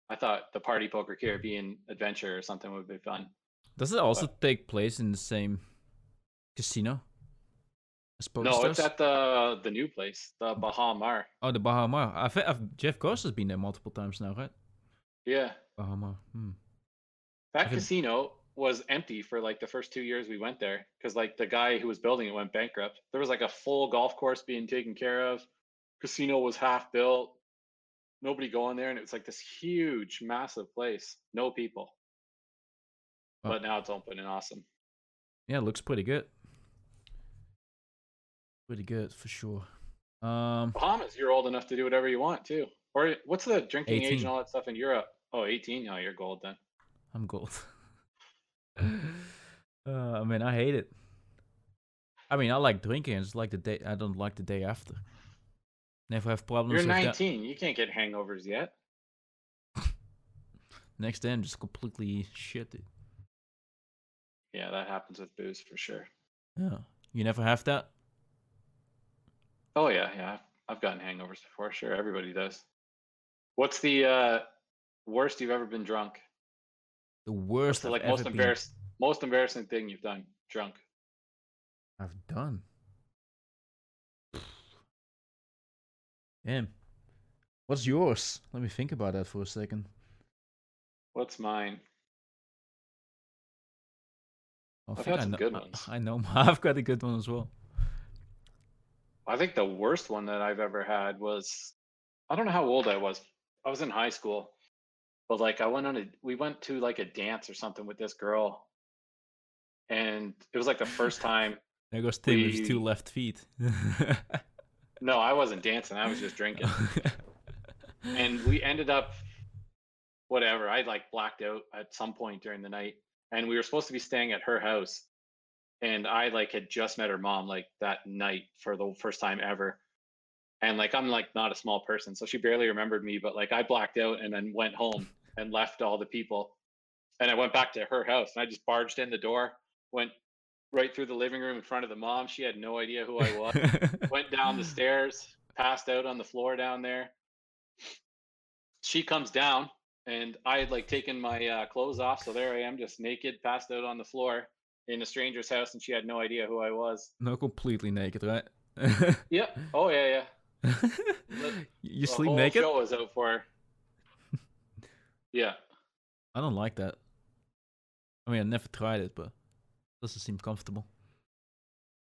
[SPEAKER 2] I thought the Party Poker Caribbean Adventure or something would be fun.
[SPEAKER 1] Does it
[SPEAKER 2] Uh.
[SPEAKER 1] also take place in the same casino? I suppose.
[SPEAKER 2] no, it's
[SPEAKER 1] does?
[SPEAKER 2] at the the new place, the Bahamar.
[SPEAKER 1] Oh, the Bahama. I think I've, Jeff Goss has been there multiple times now, right?
[SPEAKER 2] Yeah,
[SPEAKER 1] Bahama. Hmm.
[SPEAKER 2] that
[SPEAKER 1] I've-
[SPEAKER 2] casino was empty for like the first two years we went there because like the guy who was building it went bankrupt. There was like a full golf course being taken care of. Casino was half built. Nobody going there, and it was like this huge, massive place. No people.
[SPEAKER 1] Wow.
[SPEAKER 2] but now it's open and awesome.
[SPEAKER 1] Yeah, it looks pretty good. Pretty good for sure. Um,
[SPEAKER 2] Bahamas, you're old enough to do whatever you want too. Or what's the drinking age
[SPEAKER 1] 18.
[SPEAKER 2] and all that stuff in Europe? Oh, 18. Oh, you're gold then.
[SPEAKER 1] I'm gold. uh, I mean, I hate it. I mean, I like drinking. It's like the day. I don't like the day after. Never have problems.
[SPEAKER 2] You're
[SPEAKER 1] with that.
[SPEAKER 2] 19. You can't get hangovers yet.
[SPEAKER 1] Next day, I'm just completely shit. dude.
[SPEAKER 2] Yeah, that happens with booze for sure.
[SPEAKER 1] Yeah, you never have that.
[SPEAKER 2] Oh yeah, yeah. I've gotten hangovers before. Sure, everybody does. What's the uh, worst you've ever been drunk?
[SPEAKER 1] The worst.
[SPEAKER 2] So
[SPEAKER 1] I've
[SPEAKER 2] like most
[SPEAKER 1] ever been-
[SPEAKER 2] embarrassed, most embarrassing thing you've done drunk.
[SPEAKER 1] I've done. Damn. What's yours? Let me think about that for a second.
[SPEAKER 2] What's mine?
[SPEAKER 1] I
[SPEAKER 2] I've
[SPEAKER 1] think Oh,
[SPEAKER 2] had
[SPEAKER 1] I
[SPEAKER 2] some
[SPEAKER 1] know,
[SPEAKER 2] good
[SPEAKER 1] I-
[SPEAKER 2] ones.
[SPEAKER 1] I, know. I've got a good one as well.
[SPEAKER 2] I think the worst one that I've ever had was I don't know how old I was. I was in high school, but like I went on a we went to like a dance or something with this girl, and it was like the first time.
[SPEAKER 1] There goes Tim with his two
[SPEAKER 2] We-
[SPEAKER 1] left feet.
[SPEAKER 2] No, I wasn't dancing. I was just drinking. and we ended up whatever i like blacked out at some point during the night and we were supposed to be staying at her house and i like had just met her mom like that night for the first time ever and like i'm like not a small person so she barely remembered me but like i blacked out and then went home and left all the people and i went back to her house and i just barged in the door went right through the living room in front of the mom she had no idea who i was went down the stairs, passed out on the floor down there. She comes down, and I had like taken my uh, clothes off, so there I am, just naked, passed out on the floor in a stranger's house, and she had no idea who I was.
[SPEAKER 1] Not completely naked, right?
[SPEAKER 2] Yep. Oh yeah, yeah.
[SPEAKER 1] You- you
[SPEAKER 2] The
[SPEAKER 1] sleep
[SPEAKER 2] whole
[SPEAKER 1] naked?
[SPEAKER 2] Show was out for her. Yeah.
[SPEAKER 1] I don't like that. I mean, I never tried it, but doesn't seem comfortable.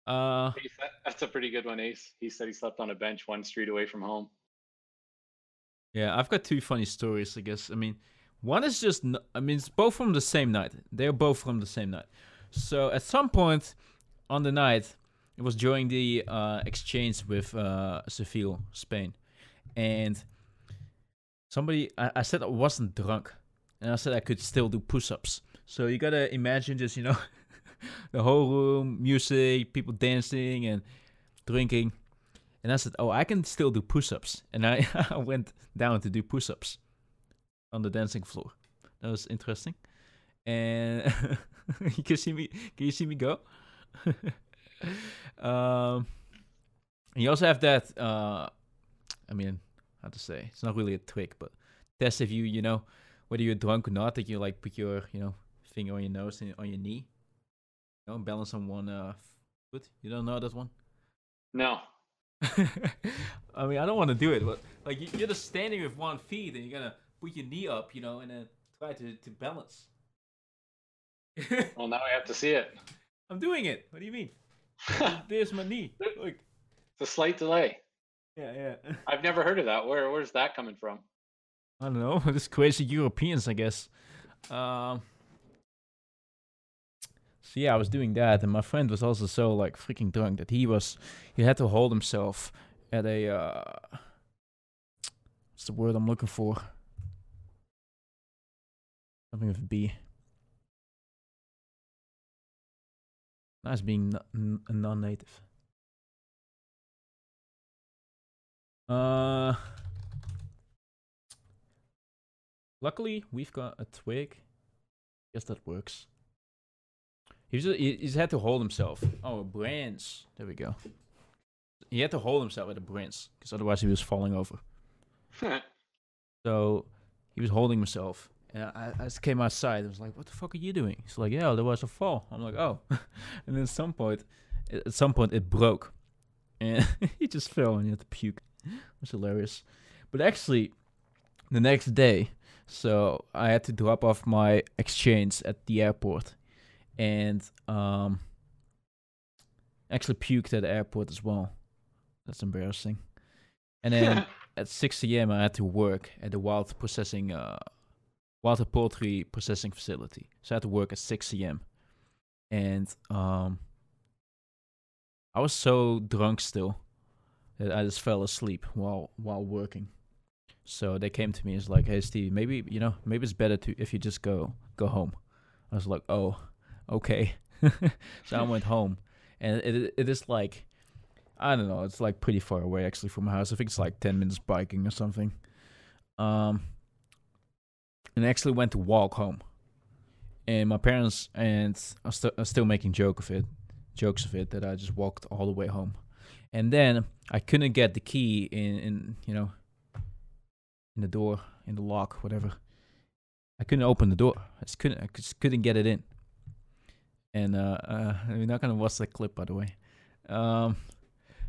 [SPEAKER 1] Uh,
[SPEAKER 2] Ace, that- That's a pretty good one, Ace. He said he slept on a bench one street away from home.
[SPEAKER 1] Yeah, I've got two funny stories, I guess. I mean, one is just, n- I mean, it's both from the same night. They're both from the same night. So at some point on the night, it was during the uh, exchange with uh, Seville, Spain. And somebody, I, I said I wasn't drunk. And I said I could still do push ups. So you gotta imagine just, you know, the whole room, music, people dancing and drinking. And I said, "Oh, I can still do push-ups." And I, I went down to do push-ups on the dancing floor. That was interesting. And you can see me. Can you see me go? um, and you also have that. Uh, I mean, how to say? It's not really a trick, but test if you, you know, whether you're drunk or not. That you like put your, you know, finger on your nose and on your knee. You know, and balance on one uh, foot. You don't know that one.
[SPEAKER 2] No.
[SPEAKER 1] I mean, I don't want to do it, but like you- you're just standing with one feet and you're gonna put your knee up, you know, and then try to, to balance.
[SPEAKER 2] Well, now I have to see it.
[SPEAKER 1] I'm doing it. What do you mean?
[SPEAKER 2] it's
[SPEAKER 1] There's my knee. Look.
[SPEAKER 2] a slight delay.
[SPEAKER 1] Yeah, yeah.
[SPEAKER 2] I've never heard of that. Where where's that coming from?
[SPEAKER 1] I don't know. This crazy Europeans, I guess. Um. So yeah, I was doing that, and my friend was also so like freaking drunk that he was, he had to hold himself at a. uh What's the word I'm looking for? Something with a B. Nice being n- n- a non-native. Uh. Luckily, we've got a twig. Guess that works. He's just, he, he's had to hold himself. Oh, a branch. There we go. He had to hold himself at a branch because otherwise he was falling over. So he was holding himself. And I, I just came outside. I was like, "What the fuck are you doing?" He's like, "Yeah, there was a fall." I'm like, "Oh," and then at some point, at some point, it broke, and he just fell and he had to puke. It was hilarious. But actually, the next day, so I had to drop off my exchange at the airport, and um, actually puked at the airport as well. That's embarrassing. And then at 6 a.m. I had to work at the wild processing uh, Walter Poultry processing facility. So I had to work at 6 a.m. And um, I was so drunk still that I just fell asleep while while working. So they came to me and was like, "Hey Steve, maybe you know, maybe it's better to if you just go go home." I was like, "Oh, okay." so I went home, and it it is like, I don't know, it's like pretty far away actually from my house. I think it's like ten minutes biking or something. Um, and I actually went to walk home, and my parents and I'm still I'm still making joke of it, jokes of it that I just walked all the way home, and then I couldn't get the key in in you know in the door, in the lock, whatever. I couldn't open the door. I just couldn't. I just couldn't get it in. And uh, uh, we're not gonna watch that clip, by the way. Um,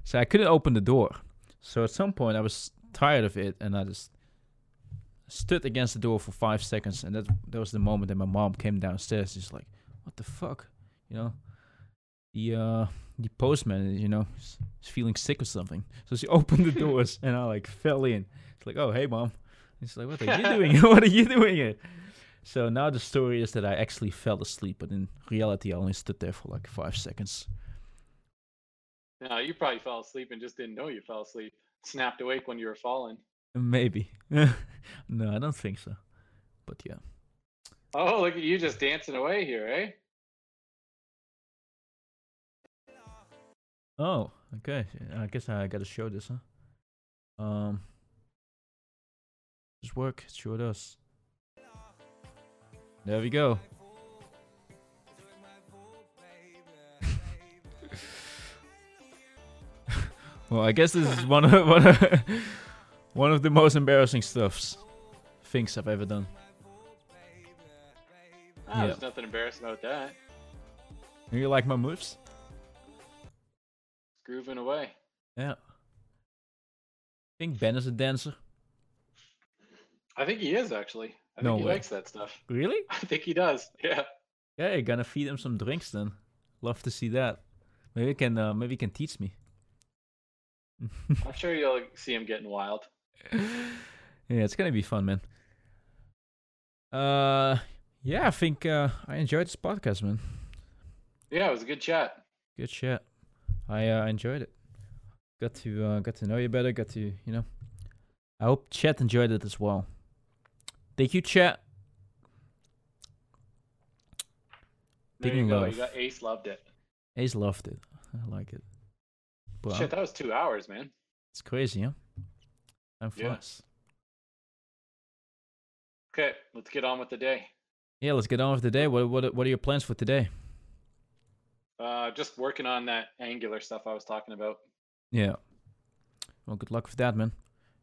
[SPEAKER 1] so I couldn't open the door. So at some point, I was tired of it, and I just stood against the door for five seconds. And that that was the moment that my mom came downstairs. She's like, "What the fuck?" You know, the uh, the postman, you know, is is feeling sick or something. So she opened the doors, and I like fell in. It's like, oh, hey, mom. It's like, what are you doing? what are you doing here? So now the story is that I actually fell asleep, but in reality, I only stood there for like five seconds.
[SPEAKER 2] No, you probably fell asleep and just didn't know you fell asleep. Snapped awake when you were falling.
[SPEAKER 1] Maybe. no, I don't think so. But yeah.
[SPEAKER 2] Oh, look at you just dancing away here, eh?
[SPEAKER 1] Oh, okay. I guess I gotta show this, huh? Um. Does work? It sure does. There we go. well, I guess this is one of one of, one of the most embarrassing stuffs things I've ever done.
[SPEAKER 2] Ah,
[SPEAKER 1] Yeah.
[SPEAKER 2] There's nothing embarrassing about that.
[SPEAKER 1] You like my moves?
[SPEAKER 2] Grooving away.
[SPEAKER 1] Yeah. think Ben is a dancer.
[SPEAKER 2] I think he is actually. I think
[SPEAKER 1] No
[SPEAKER 2] he
[SPEAKER 1] way.
[SPEAKER 2] likes that stuff.
[SPEAKER 1] Really?
[SPEAKER 2] I think he does. Yeah.
[SPEAKER 1] Yeah, you're gonna feed him some drinks then. Love to see that. Maybe you can uh, maybe you can teach me.
[SPEAKER 2] I'm sure you'll see him getting wild.
[SPEAKER 1] yeah, it's gonna be fun, man. Uh, yeah, I think uh, I enjoyed this podcast, man.
[SPEAKER 2] Yeah, it was a good chat.
[SPEAKER 1] Good shit. I uh, enjoyed it. Got to uh, got to know you better. Got to you know. I hope Chet enjoyed it as well. Thank you, Chet.
[SPEAKER 2] There
[SPEAKER 1] Digging
[SPEAKER 2] you go.
[SPEAKER 1] love.
[SPEAKER 2] You got Ace loved it.
[SPEAKER 1] Ace loved it. I like it. But
[SPEAKER 2] Shit, that was two hours, man.
[SPEAKER 1] it's crazy, huh? And
[SPEAKER 2] Yeah.
[SPEAKER 1] fast.
[SPEAKER 2] Okay, let's get on with the day.
[SPEAKER 1] Yeah, let's get on with the day. What what are- what are your plans for today?
[SPEAKER 2] Uh, just working on that Angular stuff I was talking about.
[SPEAKER 1] Yeah. Well, good luck with that, man.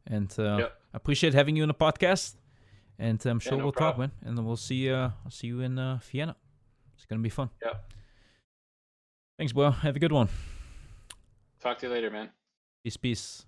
[SPEAKER 1] And uh,
[SPEAKER 2] Yep.
[SPEAKER 1] I appreciate having you on the podcast. And I'm sure
[SPEAKER 2] no
[SPEAKER 1] we'll talk, man. And then we'll see. Uh, I'll see you in uh, Vienna. It's gonna be fun.
[SPEAKER 2] Yep.
[SPEAKER 1] Thanks, bro. Have a good one.
[SPEAKER 2] Talk to you later, man.
[SPEAKER 1] Peace, peace.